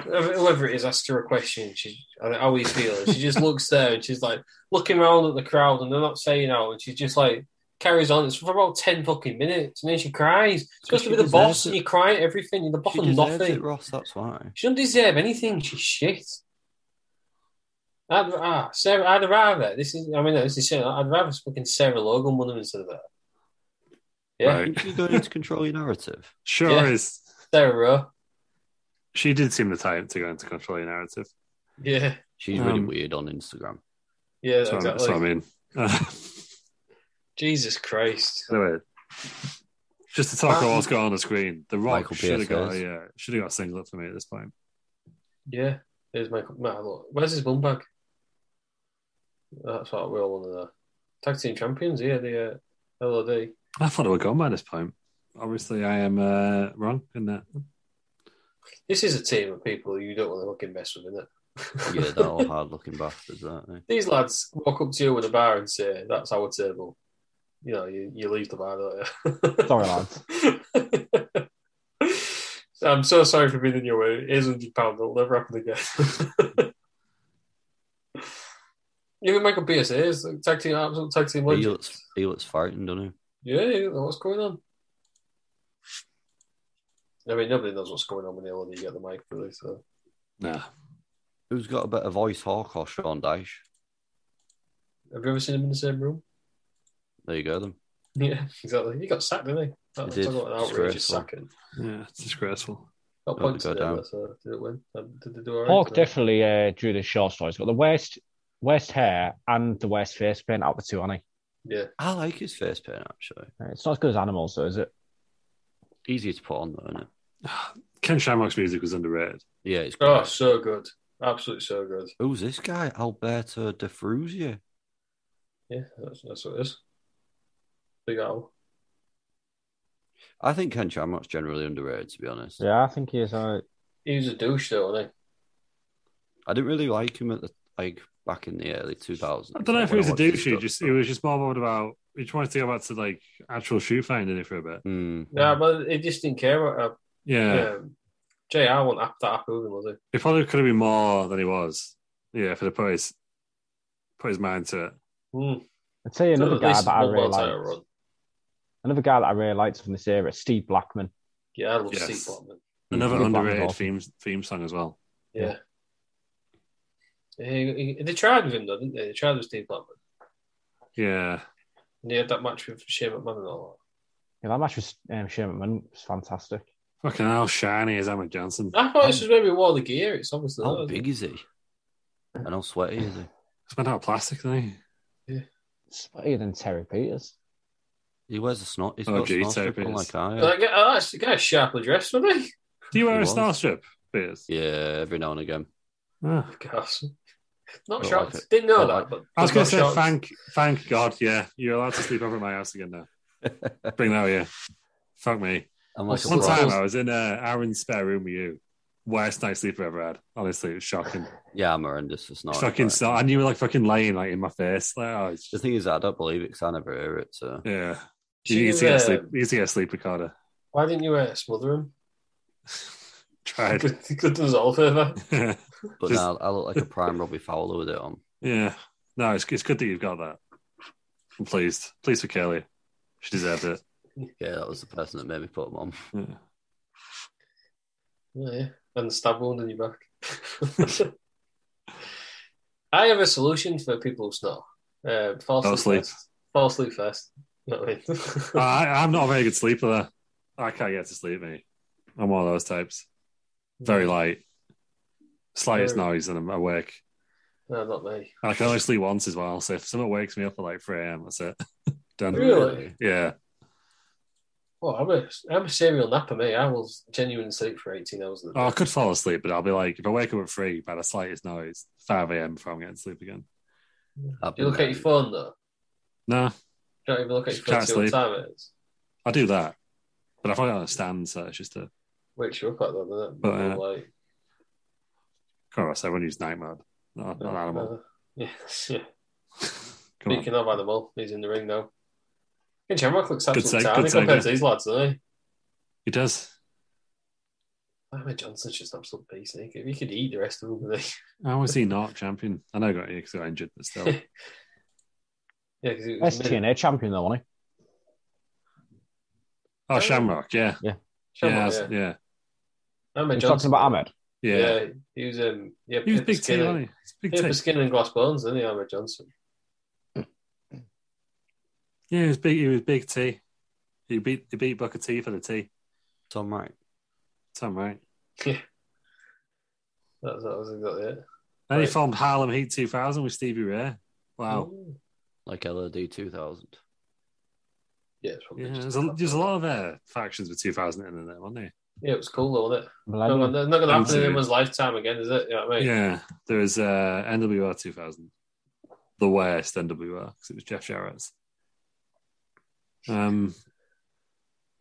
[SPEAKER 2] whoever it is asked her a question, she I don't always feel it. She
[SPEAKER 4] *laughs*
[SPEAKER 2] just looks there and she's like looking around at the crowd and they're not saying out, and she just like carries on. It's for about ten fucking minutes, and then she cries. It's supposed
[SPEAKER 4] she
[SPEAKER 2] to be the
[SPEAKER 4] deserves
[SPEAKER 2] boss,
[SPEAKER 4] it.
[SPEAKER 2] and you cry at everything. You're the boss
[SPEAKER 4] She
[SPEAKER 2] of
[SPEAKER 4] deserves
[SPEAKER 2] nothing.
[SPEAKER 4] it, Ross. That's why.
[SPEAKER 2] She doesn't deserve anything. She's shit. I'd, ah, Sarah, I'd rather this is. I mean, no, this is. shit. I'd rather fucking Sarah Logan won them instead of her. Yeah,
[SPEAKER 1] Right. *laughs*
[SPEAKER 4] You're going into control your narrative.
[SPEAKER 1] Sure
[SPEAKER 2] Yeah.
[SPEAKER 1] is.
[SPEAKER 2] Sarah Rowe.
[SPEAKER 1] She did seem the type to go into control your narrative.
[SPEAKER 2] Yeah,
[SPEAKER 4] She's really
[SPEAKER 1] Um,
[SPEAKER 4] weird on Instagram.
[SPEAKER 2] yeah,
[SPEAKER 1] That's,
[SPEAKER 2] exactly.
[SPEAKER 1] what, I mean- that's what I mean. *laughs*
[SPEAKER 2] Jesus Christ.
[SPEAKER 1] anyway, just to talk
[SPEAKER 2] Um,
[SPEAKER 1] about what's going on the screen, The Rock
[SPEAKER 4] Michael
[SPEAKER 1] should have
[SPEAKER 4] Pearce
[SPEAKER 1] got,
[SPEAKER 4] is.
[SPEAKER 1] yeah, should have got a single up for me at this point.
[SPEAKER 2] Yeah, there's my, my look. Where's his bum bag? That's what we all want to know. Tag team champions, yeah, the uh, LOD.
[SPEAKER 1] I thought it were gone by this point. Obviously, I am uh, wrong in that.
[SPEAKER 2] This is a team of people you don't want to fucking mess with,
[SPEAKER 4] Yeah,
[SPEAKER 2] innit? *laughs*
[SPEAKER 4] they're all hard looking bastards, aren't they?
[SPEAKER 2] These lads walk up to you with a bar and say, "That's our table." You know, you, you leave the bar, don't you?
[SPEAKER 3] *laughs* Sorry, lads.
[SPEAKER 2] *laughs* I'm so sorry for being in your way. Here's hundred pounds. It'll never happen again. *laughs* Even Michael Pierce is like, tag team, absolute tag team
[SPEAKER 4] He
[SPEAKER 2] legend.
[SPEAKER 4] looks, he looks fighting, doesn't he?
[SPEAKER 2] Yeah, yeah, what's going on? I mean, nobody knows what's going on when they only get the mic, really. So
[SPEAKER 1] Nah.
[SPEAKER 4] Who's got a better voice, Hawk or Sean Dyche?
[SPEAKER 2] have you ever seen him in the same room? *laughs*
[SPEAKER 4] There you go, then.
[SPEAKER 2] Yeah, exactly. He got sacked, didn't he? That,
[SPEAKER 4] He did.
[SPEAKER 2] Talk about an outrageous
[SPEAKER 4] Disgraceful.
[SPEAKER 2] sacking.
[SPEAKER 1] Yeah, it's disgraceful.
[SPEAKER 2] Got
[SPEAKER 4] Oh,
[SPEAKER 2] points
[SPEAKER 4] they
[SPEAKER 2] to
[SPEAKER 4] go
[SPEAKER 2] them,
[SPEAKER 4] down.
[SPEAKER 2] so did it win? Uh, Did they do all right?
[SPEAKER 3] Hawk
[SPEAKER 2] No.
[SPEAKER 3] definitely uh, drew the short straw. He's got the worst, worst hair and the worst face paint out of the two, hasn't
[SPEAKER 2] Yeah.
[SPEAKER 4] I like his face paint, actually.
[SPEAKER 3] he? Uh, It's not as good as animals, though, is it?
[SPEAKER 4] Easier to put on, though, isn't it?
[SPEAKER 1] *sighs* Ken Shamrock's music was underrated.
[SPEAKER 4] Yeah, it's good.
[SPEAKER 2] Oh, so good. Absolutely so good.
[SPEAKER 4] Who's this guy? Alberto De Fruzia.
[SPEAKER 2] Yeah, that's, that's what it is. Big Al.
[SPEAKER 4] I think Ken Shamrock's generally underrated, to be honest.
[SPEAKER 3] Yeah, I think he is. Uh,
[SPEAKER 2] He was a douche, though, wasn't
[SPEAKER 4] I didn't really like him at the like back in the early 2000s.
[SPEAKER 1] I don't know if he
[SPEAKER 4] when
[SPEAKER 1] was
[SPEAKER 4] I
[SPEAKER 1] a douche.
[SPEAKER 4] watched his
[SPEAKER 1] He
[SPEAKER 4] stuff.
[SPEAKER 1] just he was just more worried about. He just wanted to go back to like actual shoe finding it for a bit.
[SPEAKER 4] Hmm.
[SPEAKER 2] he? Yeah, but he just didn't care about
[SPEAKER 1] Yeah,
[SPEAKER 2] her. Um, JR wasn't up that happy with him, was he?
[SPEAKER 1] he probably could have been more than he was. Yeah, if he'd have put his put his mind to it.
[SPEAKER 2] Hmm.
[SPEAKER 3] I'd say
[SPEAKER 2] So
[SPEAKER 3] another
[SPEAKER 2] at
[SPEAKER 3] guy
[SPEAKER 2] least
[SPEAKER 3] that I
[SPEAKER 2] one
[SPEAKER 3] really
[SPEAKER 2] world title
[SPEAKER 3] liked.
[SPEAKER 2] run.
[SPEAKER 3] Another guy that I really liked from this era, Steve Blackman.
[SPEAKER 2] Yeah, I love
[SPEAKER 1] Yes.
[SPEAKER 2] Steve Blackman.
[SPEAKER 1] Another
[SPEAKER 3] Good band,
[SPEAKER 1] underrated
[SPEAKER 3] awesome.
[SPEAKER 1] theme theme song as well.
[SPEAKER 2] Yeah. He- he- they tried with him, though, didn't they? They tried with Steve Blackman.
[SPEAKER 1] Yeah,
[SPEAKER 2] And he had that match with Shane McMahon and all
[SPEAKER 3] Yeah, that match with um, Shane McMahon was fantastic.
[SPEAKER 1] fucking how shiny is Ahmed Johnson?
[SPEAKER 2] that. I thought this was maybe War of the Gear. It's obviously
[SPEAKER 1] Oh,
[SPEAKER 4] How
[SPEAKER 2] not.
[SPEAKER 4] big is he? And how sweaty is he?
[SPEAKER 1] It's made out of
[SPEAKER 2] *laughs*
[SPEAKER 1] plastic, isn't he?
[SPEAKER 3] Sweeter than Terry Peters.
[SPEAKER 4] He wears a snot. He's
[SPEAKER 1] Oh,
[SPEAKER 4] got
[SPEAKER 1] gee,
[SPEAKER 4] a snot strip
[SPEAKER 1] type
[SPEAKER 4] on
[SPEAKER 1] is.
[SPEAKER 4] like I have.
[SPEAKER 2] That guy, oh, that's the guy sharply dressed, wasn't he? *laughs*
[SPEAKER 1] Do you wear
[SPEAKER 4] He
[SPEAKER 1] a
[SPEAKER 4] was.
[SPEAKER 1] star strip, Piers?
[SPEAKER 4] Yeah, every now
[SPEAKER 2] *laughs*
[SPEAKER 4] and again.
[SPEAKER 1] Ah.
[SPEAKER 2] Of course. Not
[SPEAKER 4] Don't
[SPEAKER 2] shorts.
[SPEAKER 4] like it.
[SPEAKER 2] Didn't know
[SPEAKER 4] Don't
[SPEAKER 2] that.
[SPEAKER 4] like
[SPEAKER 2] but
[SPEAKER 1] Oh, I was going
[SPEAKER 2] not
[SPEAKER 1] to say,
[SPEAKER 2] shorts.
[SPEAKER 1] thank thank God, yeah, you're allowed to sleep over at my house again now. Bring that with you. Fuck me.
[SPEAKER 4] I'm like a
[SPEAKER 1] One
[SPEAKER 4] bra.
[SPEAKER 1] time I was in uh, Aaron's spare room with you. Worst night sleep I've ever had. Honestly, it was shocking.
[SPEAKER 4] Yeah, I'm horrendous for snot.
[SPEAKER 1] fucking so and you were like fucking laying like in my face. Like, oh, it's
[SPEAKER 4] The
[SPEAKER 1] just,
[SPEAKER 4] thing is, I don't believe it because I never hear it. So
[SPEAKER 1] yeah. You
[SPEAKER 2] She
[SPEAKER 1] need
[SPEAKER 2] was,
[SPEAKER 1] to get a
[SPEAKER 2] uh,
[SPEAKER 1] sleep you need to get a sleep recorder. *laughs*
[SPEAKER 2] Why didn't you uh, smother him? *laughs*
[SPEAKER 1] Tried.
[SPEAKER 2] Good, good us all favour.
[SPEAKER 4] But
[SPEAKER 1] Just-
[SPEAKER 4] now I look like a prime Robbie Fowler with it on.
[SPEAKER 1] yeah. No, it's it's good that you've got that. I'm pleased. Pleased for Kelly. She deserved it.
[SPEAKER 4] Yeah, that was the person that made me put him on.
[SPEAKER 1] Yeah.
[SPEAKER 2] Yeah, and the stab wound in your back. *laughs* I have a solution for people who snore. Uh, fall
[SPEAKER 1] Fall
[SPEAKER 2] asleep
[SPEAKER 1] asleep.
[SPEAKER 2] first. Fall asleep first. You know what I *laughs* mean?
[SPEAKER 1] I, I'm not a very good sleeper. though. I can't get to sleep, mate. I'm one of those types. Very light. Slightest
[SPEAKER 2] Very-
[SPEAKER 1] noise and I'm awake.
[SPEAKER 2] no, not me.
[SPEAKER 1] And I can only sleep once as well. So if someone wakes me up at like 3 a.m., that's it. *laughs* Done.
[SPEAKER 2] Really?
[SPEAKER 1] Yeah.
[SPEAKER 2] Well, Oh, I'm a I'm a serial napper, me. I will genuinely sleep for eighteen hours. at a
[SPEAKER 1] Oh, I
[SPEAKER 2] time.
[SPEAKER 1] could fall asleep, but I'll be like, if I wake up at 3 by the slightest noise, 5 a.m. before I'm getting to sleep again.
[SPEAKER 4] I've
[SPEAKER 2] you
[SPEAKER 4] been
[SPEAKER 2] look at
[SPEAKER 4] there.
[SPEAKER 2] your phone though.
[SPEAKER 1] Nah,
[SPEAKER 2] You don't even look at your
[SPEAKER 1] Just
[SPEAKER 2] phone to
[SPEAKER 1] can't
[SPEAKER 2] see what
[SPEAKER 1] sleep.
[SPEAKER 2] time it is.
[SPEAKER 1] I do that. But I probably don't understand, so it's just a.
[SPEAKER 2] Wakes you up at that, doesn't it?
[SPEAKER 1] But, uh,
[SPEAKER 2] like,
[SPEAKER 1] Come on, so everyone use night mode. Not, not an animal.
[SPEAKER 2] uh, yes, yeah.
[SPEAKER 1] Come on.
[SPEAKER 2] Speaking of animal, he's in the ring now. And Shamrock looks
[SPEAKER 1] Good
[SPEAKER 2] absolutely
[SPEAKER 1] save,
[SPEAKER 2] tiny
[SPEAKER 1] good save,
[SPEAKER 2] compared
[SPEAKER 1] yeah.
[SPEAKER 2] to these lads, doesn't he?
[SPEAKER 1] He does.
[SPEAKER 2] Lima Johnson's just an absolute beast. He could, he could eat the rest of them. *laughs* couldn't he?
[SPEAKER 1] How is he not champion? I know he got, he got injured, but
[SPEAKER 2] *laughs*
[SPEAKER 1] still.
[SPEAKER 2] yeah, because he was mid-
[SPEAKER 3] STNA champion though, wasn't
[SPEAKER 1] Oh, Shamrock, yeah. yeah,
[SPEAKER 2] Shamrock,
[SPEAKER 1] that's-
[SPEAKER 2] yeah.
[SPEAKER 1] yeah,
[SPEAKER 2] Ahmed
[SPEAKER 3] he? You're talking
[SPEAKER 2] Johnson.
[SPEAKER 3] about Ahmed.
[SPEAKER 1] yeah,
[SPEAKER 2] Yeah. he was um yeah
[SPEAKER 1] He was
[SPEAKER 2] paper
[SPEAKER 1] big T,
[SPEAKER 2] skin and-
[SPEAKER 1] wasn't he? He's big
[SPEAKER 2] yeah, paper
[SPEAKER 1] T.
[SPEAKER 2] skin and glass bones, isn't he, Ahmed Johnson?
[SPEAKER 1] Yeah, he was big. He was big T. He beat he beat Booker T for the T.
[SPEAKER 4] Tom Wright.
[SPEAKER 1] Tom right.
[SPEAKER 2] That, that was exactly it.
[SPEAKER 1] Then he
[SPEAKER 2] Right.
[SPEAKER 1] formed Harlem Heat 2000 with Stevie Ray. Wow.
[SPEAKER 2] Mm.
[SPEAKER 4] Like LOD 2000.
[SPEAKER 2] Yeah, it's probably
[SPEAKER 1] Yeah,
[SPEAKER 2] just
[SPEAKER 1] there's a, there's a lot of uh, factions with 2000 in there, wasn't there?
[SPEAKER 2] yeah, it was cool though, wasn't it? No, not going
[SPEAKER 3] Millennium.
[SPEAKER 2] to happen in
[SPEAKER 1] Absolutely.
[SPEAKER 2] anyone's lifetime again, is it? You know what I mean? *laughs*
[SPEAKER 1] Yeah, there was uh, NWR 2000, the worst NWR because it was Jeff Jarrett's. Um,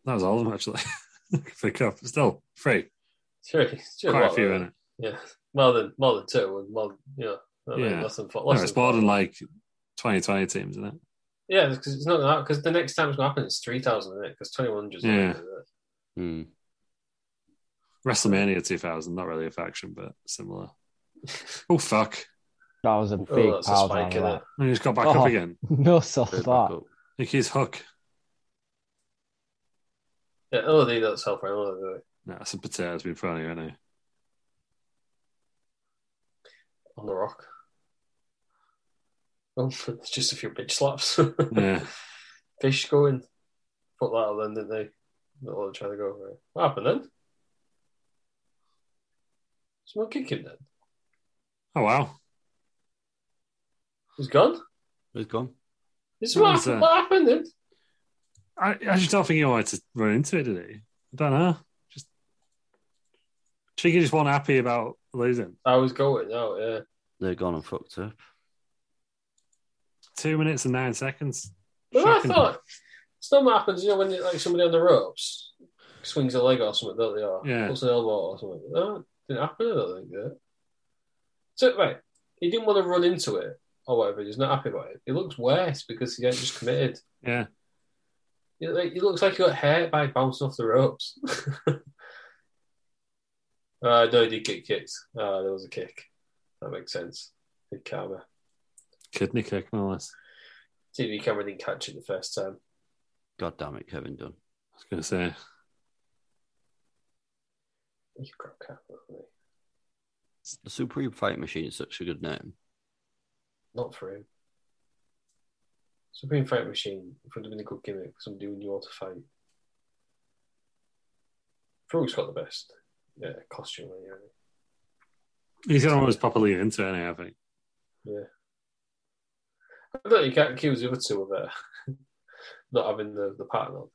[SPEAKER 1] that was all of them actually. *laughs* Pick up, still free.
[SPEAKER 2] Sure, it's sure
[SPEAKER 1] Quite
[SPEAKER 2] lot,
[SPEAKER 1] a few
[SPEAKER 2] isn't
[SPEAKER 1] in
[SPEAKER 2] it?
[SPEAKER 1] it.
[SPEAKER 2] Yeah, more than more than two, and more, you know, I mean,
[SPEAKER 1] Yeah.
[SPEAKER 2] less than four.
[SPEAKER 1] No,
[SPEAKER 2] Less
[SPEAKER 1] it's
[SPEAKER 2] than
[SPEAKER 1] more
[SPEAKER 2] four.
[SPEAKER 1] than like 2020 teams, isn't it?
[SPEAKER 2] Yeah, because it's not that. Because the next time it's going to happen is three thousand, isn't it? Because twenty one hundred.
[SPEAKER 1] Yeah.
[SPEAKER 4] Hmm.
[SPEAKER 1] WrestleMania 2000, not really a faction, but similar. *laughs* oh, fuck.
[SPEAKER 3] That was a
[SPEAKER 2] Oh,
[SPEAKER 3] big
[SPEAKER 2] that's a
[SPEAKER 3] power
[SPEAKER 2] spike in it.
[SPEAKER 3] down.
[SPEAKER 1] And he just got back
[SPEAKER 3] Oh.
[SPEAKER 1] up again.
[SPEAKER 3] No sort
[SPEAKER 4] Go
[SPEAKER 3] of
[SPEAKER 4] back
[SPEAKER 3] that. *laughs*
[SPEAKER 4] up.
[SPEAKER 1] Nikki's hook.
[SPEAKER 2] Yeah, oh, LOD that's helping. LOD.
[SPEAKER 1] No, that's a potato's been thrown here, isn't it?
[SPEAKER 2] on the rock. Oh, *laughs* it's just a few bitch slaps.
[SPEAKER 1] Yeah.
[SPEAKER 2] *laughs* Fish going. Put that out then, didn't they? Not what they're trying to go for. it. What happened then? Someone kicked him then.
[SPEAKER 1] Oh, wow.
[SPEAKER 2] He's gone.
[SPEAKER 4] He's gone.
[SPEAKER 2] This is
[SPEAKER 1] What
[SPEAKER 2] what
[SPEAKER 1] was
[SPEAKER 2] happened.
[SPEAKER 1] that?
[SPEAKER 2] What happened then?
[SPEAKER 1] I, I just don't think he wanted to run into it, did he? I don't know. Just Cheeky just wasn't happy about losing.
[SPEAKER 2] I was going out. Yeah,
[SPEAKER 4] They're gone and fucked up.
[SPEAKER 1] Two minutes and nine seconds.
[SPEAKER 2] but I
[SPEAKER 1] Shocking.
[SPEAKER 2] thought something happens. You know when like somebody on the ropes swings a leg or something, don't they? Or
[SPEAKER 1] Yeah.
[SPEAKER 2] puts an elbow or something. That didn't happen. I don't think. Yeah. So right, he didn't want to run into it or whatever. He's not happy about it. He looks worse because he hadn't just committed.
[SPEAKER 1] Yeah.
[SPEAKER 2] He, like, he looks like he got hurt by bouncing off the ropes. *laughs* uh, no, he did get kicked. Uh, there was a kick. That makes sense. Good karma.
[SPEAKER 1] Kidney kick, no less.
[SPEAKER 2] TV camera didn't catch it the first time.
[SPEAKER 4] God damn it, Kevin Dunn.
[SPEAKER 1] I was going to say.
[SPEAKER 2] You crap camera, haven't you?
[SPEAKER 4] The Supreme Fight Machine is such a good name.
[SPEAKER 2] Not for him. Supreme Fight Machine would have been a good gimmick for somebody who knew how to fight. Frog's got the best yeah, costume. Yeah.
[SPEAKER 1] He's going to always proper lean into it, anyway, I think.
[SPEAKER 2] I don't think you can't accuse the other two of uh, *laughs* not having the, the pattern on.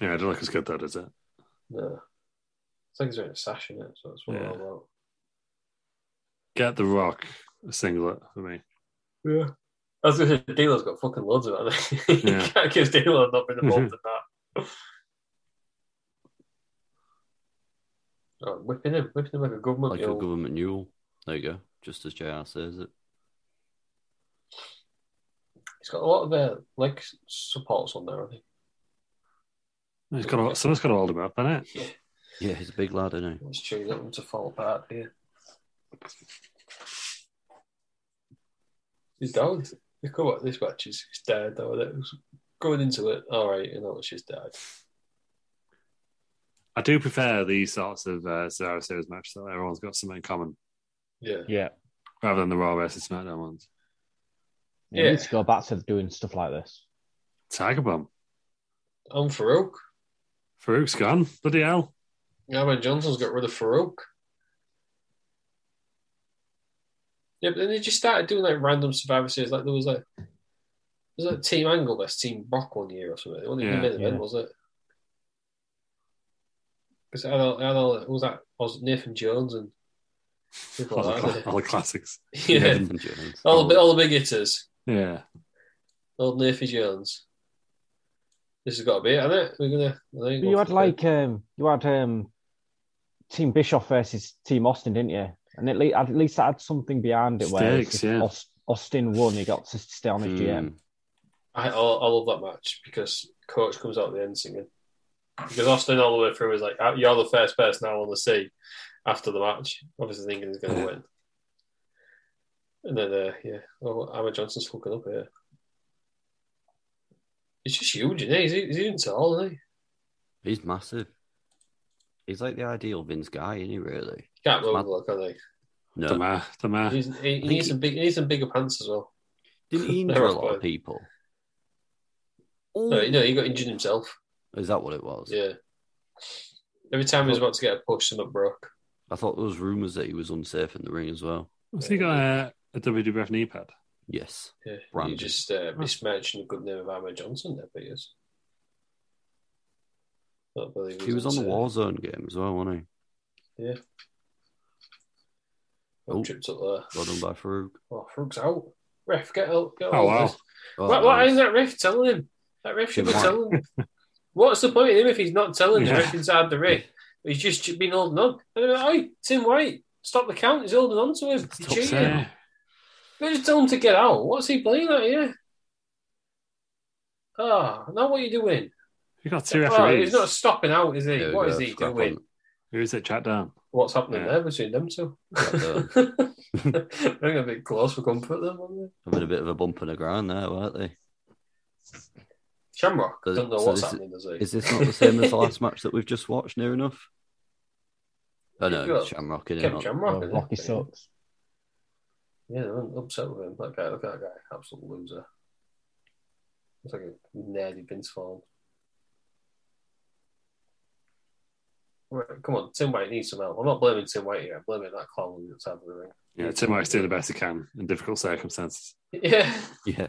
[SPEAKER 1] Yeah, I don't look as good, though, does it?
[SPEAKER 2] No. It's like he's wearing a sash in it, so that's what
[SPEAKER 1] Yeah.
[SPEAKER 2] I'm about.
[SPEAKER 1] Get The Rock a singlet for me.
[SPEAKER 2] Yeah. I was going to say, Dealer's got fucking loads of it. *laughs* I mean, you
[SPEAKER 1] Yeah.
[SPEAKER 2] can't accuse Dealer of not being involved in that. *laughs* Oh, whipping him, whipping him like a government
[SPEAKER 4] Like a
[SPEAKER 2] mule.
[SPEAKER 4] government mule. There you go. Just as JR says it.
[SPEAKER 2] He's got a lot of uh, leg supports on there, I think.
[SPEAKER 1] He's got to, someone's got to hold him up, hasn't it?
[SPEAKER 4] Yeah, he's a big lad, isn't he?
[SPEAKER 2] Let's choose them to fall apart here. He's down. Look at what this match is. He's dead, though. isn't it? It was Going into it, all right, you know, she's dead.
[SPEAKER 1] I do prefer these sorts of uh, Cesaro Series matches. Though everyone's got something in common.
[SPEAKER 2] Yeah.
[SPEAKER 3] Yeah.
[SPEAKER 1] rather than the Raw versus SmackDown ones.
[SPEAKER 3] You
[SPEAKER 2] Yeah.
[SPEAKER 3] need to go back to doing stuff like this.
[SPEAKER 1] Tiger Bomb.
[SPEAKER 2] On Farouk.
[SPEAKER 1] Farouk's gone. Bloody hell.
[SPEAKER 2] Norman Johnson's got rid of Farouk. Yeah, but then they just started doing like random Survivor Series. Like there was like there was like Team Angle versus Team Brock one year or something. It wasn't even
[SPEAKER 1] Yeah,
[SPEAKER 2] main event,
[SPEAKER 3] yeah.
[SPEAKER 2] was it? Because I don't, I don't, who was that was Nathan Jones and people
[SPEAKER 1] All, the,
[SPEAKER 2] like
[SPEAKER 1] cla-
[SPEAKER 2] that.
[SPEAKER 1] all the classics.
[SPEAKER 2] *laughs*
[SPEAKER 4] *laughs*
[SPEAKER 2] yeah,
[SPEAKER 1] Nathan
[SPEAKER 4] Jones.
[SPEAKER 2] all the all the big hitters.
[SPEAKER 1] Yeah.
[SPEAKER 2] Old Nathan Jones. This has got to be it, hasn't it? We're gonna. I think
[SPEAKER 3] But you had like um, you had um, Team Bischoff versus Team Austin, didn't you? And at least, at least that had something behind it. where
[SPEAKER 1] Stakes,
[SPEAKER 3] if
[SPEAKER 1] yeah. Hmm.
[SPEAKER 3] Aus- Austin won, he got to stay on as
[SPEAKER 4] Hmm.
[SPEAKER 3] GM.
[SPEAKER 2] I, I, I love that match because Coach comes out at the end singing. Because Austin all the way through is like, "Ah, "You're the first person I want to see after the match." Obviously, thinking he's going to
[SPEAKER 1] Yeah.
[SPEAKER 2] win. And then, uh, yeah, oh, Emma Johnson's hooking up here. He's just huge, isn't he? He's, he's even tall, isn't he?
[SPEAKER 4] He's massive. He's like the ideal Vince guy, isn't he? Really?
[SPEAKER 2] Can't move
[SPEAKER 4] Mad.
[SPEAKER 2] like, can
[SPEAKER 4] No,
[SPEAKER 1] Damar. Damar.
[SPEAKER 2] he? He's, he, he
[SPEAKER 4] think
[SPEAKER 2] needs
[SPEAKER 4] he-
[SPEAKER 2] some big, he needs some bigger pants as well.
[SPEAKER 4] didn't he
[SPEAKER 2] They're
[SPEAKER 4] injure a
[SPEAKER 2] off
[SPEAKER 4] lot
[SPEAKER 2] by-
[SPEAKER 4] of people?
[SPEAKER 2] No, no, he got injured himself.
[SPEAKER 4] Is that what it was?
[SPEAKER 2] Yeah. Every time he was about to get a push, something broke.
[SPEAKER 4] I thought there was rumors that he was unsafe in the ring as well.
[SPEAKER 1] Has he got a, a WWF knee pad?
[SPEAKER 4] Yes.
[SPEAKER 2] Yeah, you
[SPEAKER 4] Brandon.
[SPEAKER 2] just uh, mismentioned the good name of Armour Johnson there, Peters. Not believe
[SPEAKER 4] He was on the
[SPEAKER 2] uh,
[SPEAKER 4] Warzone game as well, wasn't he? Oh.
[SPEAKER 2] Tripped up there.
[SPEAKER 4] Well done by Farouk.
[SPEAKER 2] Oh, Frug's out. Ref, get out. Get
[SPEAKER 1] Oh,
[SPEAKER 2] out
[SPEAKER 1] wow.
[SPEAKER 2] of this.
[SPEAKER 4] Oh,
[SPEAKER 2] what, what
[SPEAKER 4] nice.
[SPEAKER 2] is that ref telling him? That ref should be
[SPEAKER 4] Good man.
[SPEAKER 2] telling him. What's the point of him if he's not telling
[SPEAKER 1] Yeah.
[SPEAKER 2] the ref inside the ring? He's just been holding on. And they're like, Oi, Tim White, stop the count. He's holding on to him. He's
[SPEAKER 1] Top
[SPEAKER 2] cheating.
[SPEAKER 1] set.
[SPEAKER 2] They just tell him to get out. What's he playing at here? Ah, now what are you doing?
[SPEAKER 1] You got two
[SPEAKER 2] Oh, he's
[SPEAKER 1] referees.
[SPEAKER 2] not stopping out, is
[SPEAKER 4] There
[SPEAKER 2] he?
[SPEAKER 4] we
[SPEAKER 2] What
[SPEAKER 4] go,
[SPEAKER 2] is he
[SPEAKER 4] scrap
[SPEAKER 2] doing?
[SPEAKER 4] on.
[SPEAKER 1] Who is it? Chat down.
[SPEAKER 2] What's happening
[SPEAKER 1] Yeah.
[SPEAKER 2] there between them two? *laughs*
[SPEAKER 4] Well
[SPEAKER 2] They're a bit close for comfort then, weren't they?
[SPEAKER 4] Having a bit of a bump and a grind there, weren't they?
[SPEAKER 2] Shamrock
[SPEAKER 4] So-
[SPEAKER 2] doesn't know
[SPEAKER 4] so
[SPEAKER 2] what's
[SPEAKER 4] this is-
[SPEAKER 2] happening, does he?
[SPEAKER 4] Is this not the same
[SPEAKER 2] *laughs*
[SPEAKER 4] as the last match that we've just watched, near enough? Oh no,
[SPEAKER 2] Well,
[SPEAKER 4] it's Shamrock in
[SPEAKER 2] Kevin
[SPEAKER 4] it.
[SPEAKER 2] Shamrock,
[SPEAKER 3] Oh,
[SPEAKER 2] isn't
[SPEAKER 3] Rocky
[SPEAKER 2] it?
[SPEAKER 3] sucks.
[SPEAKER 2] Yeah, I'm upset with him. That guy, look at that guy, absolute loser. It's like a nerdy Vince Vaughn. Right, come on, Tim White needs some help. I'm not blaming Tim White here. I'm blaming that clown that's out of the ring.
[SPEAKER 1] Yeah, Tim White's doing the best he can in difficult circumstances.
[SPEAKER 2] Yeah.
[SPEAKER 4] Yeah,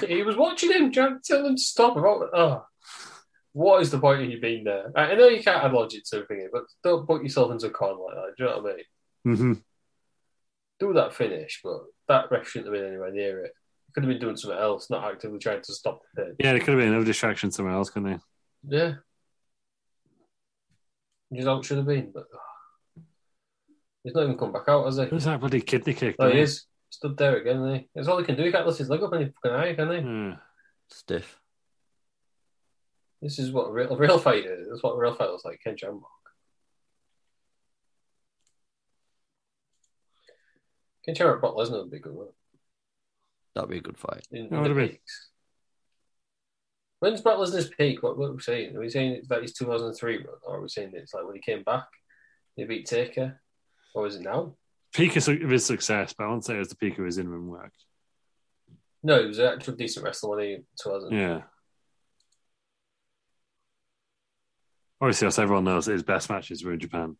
[SPEAKER 2] *laughs* he was watching him, trying to tell him to stop. About, oh, what is the point of you being there? I I know you can't add logic to everything, here, but don't put yourself into a corner like that. Do you know what I mean?
[SPEAKER 1] Mm-hmm.
[SPEAKER 2] Do that finish, but that ref shouldn't have been anywhere near it. He could have been doing something else, not actively trying to stop the pin.
[SPEAKER 1] Yeah, there could have been another distraction somewhere else, couldn't there?
[SPEAKER 2] Yeah. You know what should have been, but oh. he's not even come back out, has he?
[SPEAKER 1] Who's that bloody kidney kick?
[SPEAKER 2] Oh, he
[SPEAKER 1] there?
[SPEAKER 2] is. Stood there again, isn't he? That's all he can do. He can't lift his leg up any fucking high, can he?
[SPEAKER 1] Yeah.
[SPEAKER 4] stiff.
[SPEAKER 2] This is what a real, *laughs* a real fight is. That's what a real fight looks like. Ken Shamrock. Ken Shamrock, Brock Lesnar would be a good one.
[SPEAKER 4] That'd be a good fight.
[SPEAKER 2] In,
[SPEAKER 1] That
[SPEAKER 2] in
[SPEAKER 1] would
[SPEAKER 2] the
[SPEAKER 1] have been-
[SPEAKER 2] peaks. When's Brock Lesnar's peak? What, what are we saying? Are we saying that he's 2003 run? Or are we saying that it's like when he came back, he beat Taker? Or is it now?
[SPEAKER 1] Peak of su- of his success, but I wouldn't say it was the peak of his in-ring work.
[SPEAKER 2] No, he was an actual decent wrestler when he 2000.
[SPEAKER 1] Yeah. Obviously, as everyone knows, his best matches were in Japan.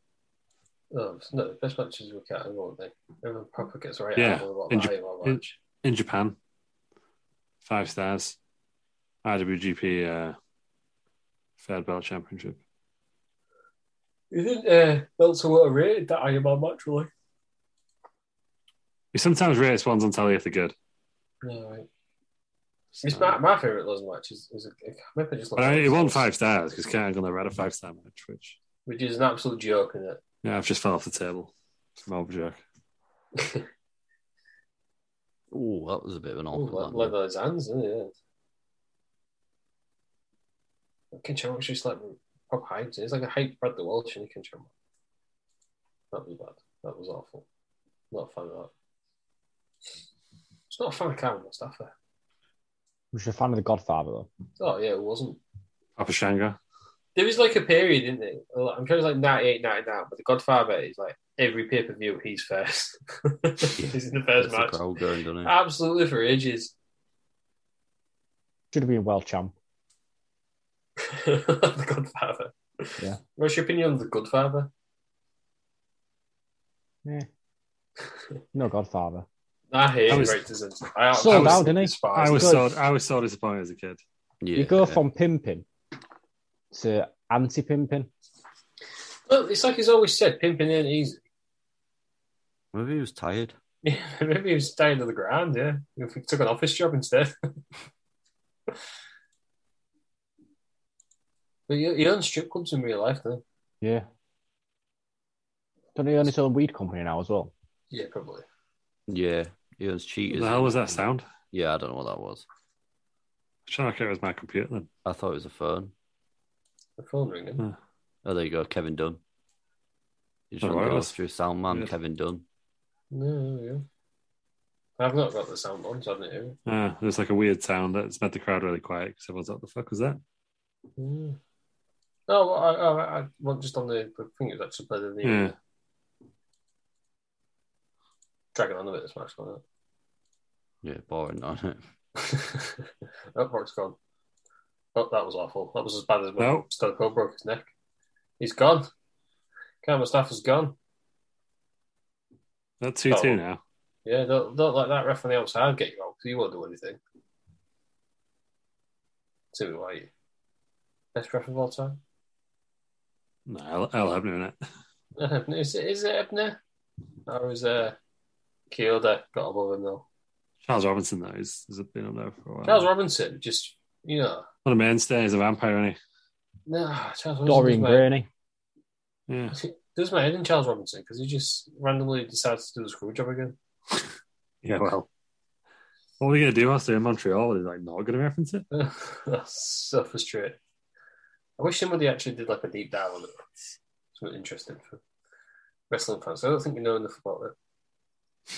[SPEAKER 2] Oh, it's not the best matches we can't remember, they? Everyone proper gets right
[SPEAKER 1] Yeah.
[SPEAKER 2] out of what
[SPEAKER 1] In
[SPEAKER 2] that
[SPEAKER 1] Ja-
[SPEAKER 2] Heyman
[SPEAKER 1] in-
[SPEAKER 2] match.
[SPEAKER 1] In Japan, five stars, IWGP uh, Fair Belt Championship.
[SPEAKER 2] Isn't uh, Meltzer rated that Iron Man match, really?
[SPEAKER 1] He sometimes rates ones on telly if they're good.
[SPEAKER 2] Yeah, right. It's my, my favourite Lesnar match. Is, is a, maybe I just
[SPEAKER 1] But I, it won five stars because Kurt Angle never had a five star match, which
[SPEAKER 2] which is an absolute joke, isn't it?
[SPEAKER 1] yeah, I've just fell off the table. From old joke.
[SPEAKER 4] Oh, that was a bit of an
[SPEAKER 2] Ooh,
[SPEAKER 4] awkward
[SPEAKER 2] le-
[SPEAKER 4] landing.
[SPEAKER 2] leather his hands, isn't it? Yeah. Ken Shamrock's just like proper hyped. It's like a hyped Brad the Welsh and Ken Shamrock. That was bad. That was awful. Not a fan of that. It's not a fan of Karen Mustafa.
[SPEAKER 3] Was you a fan of The Godfather though?
[SPEAKER 2] Oh yeah, it wasn't.
[SPEAKER 1] Papa Shango.
[SPEAKER 2] There was like a period, didn't there? Like, I'm sure it's like 98, 99, but The Godfather is like every pay per view, he's first. *laughs* he's in the
[SPEAKER 4] That's
[SPEAKER 2] first
[SPEAKER 4] the
[SPEAKER 2] match. Ah,
[SPEAKER 4] crowd going, doesn't it?
[SPEAKER 2] Absolutely for ages. *laughs*
[SPEAKER 3] Should have been world champ.
[SPEAKER 2] the Godfather.
[SPEAKER 3] Yeah.
[SPEAKER 2] What's your opinion on the Godfather?
[SPEAKER 3] No Godfather.
[SPEAKER 2] I hate
[SPEAKER 1] I was-
[SPEAKER 2] racism. I,
[SPEAKER 3] Sold
[SPEAKER 2] was
[SPEAKER 3] out, didn't he?
[SPEAKER 2] despised.
[SPEAKER 1] I was
[SPEAKER 3] good.
[SPEAKER 1] so I was so disappointed as a kid.
[SPEAKER 4] yeah.
[SPEAKER 3] You go from pimping to anti pimping.
[SPEAKER 2] Look, it's like he's always said, pimping ain't easy. *laughs*
[SPEAKER 4] Maybe he was tired.
[SPEAKER 2] Maybe he was staying to the ground, yeah. If he took an office job instead. *laughs* but he, he owns strip clubs in real life, though.
[SPEAKER 3] Yeah. Don't he own his own weed company now as well?
[SPEAKER 2] Yeah, probably.
[SPEAKER 4] Yeah. He was
[SPEAKER 1] What
[SPEAKER 4] cheaters.
[SPEAKER 1] the hell was that sound? I'm
[SPEAKER 4] Yeah, I don't know what that was.
[SPEAKER 1] trying to it was my computer then.
[SPEAKER 4] I thought it was a phone.
[SPEAKER 2] The phone ringing.
[SPEAKER 4] Oh, there you go, Kevin Dunn. You just
[SPEAKER 1] Oh,
[SPEAKER 4] want
[SPEAKER 1] right,
[SPEAKER 4] to go
[SPEAKER 1] that's-
[SPEAKER 4] through sound man,
[SPEAKER 1] yeah.
[SPEAKER 4] Kevin Dunn.
[SPEAKER 2] No, yeah. I've not got the sound on, so I didn't hear it.
[SPEAKER 1] Uh, there's like a weird sound that's made the crowd really quiet because everyone's like, "The fuck was that?"
[SPEAKER 2] Yeah. Oh, I, I, I, well, just on the, I think it was actually played in the
[SPEAKER 1] Yeah.
[SPEAKER 2] Dragon on a bit this match, wasn't
[SPEAKER 4] Yeah, boring *laughs* on it.
[SPEAKER 2] it? *laughs* oh, Rock's gone. Oh, that was awful. That was as bad as when
[SPEAKER 1] No.
[SPEAKER 2] Stone Cold broke his neck. He's gone. Cam Mustafa's gone.
[SPEAKER 1] That's two two
[SPEAKER 2] Oh.
[SPEAKER 1] now.
[SPEAKER 2] Yeah, don't, don't let that ref on the outside get you out 'cause you won't do anything. Timmy White. Best ref of all time?
[SPEAKER 1] No, I'll, I'll have doing it. *laughs*
[SPEAKER 2] Uh, is, it, is it Ebner? Or is uh, Kyoda got above him though?
[SPEAKER 1] Charles Robinson though, he's, he's been up there for a while.
[SPEAKER 2] Charles Robinson, just, you know.
[SPEAKER 1] What a mainstay! He's a vampire, isn't
[SPEAKER 2] No, Charles Robinson.
[SPEAKER 3] Dorian
[SPEAKER 2] does my-
[SPEAKER 3] Graney.
[SPEAKER 1] he? Yeah.
[SPEAKER 2] Does my head in Charles Robinson because he just randomly decides to do the screw job again.
[SPEAKER 1] Yeah. Well, what are we gonna do after in Montreal? Are they like not gonna reference it?
[SPEAKER 2] *laughs* That's so frustrating. I wish somebody actually did like a deep dive on it. Something interesting for wrestling fans. I don't think we know enough about it.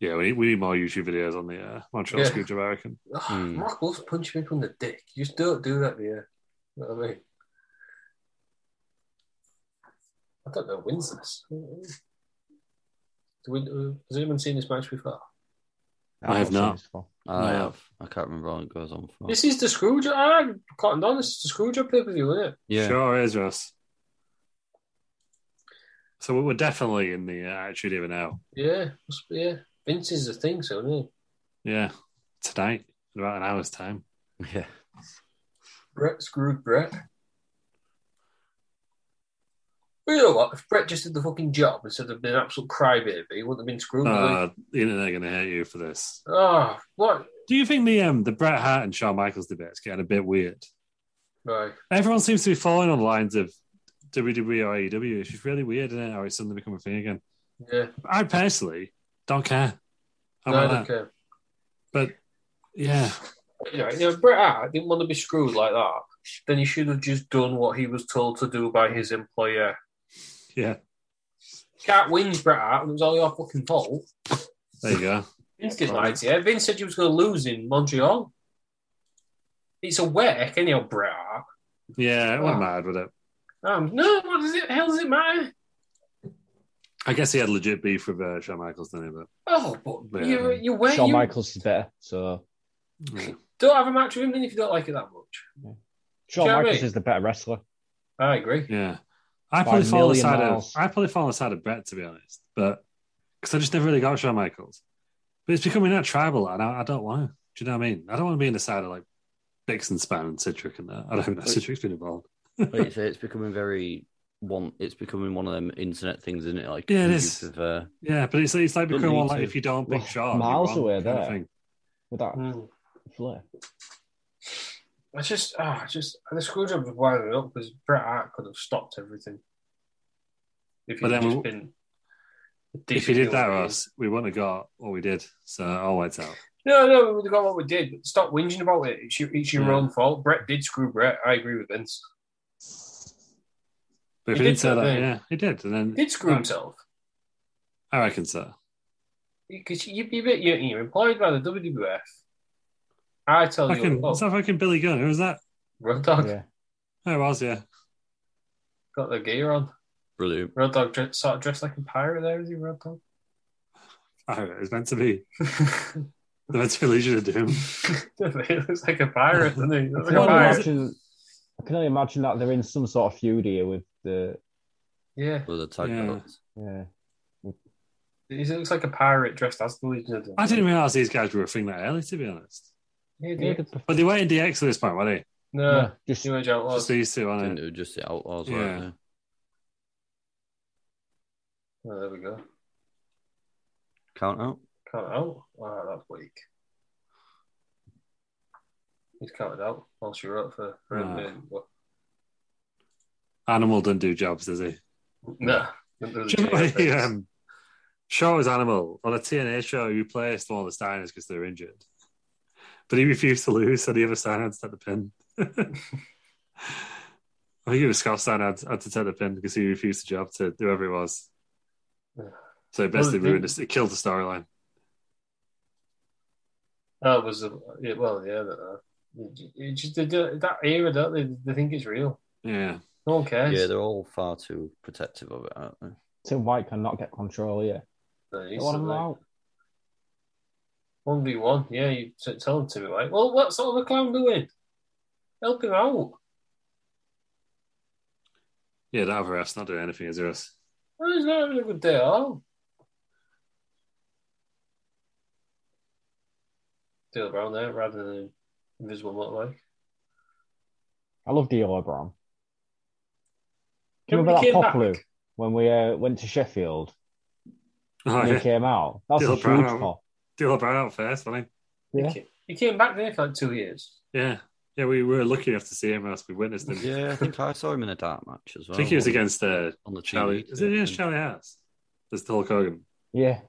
[SPEAKER 1] Yeah, we need, we need more YouTube videos on the uh, Montreal
[SPEAKER 2] Yeah.
[SPEAKER 1] yeah. Scrooge, I reckon.
[SPEAKER 2] Ugh,
[SPEAKER 4] Hmm.
[SPEAKER 2] Mark loves punching people in the dick. You just don't do that, dear. You know what I mean? I don't know who wins this. Do we, uh, has anyone seen this match before?
[SPEAKER 1] I have
[SPEAKER 3] seen
[SPEAKER 1] not.
[SPEAKER 3] this before.
[SPEAKER 4] I
[SPEAKER 1] No.
[SPEAKER 4] have. I can't remember how it goes on for.
[SPEAKER 2] This is the Screwjob. I'm cotton on. This is the Screwjob pay per view, isn't it?
[SPEAKER 4] Yeah.
[SPEAKER 1] Sure is, Russ. So we- we're definitely in the uh, Attitude Era now.
[SPEAKER 2] Yeah, must be, yeah. Vince is the thing, so isn't he?
[SPEAKER 1] Yeah, tonight in about an hour's time.
[SPEAKER 4] Yeah.
[SPEAKER 2] Brett screwed Brett. But you know what? If Brett just did the fucking job instead of being an absolute crybaby, he wouldn't have been screwed. would he?
[SPEAKER 1] Uh, the internet are going to hate you for this.
[SPEAKER 2] oh, what?
[SPEAKER 1] Do you think the um, the Bret Hart and Shawn Michaels debate is getting a bit weird?
[SPEAKER 2] Right.
[SPEAKER 1] Everyone seems to be falling on the lines of WWE or AEW. It's just really weird, isn't it? How it's suddenly become a thing again.
[SPEAKER 2] Yeah.
[SPEAKER 1] I personally don't care. How
[SPEAKER 2] No, I don't
[SPEAKER 1] about that?
[SPEAKER 2] care.
[SPEAKER 1] But yeah,
[SPEAKER 2] You know, you know, if Bret Hart didn't want to be screwed like that. Then he should have just done what he was told to do by his employer.
[SPEAKER 1] yeah.
[SPEAKER 2] Cat wins Bret Hart, and it was all your fucking fault.
[SPEAKER 1] There you go.
[SPEAKER 2] Vince didn't lie to you. Vince said you was going to lose in Montreal. It's a work, anyhow, Bret Hart.
[SPEAKER 1] Yeah, it
[SPEAKER 2] Ah.
[SPEAKER 1] wasn't mad with it.
[SPEAKER 2] Um, no, what does it? Hell does it matter?
[SPEAKER 1] I guess he had legit beef with uh, Shawn Michaels, didn't he? But
[SPEAKER 2] Oh, but
[SPEAKER 1] Yeah.
[SPEAKER 2] you you wait.
[SPEAKER 3] Shawn
[SPEAKER 2] you
[SPEAKER 3] Michaels is better. So *laughs*
[SPEAKER 1] yeah.
[SPEAKER 2] Don't have a match with him then if you don't like it that much.
[SPEAKER 3] Shawn
[SPEAKER 2] Yeah,
[SPEAKER 3] Michaels
[SPEAKER 2] mate.
[SPEAKER 3] is the better wrestler.
[SPEAKER 2] I agree.
[SPEAKER 1] Yeah. I
[SPEAKER 3] By
[SPEAKER 1] probably fall on the
[SPEAKER 3] million
[SPEAKER 1] side
[SPEAKER 3] miles.
[SPEAKER 1] of I probably fall on the side of Brett to be honest, but because I just never really got Shawn Michaels. But it's becoming that tribal, and I, I don't want to. Do you know what I mean? I don't want to be in the side of like Dixon Span and Citric and that. I don't know.
[SPEAKER 4] Right.
[SPEAKER 1] Citric's been involved.
[SPEAKER 4] Like you say, it's becoming very one. It's becoming one of them internet things, isn't it? Like
[SPEAKER 1] Yeah, it
[SPEAKER 4] the
[SPEAKER 1] is.
[SPEAKER 4] use of, uh,
[SPEAKER 1] Yeah, but it's it's like
[SPEAKER 4] Don't
[SPEAKER 1] becoming
[SPEAKER 4] need
[SPEAKER 1] one like
[SPEAKER 4] to.
[SPEAKER 1] if you don't pick
[SPEAKER 3] Well,
[SPEAKER 1] Shawn,
[SPEAKER 3] miles
[SPEAKER 1] you won,
[SPEAKER 3] away
[SPEAKER 1] kind of
[SPEAKER 3] there.
[SPEAKER 1] thing.
[SPEAKER 3] With that
[SPEAKER 2] Hmm.
[SPEAKER 3] flair.
[SPEAKER 2] I just, ah, just the screwdriver was winding up because Bret Hart could have stopped everything. If
[SPEAKER 1] But
[SPEAKER 2] he'd
[SPEAKER 1] then
[SPEAKER 2] just
[SPEAKER 1] we-
[SPEAKER 2] been. a
[SPEAKER 1] If
[SPEAKER 2] decent
[SPEAKER 1] you did that,
[SPEAKER 2] human being.
[SPEAKER 1] Ross, we wouldn't have got what we did. So all lights out.
[SPEAKER 2] No, no, we would have got what we did. But stop whinging about it. It's your, it's your
[SPEAKER 1] Yeah.
[SPEAKER 2] own fault. Brett did screw Brett. I agree with Vince.
[SPEAKER 1] But if
[SPEAKER 2] He did
[SPEAKER 1] you didn't say
[SPEAKER 2] that,
[SPEAKER 1] that,
[SPEAKER 2] didn't he?
[SPEAKER 1] yeah, he did. And then
[SPEAKER 2] He did screw
[SPEAKER 1] I-
[SPEAKER 2] himself.
[SPEAKER 1] I reckon so.
[SPEAKER 2] Because you, you, you, you're employed by the WWF. I tell you,
[SPEAKER 1] Fucking,
[SPEAKER 2] oh,
[SPEAKER 1] it's *laughs* not fucking Billy Gunn. Who was that?
[SPEAKER 2] Road Dog
[SPEAKER 3] Yeah.
[SPEAKER 1] Oh, it was, yeah.
[SPEAKER 2] got the gear on.
[SPEAKER 4] Brilliant.
[SPEAKER 2] Road Dog dre- sort of dressed like a pirate there, is he, Road
[SPEAKER 1] *laughs*
[SPEAKER 2] Dog? *laughs*
[SPEAKER 1] Pirate. It's meant to be. The meant to be Legion of Doom.
[SPEAKER 2] he looks like a pirate, doesn't he? He looks like
[SPEAKER 3] I can,
[SPEAKER 2] a
[SPEAKER 3] only
[SPEAKER 2] pirate.
[SPEAKER 3] imagine, I can only imagine that they're in some sort of feud here with the
[SPEAKER 2] Yeah,
[SPEAKER 4] With the tag
[SPEAKER 1] Yeah.
[SPEAKER 4] belts.
[SPEAKER 3] yeah.
[SPEAKER 2] he looks like a pirate dressed as the Legion of Doom.
[SPEAKER 1] I didn't realise these guys were a thing that early, to be honest.
[SPEAKER 2] Yeah,
[SPEAKER 3] yeah.
[SPEAKER 2] dude.
[SPEAKER 1] But they weren't in DX at this point, were they?
[SPEAKER 2] No,
[SPEAKER 3] Yeah, just
[SPEAKER 2] New Age Outlaws.
[SPEAKER 1] Just these two,
[SPEAKER 4] I
[SPEAKER 1] on
[SPEAKER 4] think
[SPEAKER 1] it?
[SPEAKER 4] it was just the outlaws,
[SPEAKER 1] Yeah.
[SPEAKER 4] weren't they?
[SPEAKER 2] Oh, there we go.
[SPEAKER 4] Count out.
[SPEAKER 2] Count out. Wow, that's weak. He's counted out while she wrote for, for
[SPEAKER 1] Ah.
[SPEAKER 2] a minute. But,
[SPEAKER 1] Animal doesn't do jobs, does he?
[SPEAKER 2] no. There was a
[SPEAKER 1] Do you know
[SPEAKER 2] J
[SPEAKER 1] *laughs* what he,
[SPEAKER 2] reference.
[SPEAKER 1] um, show was Animal on a TNA show. He replaced one of the Steiners because they were injured, but he refused to lose, so the other Steiner had to take the pin. *laughs* I think it was Scott Steiner had, had to take the pin because he refused the job to whoever it was. So it basically
[SPEAKER 2] Well,
[SPEAKER 1] ruined us. It killed the storyline.
[SPEAKER 2] That was a, yeah, well, yeah. That, uh, it- it just, they do, that era, don't they? They think it's real.
[SPEAKER 1] Yeah,
[SPEAKER 2] No one cares.
[SPEAKER 4] Yeah, they're all far too protective of it, aren't they?
[SPEAKER 1] *laughs*
[SPEAKER 3] Tim White cannot get control. Yeah,
[SPEAKER 2] They
[SPEAKER 3] They
[SPEAKER 2] used
[SPEAKER 3] want
[SPEAKER 2] to,
[SPEAKER 3] him
[SPEAKER 2] like,
[SPEAKER 3] out.
[SPEAKER 2] One v one, yeah. You t- tell him to be like, well, what's all the clown doing? Help him out.
[SPEAKER 1] yeah. That other ref's not doing anything as us.
[SPEAKER 2] Well, he's not having a good day at all. Deal Brown there rather than invisible motorbike.
[SPEAKER 3] I love D'Lo Brown. Do you
[SPEAKER 2] Remember
[SPEAKER 3] remember
[SPEAKER 2] he came
[SPEAKER 3] that pop
[SPEAKER 2] back?
[SPEAKER 3] loop when we uh, went to Sheffield
[SPEAKER 1] *laughs* Oh
[SPEAKER 3] and he
[SPEAKER 1] yeah,
[SPEAKER 3] came out? That's
[SPEAKER 1] D'Lo
[SPEAKER 3] a huge
[SPEAKER 1] Brown.
[SPEAKER 3] pop.
[SPEAKER 1] Deal Brown out first, wasn't
[SPEAKER 2] He
[SPEAKER 3] Yeah.
[SPEAKER 2] ca- He came back there for like two years.
[SPEAKER 1] he? Yeah, yeah. We were lucky enough to see him as we witnessed him.
[SPEAKER 4] Yeah, I think I saw him in a dark match as
[SPEAKER 1] I
[SPEAKER 4] well.
[SPEAKER 1] think he was against uh,
[SPEAKER 4] on the
[SPEAKER 1] Charlie.
[SPEAKER 4] TV.
[SPEAKER 1] Is it against Charlie House? There's Hulk Hogan.
[SPEAKER 3] Yeah,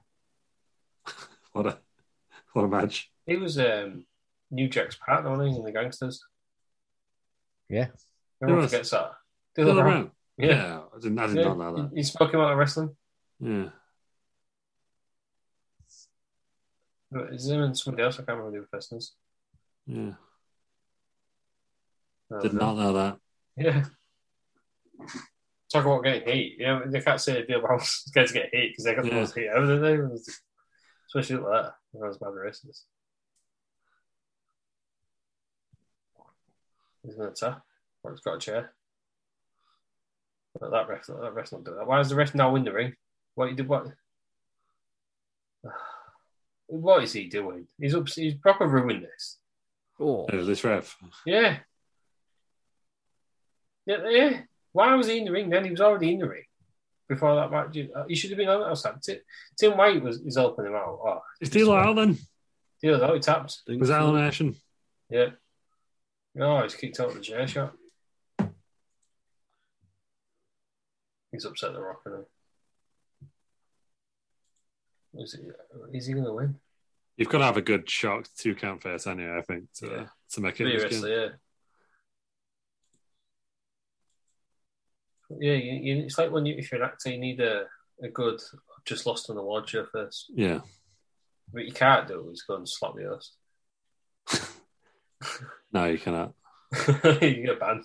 [SPEAKER 1] What a *laughs* what a match.
[SPEAKER 2] He was um, New Jack's partner, wasn't he, in the gangsters?
[SPEAKER 3] yeah.
[SPEAKER 2] Everyone
[SPEAKER 1] Who else?
[SPEAKER 2] forgets that. Deal
[SPEAKER 1] Still
[SPEAKER 2] Brown.
[SPEAKER 1] around. Yeah.
[SPEAKER 2] Yeah.
[SPEAKER 1] I didn't I did
[SPEAKER 2] yeah.
[SPEAKER 1] not know that.
[SPEAKER 2] He, he spoke about wrestling.
[SPEAKER 1] Yeah.
[SPEAKER 2] It's him and somebody else. I can't remember the other person. is.
[SPEAKER 1] Yeah.
[SPEAKER 2] No,
[SPEAKER 1] Did
[SPEAKER 2] no.
[SPEAKER 1] not know that.
[SPEAKER 2] Yeah. Talk about getting hate. You know, they can't say *laughs* Deal Brown's guys get hate because they got the
[SPEAKER 1] Yeah.
[SPEAKER 2] most hate ever, didn't they? It was- Especially like that. Everyone's bad racist. He's going to tap. Or he's got a chair. But that ref, that ref's not doing that. Why is the ref now in the ring? What he did? What? *sighs* What is he doing? He's up. He's proper ruined this.
[SPEAKER 4] Oh,
[SPEAKER 1] Oh, this ref.
[SPEAKER 2] Yeah. Yeah, yeah. Why was he in the ring then? He was already in the ring before that match. You- uh, He should have been on outside. Tim, Tim White was is helping him out. Oh,
[SPEAKER 1] Is Deal
[SPEAKER 2] Sorry.
[SPEAKER 1] out then?
[SPEAKER 2] yeah, though he tapped.
[SPEAKER 4] think
[SPEAKER 1] Was
[SPEAKER 4] so.
[SPEAKER 1] Alan Ashton?
[SPEAKER 2] Yeah. Oh, he's kicked out of the chair shot. He's upset the rock now. Is he, is he going to win?
[SPEAKER 1] You've got to have a good shock two count first anyway, I think, to
[SPEAKER 2] Yeah.
[SPEAKER 1] to make it. this game.
[SPEAKER 2] Seriously, yeah. Yeah, you, you, it's like when you, if you're an actor, you need a, a good just lost on the award show first.
[SPEAKER 1] Yeah.
[SPEAKER 2] What you can't do is go and slap the
[SPEAKER 1] *laughs*
[SPEAKER 2] host.
[SPEAKER 1] No, you cannot.
[SPEAKER 2] *laughs* you get banned.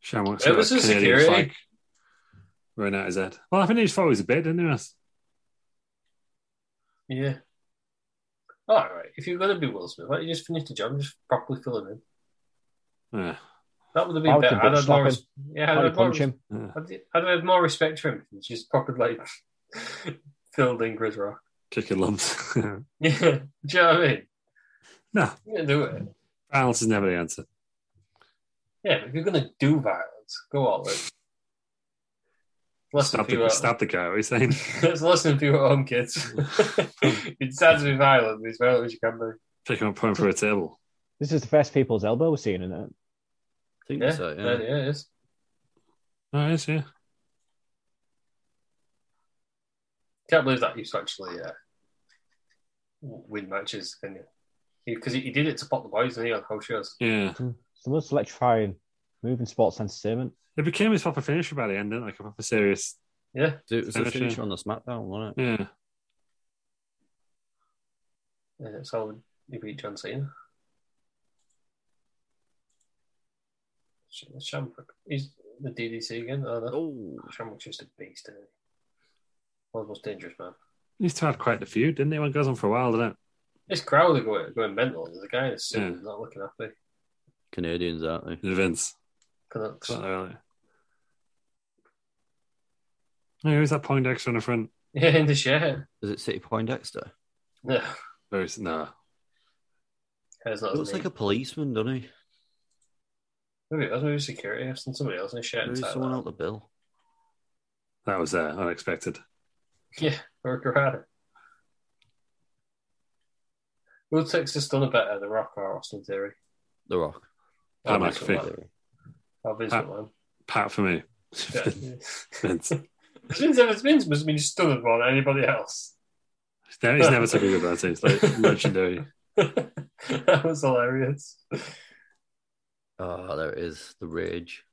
[SPEAKER 1] Shamrock's
[SPEAKER 2] It
[SPEAKER 1] got a
[SPEAKER 2] was a
[SPEAKER 1] Canadian
[SPEAKER 2] security.
[SPEAKER 1] flag running out his head. Well, I think he was always a bit, didn't he? Russ?
[SPEAKER 2] Yeah. All right. If you're going to be Will Smith, why don't you just finish the job? Just properly fill him in.
[SPEAKER 1] Yeah.
[SPEAKER 2] That would have
[SPEAKER 3] Why
[SPEAKER 2] been
[SPEAKER 3] would
[SPEAKER 2] better.
[SPEAKER 3] you
[SPEAKER 2] I'd
[SPEAKER 3] bitch
[SPEAKER 2] have
[SPEAKER 3] slap
[SPEAKER 2] more.
[SPEAKER 3] him?
[SPEAKER 2] res- Yeah, I'd
[SPEAKER 3] Can't you
[SPEAKER 2] have more, res-
[SPEAKER 3] punch him?
[SPEAKER 1] yeah.
[SPEAKER 2] I'd, I'd have more respect for him. if he Just properly *laughs* like filled in Grizz Rock. *laughs*
[SPEAKER 1] Kicking lumps. *laughs* no.
[SPEAKER 2] Yeah. Do you know what I mean? You can do it.
[SPEAKER 1] Violence is never the answer.
[SPEAKER 2] Yeah, but if you're gonna do violence, go all in. Less than
[SPEAKER 1] Stab
[SPEAKER 2] few
[SPEAKER 1] the,
[SPEAKER 2] at *laughs*
[SPEAKER 1] stab the guy, what are you saying? *laughs*
[SPEAKER 2] It's less than few at home
[SPEAKER 4] *laughs*
[SPEAKER 2] kids. it sounds to be violent, but it's violent as you can be.
[SPEAKER 1] Pick him up, put him through a table.
[SPEAKER 3] This is the first people's elbow we've seen in it.
[SPEAKER 4] I think
[SPEAKER 2] Yeah,
[SPEAKER 4] so,
[SPEAKER 2] yeah, yeah,
[SPEAKER 4] yeah.
[SPEAKER 2] it is.
[SPEAKER 1] Oh, yes, yeah.
[SPEAKER 2] Can't believe that used to actually uh, win matches, can you? Because he, he did it to pop the boys, didn't he, on house shows?
[SPEAKER 1] Yeah.
[SPEAKER 3] It's the most electrifying move in sports entertainment.
[SPEAKER 1] It became his proper finisher by the end, didn't it? Like a proper serious.
[SPEAKER 2] Yeah.
[SPEAKER 4] It was the
[SPEAKER 1] Finisher.
[SPEAKER 4] finisher on the SmackDown, wasn't it?
[SPEAKER 1] Yeah.
[SPEAKER 2] yeah that's how he beat John Cena. Sh- Shamrock. He's, the DDT again. Oh, no.
[SPEAKER 4] Oh,
[SPEAKER 2] Shamrock's just a beast, isn't he? One of the most dangerous man.
[SPEAKER 1] He used to have quite a few, didn't he? One goes on for a while, didn't it?
[SPEAKER 2] This crowd are going, going mental. There's a guy in a suit
[SPEAKER 4] Hmm.
[SPEAKER 1] Yeah.
[SPEAKER 2] who's not looking happy.
[SPEAKER 4] Canadians, aren't they?
[SPEAKER 1] The Vince.
[SPEAKER 2] Canucks.
[SPEAKER 1] Not really. Yeah, who's that Poindexter on the front?
[SPEAKER 2] *laughs* Yeah, in the shirt.
[SPEAKER 4] Is it City Poindexter?
[SPEAKER 2] No,
[SPEAKER 1] There's no.
[SPEAKER 2] hair's not.
[SPEAKER 4] He looks like a policeman, doesn't he?
[SPEAKER 2] maybe it was maybe security. I've seen somebody else in a shirt. and
[SPEAKER 4] Maybe
[SPEAKER 2] tie
[SPEAKER 4] someone
[SPEAKER 2] that.
[SPEAKER 4] out the bill.
[SPEAKER 1] That was uh, unexpected.
[SPEAKER 2] Yeah, or Corrado. Who takes the stunner better, The Rock or Austin Theory?
[SPEAKER 4] The Rock.
[SPEAKER 1] Pat
[SPEAKER 2] Vince
[SPEAKER 1] McAfee.
[SPEAKER 2] McMahon. Or Vince
[SPEAKER 4] Ah.
[SPEAKER 1] Pat-
[SPEAKER 4] *laughs*
[SPEAKER 2] McMahon.
[SPEAKER 1] Pat for me.
[SPEAKER 2] Yeah.
[SPEAKER 1] *laughs* Vince.
[SPEAKER 2] *laughs* Vince ever Vince must have been stunned more than anybody else. *laughs*
[SPEAKER 1] There is never something about it. It's like legendary.
[SPEAKER 2] that was hilarious.
[SPEAKER 4] Oh, there it is. The Rage.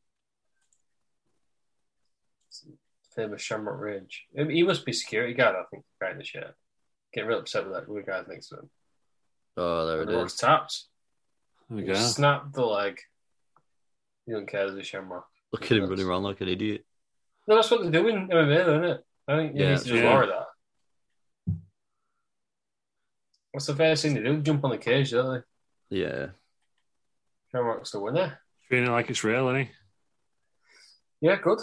[SPEAKER 2] Famous Shamrock Range. I mean, He must be security guard, I think, guy in the shirt. Get real upset with that weird guy next to him.
[SPEAKER 4] Oh, there
[SPEAKER 2] And
[SPEAKER 4] it
[SPEAKER 2] the rock's
[SPEAKER 4] is.
[SPEAKER 2] tapped.
[SPEAKER 1] There we
[SPEAKER 2] He
[SPEAKER 1] go.
[SPEAKER 2] snapped the leg. He doesn't care there's a shamrock.
[SPEAKER 4] Look at him running around like an idiot.
[SPEAKER 2] No, that's what they're doing in MMA, though, isn't it? I think you
[SPEAKER 4] Yeah,
[SPEAKER 2] need to just
[SPEAKER 1] yeah.
[SPEAKER 2] lower that. What's the fairest thing to do? Jump on the cage, don't they?
[SPEAKER 4] Yeah.
[SPEAKER 2] Shamrock's the winner.
[SPEAKER 1] Treating it like it's real, isn't he?
[SPEAKER 2] Yeah, good.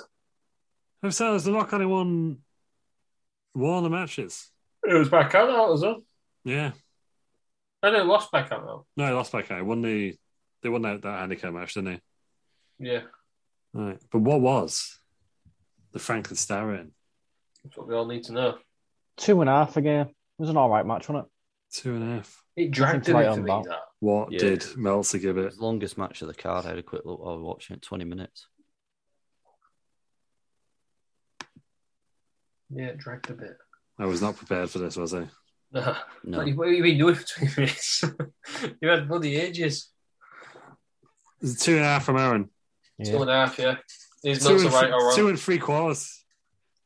[SPEAKER 1] I've said there's Oh, the knock only won one of the matches.
[SPEAKER 2] It was by count out as well.
[SPEAKER 1] Yeah.
[SPEAKER 2] I know, lost by count out.
[SPEAKER 1] No, he lost by count. He Won the they won that, that handicap match, didn't they?
[SPEAKER 2] Yeah,
[SPEAKER 1] Right. But what was the Franklin Star in?
[SPEAKER 2] that's what we all need to know.
[SPEAKER 3] Two and a half again. It was an all right match, wasn't it?
[SPEAKER 1] Two and a half.
[SPEAKER 2] It dragged
[SPEAKER 3] Nothing to
[SPEAKER 2] in
[SPEAKER 3] write
[SPEAKER 2] for me,
[SPEAKER 3] on about.
[SPEAKER 2] that.
[SPEAKER 1] What
[SPEAKER 4] Yeah.
[SPEAKER 1] did Meltzer give
[SPEAKER 4] It
[SPEAKER 1] it?
[SPEAKER 4] was the longest match of the card. I had a quick look while we were watching it 20 minutes.
[SPEAKER 2] Yeah, it dragged a bit. *laughs*
[SPEAKER 1] I was not prepared for this, was I?
[SPEAKER 2] No. What,
[SPEAKER 4] No.
[SPEAKER 2] have you- what have you been doing for 20 minutes? *laughs* you had bloody ages.
[SPEAKER 1] It's two and a half from Aaron.
[SPEAKER 2] Two and a half, yeah. There's
[SPEAKER 1] Two
[SPEAKER 2] not
[SPEAKER 1] and,
[SPEAKER 2] so
[SPEAKER 1] three-
[SPEAKER 2] right or wrong.
[SPEAKER 1] two and three quarters.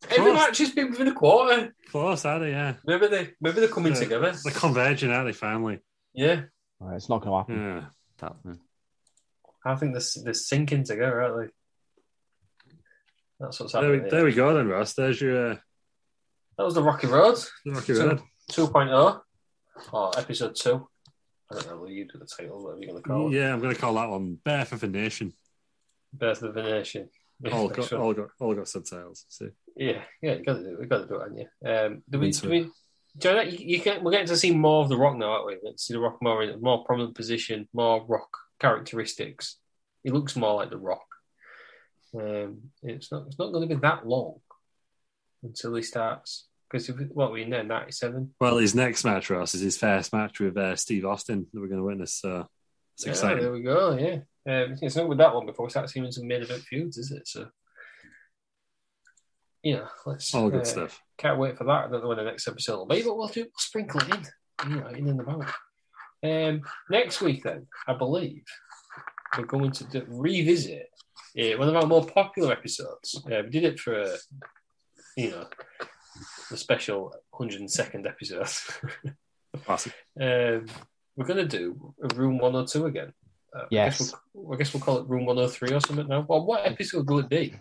[SPEAKER 2] Every
[SPEAKER 1] Close.
[SPEAKER 2] match has been within a quarter.
[SPEAKER 1] Close, are they? Yeah.
[SPEAKER 2] Maybe, they, maybe they're coming
[SPEAKER 1] Yeah.
[SPEAKER 2] together.
[SPEAKER 1] They're converging, aren't they, finally?
[SPEAKER 2] Yeah.
[SPEAKER 3] All right, it's not going to happen.
[SPEAKER 1] Yeah.
[SPEAKER 4] It's happening.
[SPEAKER 2] I think they're, they're sinking together, aren't they? That's what's
[SPEAKER 1] There we,
[SPEAKER 2] happening.
[SPEAKER 1] there we go then, Ross. There's your uh,
[SPEAKER 2] That was the Rocky Road
[SPEAKER 1] Rocky
[SPEAKER 2] So-
[SPEAKER 1] Road.
[SPEAKER 2] 2.0 or episode 2. I don't know, will you do the title, whatever you're going to call it?
[SPEAKER 1] Yeah, I'm going to call that one Bear for the Nation.
[SPEAKER 2] Birth of the Nation. *laughs*
[SPEAKER 1] All
[SPEAKER 2] Next
[SPEAKER 1] got,
[SPEAKER 2] one.
[SPEAKER 1] all got, all got subtitles. See,
[SPEAKER 2] Yeah, yeah, you gotta do it. We gotta do it, haven't you? Um, do we?
[SPEAKER 1] Into
[SPEAKER 2] Do
[SPEAKER 1] it.
[SPEAKER 2] we? Do you, know, you, you can, we're getting to see more of the Rock now, aren't we? Let's see the Rock more in a more prominent position, more Rock characteristics. He looks more like the Rock. Um, it's not. It's not going to be that long until he starts. Because what we in there ninety seven.
[SPEAKER 1] well, his next match, Ross, is his first match with uh, Steve Austin that we're going to witness. So it's exciting.
[SPEAKER 2] there we go. Yeah, um, it's not with that one before we start seeing some main event feuds, is it? So, you know, let's
[SPEAKER 1] all good
[SPEAKER 2] uh,
[SPEAKER 1] stuff.
[SPEAKER 2] Can't wait for that. I don't know when the next episode will be, but we'll do we'll sprinkle it in, you know, in and about. Um, next week, then I believe we're going to do, revisit uh, one of our more popular episodes. Uh, we did it for, uh, you know, the special 102nd episode. *laughs*
[SPEAKER 1] Classic.
[SPEAKER 2] um, we're going to do Room 102 again. Uh, I guess
[SPEAKER 3] Yes.
[SPEAKER 2] we'll- I guess we'll call it Room 103 or something now. Well, what episode will it be?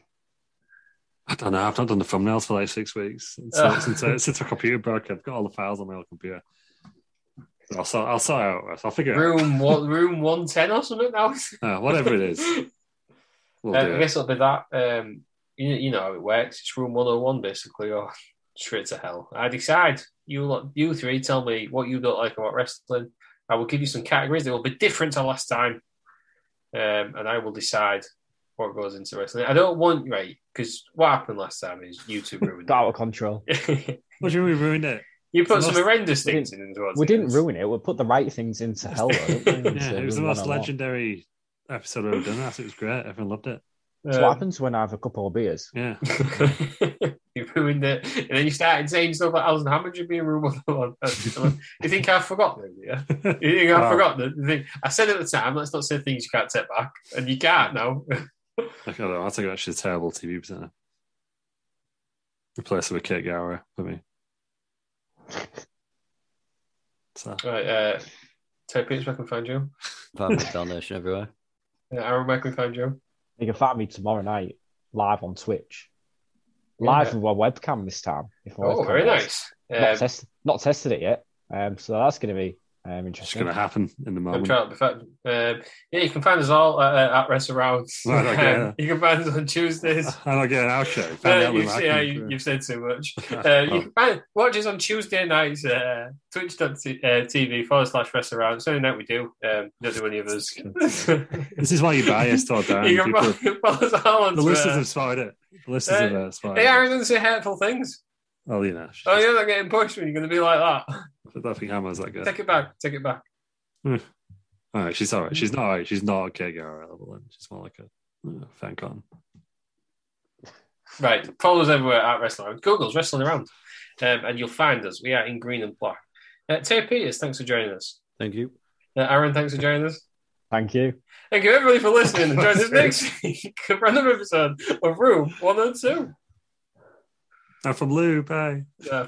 [SPEAKER 1] I don't know. I've not done the thumbnails for like six weeks since,
[SPEAKER 2] Ah.
[SPEAKER 1] since, uh, since my computer broke. I've got all the files on my old computer. I'll sort. I'll sort it out. Ross. I'll figure it
[SPEAKER 2] Room one, room 110 or something now.
[SPEAKER 1] out. Uh, whatever
[SPEAKER 2] *laughs*
[SPEAKER 1] it is, we'll
[SPEAKER 2] Uh,
[SPEAKER 1] do
[SPEAKER 2] I
[SPEAKER 1] it.
[SPEAKER 2] guess it'll be that. Um, you, you know how it works. It's room 101, basically, *laughs* or straight to hell. I decide. You lot, you three tell me what you don't like about wrestling. I will give you some categories. They will be different to last time. Um, and I will decide what goes into wrestling. I don't want, right, because what happened last time is
[SPEAKER 3] *laughs*
[SPEAKER 2] YouTube ruined
[SPEAKER 3] Out of control.
[SPEAKER 2] it.
[SPEAKER 1] What do you mean we ruined it?
[SPEAKER 2] *laughs* you put
[SPEAKER 1] It's the
[SPEAKER 2] some
[SPEAKER 1] most-
[SPEAKER 2] horrendous
[SPEAKER 3] we
[SPEAKER 2] things in towards
[SPEAKER 3] We
[SPEAKER 2] the
[SPEAKER 3] didn't
[SPEAKER 2] end.
[SPEAKER 3] ruin it. We put the right things into hell. Though, didn't
[SPEAKER 2] *laughs*
[SPEAKER 3] we?
[SPEAKER 1] Yeah,
[SPEAKER 3] Into
[SPEAKER 1] it was the
[SPEAKER 3] Room
[SPEAKER 1] most
[SPEAKER 3] 101.
[SPEAKER 1] legendary episode I've ever done. That it was great. Everyone loved it.
[SPEAKER 3] It's
[SPEAKER 2] Um,
[SPEAKER 3] what happens when I have a couple of beers.
[SPEAKER 1] Yeah.
[SPEAKER 2] *laughs* you ruined it. And then you started saying stuff like Alison Hammond should be in room *laughs* 101. you think I've forgotten? Yeah. You think
[SPEAKER 1] Wow.
[SPEAKER 2] I've forgotten? the thing? I said at the time, let's not say things you can't take back. And you can't now. *laughs*
[SPEAKER 1] Like, I don't know, I think that's actually a terrible TV presenter. Replace her with Kate Gower for me. So,
[SPEAKER 2] right. Uh, Ted Pitts, where can we find you?
[SPEAKER 4] Family down nation everywhere.
[SPEAKER 2] Uh, Aaron, where can we find you?
[SPEAKER 3] You can find me tomorrow night live on Twitch,
[SPEAKER 2] Yeah.
[SPEAKER 3] live with my webcam this time. If my
[SPEAKER 2] Oh,
[SPEAKER 3] webcam
[SPEAKER 2] very
[SPEAKER 3] works.
[SPEAKER 2] nice.
[SPEAKER 3] Not,
[SPEAKER 2] Um,
[SPEAKER 3] test, not tested it yet, um, so that's going to be um,
[SPEAKER 1] It's
[SPEAKER 3] interesting.
[SPEAKER 1] going to happen in the
[SPEAKER 2] I'm
[SPEAKER 1] moment.
[SPEAKER 2] trying to perfect. Um, yeah, you can find us all at, uh, at Rest Around.
[SPEAKER 1] Right, okay.
[SPEAKER 2] Um, *laughs* you can find us on
[SPEAKER 1] *laughs*
[SPEAKER 2] Tuesdays.
[SPEAKER 1] I don't get an out show. Found
[SPEAKER 2] Uh,
[SPEAKER 1] out
[SPEAKER 2] you've,
[SPEAKER 1] with my
[SPEAKER 2] yeah,
[SPEAKER 1] acting
[SPEAKER 2] you,
[SPEAKER 1] career.
[SPEAKER 2] you've said so much.
[SPEAKER 1] *laughs*
[SPEAKER 2] Uh,
[SPEAKER 1] Oh.
[SPEAKER 2] you can find, watch us on Tuesday nights, uh, twitch.tv uh, forward slash rest around. It's the only night we do. Um, don't do any of us. you
[SPEAKER 1] This is why you biased
[SPEAKER 2] *laughs*
[SPEAKER 1] or down.
[SPEAKER 2] can
[SPEAKER 1] People,
[SPEAKER 2] follow, follow us all uh, on
[SPEAKER 1] the listeners
[SPEAKER 2] Twitter.
[SPEAKER 1] have spotted it. The listeners
[SPEAKER 2] Uh,
[SPEAKER 1] have uh, spotted
[SPEAKER 2] Hey, Aaron
[SPEAKER 1] it.
[SPEAKER 2] doesn't say hateful things.
[SPEAKER 1] Oh, you know.
[SPEAKER 2] Oh, you're not getting pushed when you're going to be like that.
[SPEAKER 1] I don't think Hammer's that good.
[SPEAKER 2] Take it back. Take it back.
[SPEAKER 1] All right, she's all right. She's not all right. She's not a KGR level. Then. She's more like a uh, fan con.
[SPEAKER 2] Right. Follow us everywhere at Wrestling Around. Google's Wrestling Around. Um, and you'll find us. We are in green and black. Uh, Tay Peters, thanks for joining us.
[SPEAKER 4] Thank you.
[SPEAKER 2] Uh, Aaron, thanks for joining us.
[SPEAKER 3] Thank you.
[SPEAKER 2] Thank you, everybody, for listening. And join us next week *laughs* for another episode of Room 102.
[SPEAKER 1] And from Lou, bye.
[SPEAKER 2] Uh,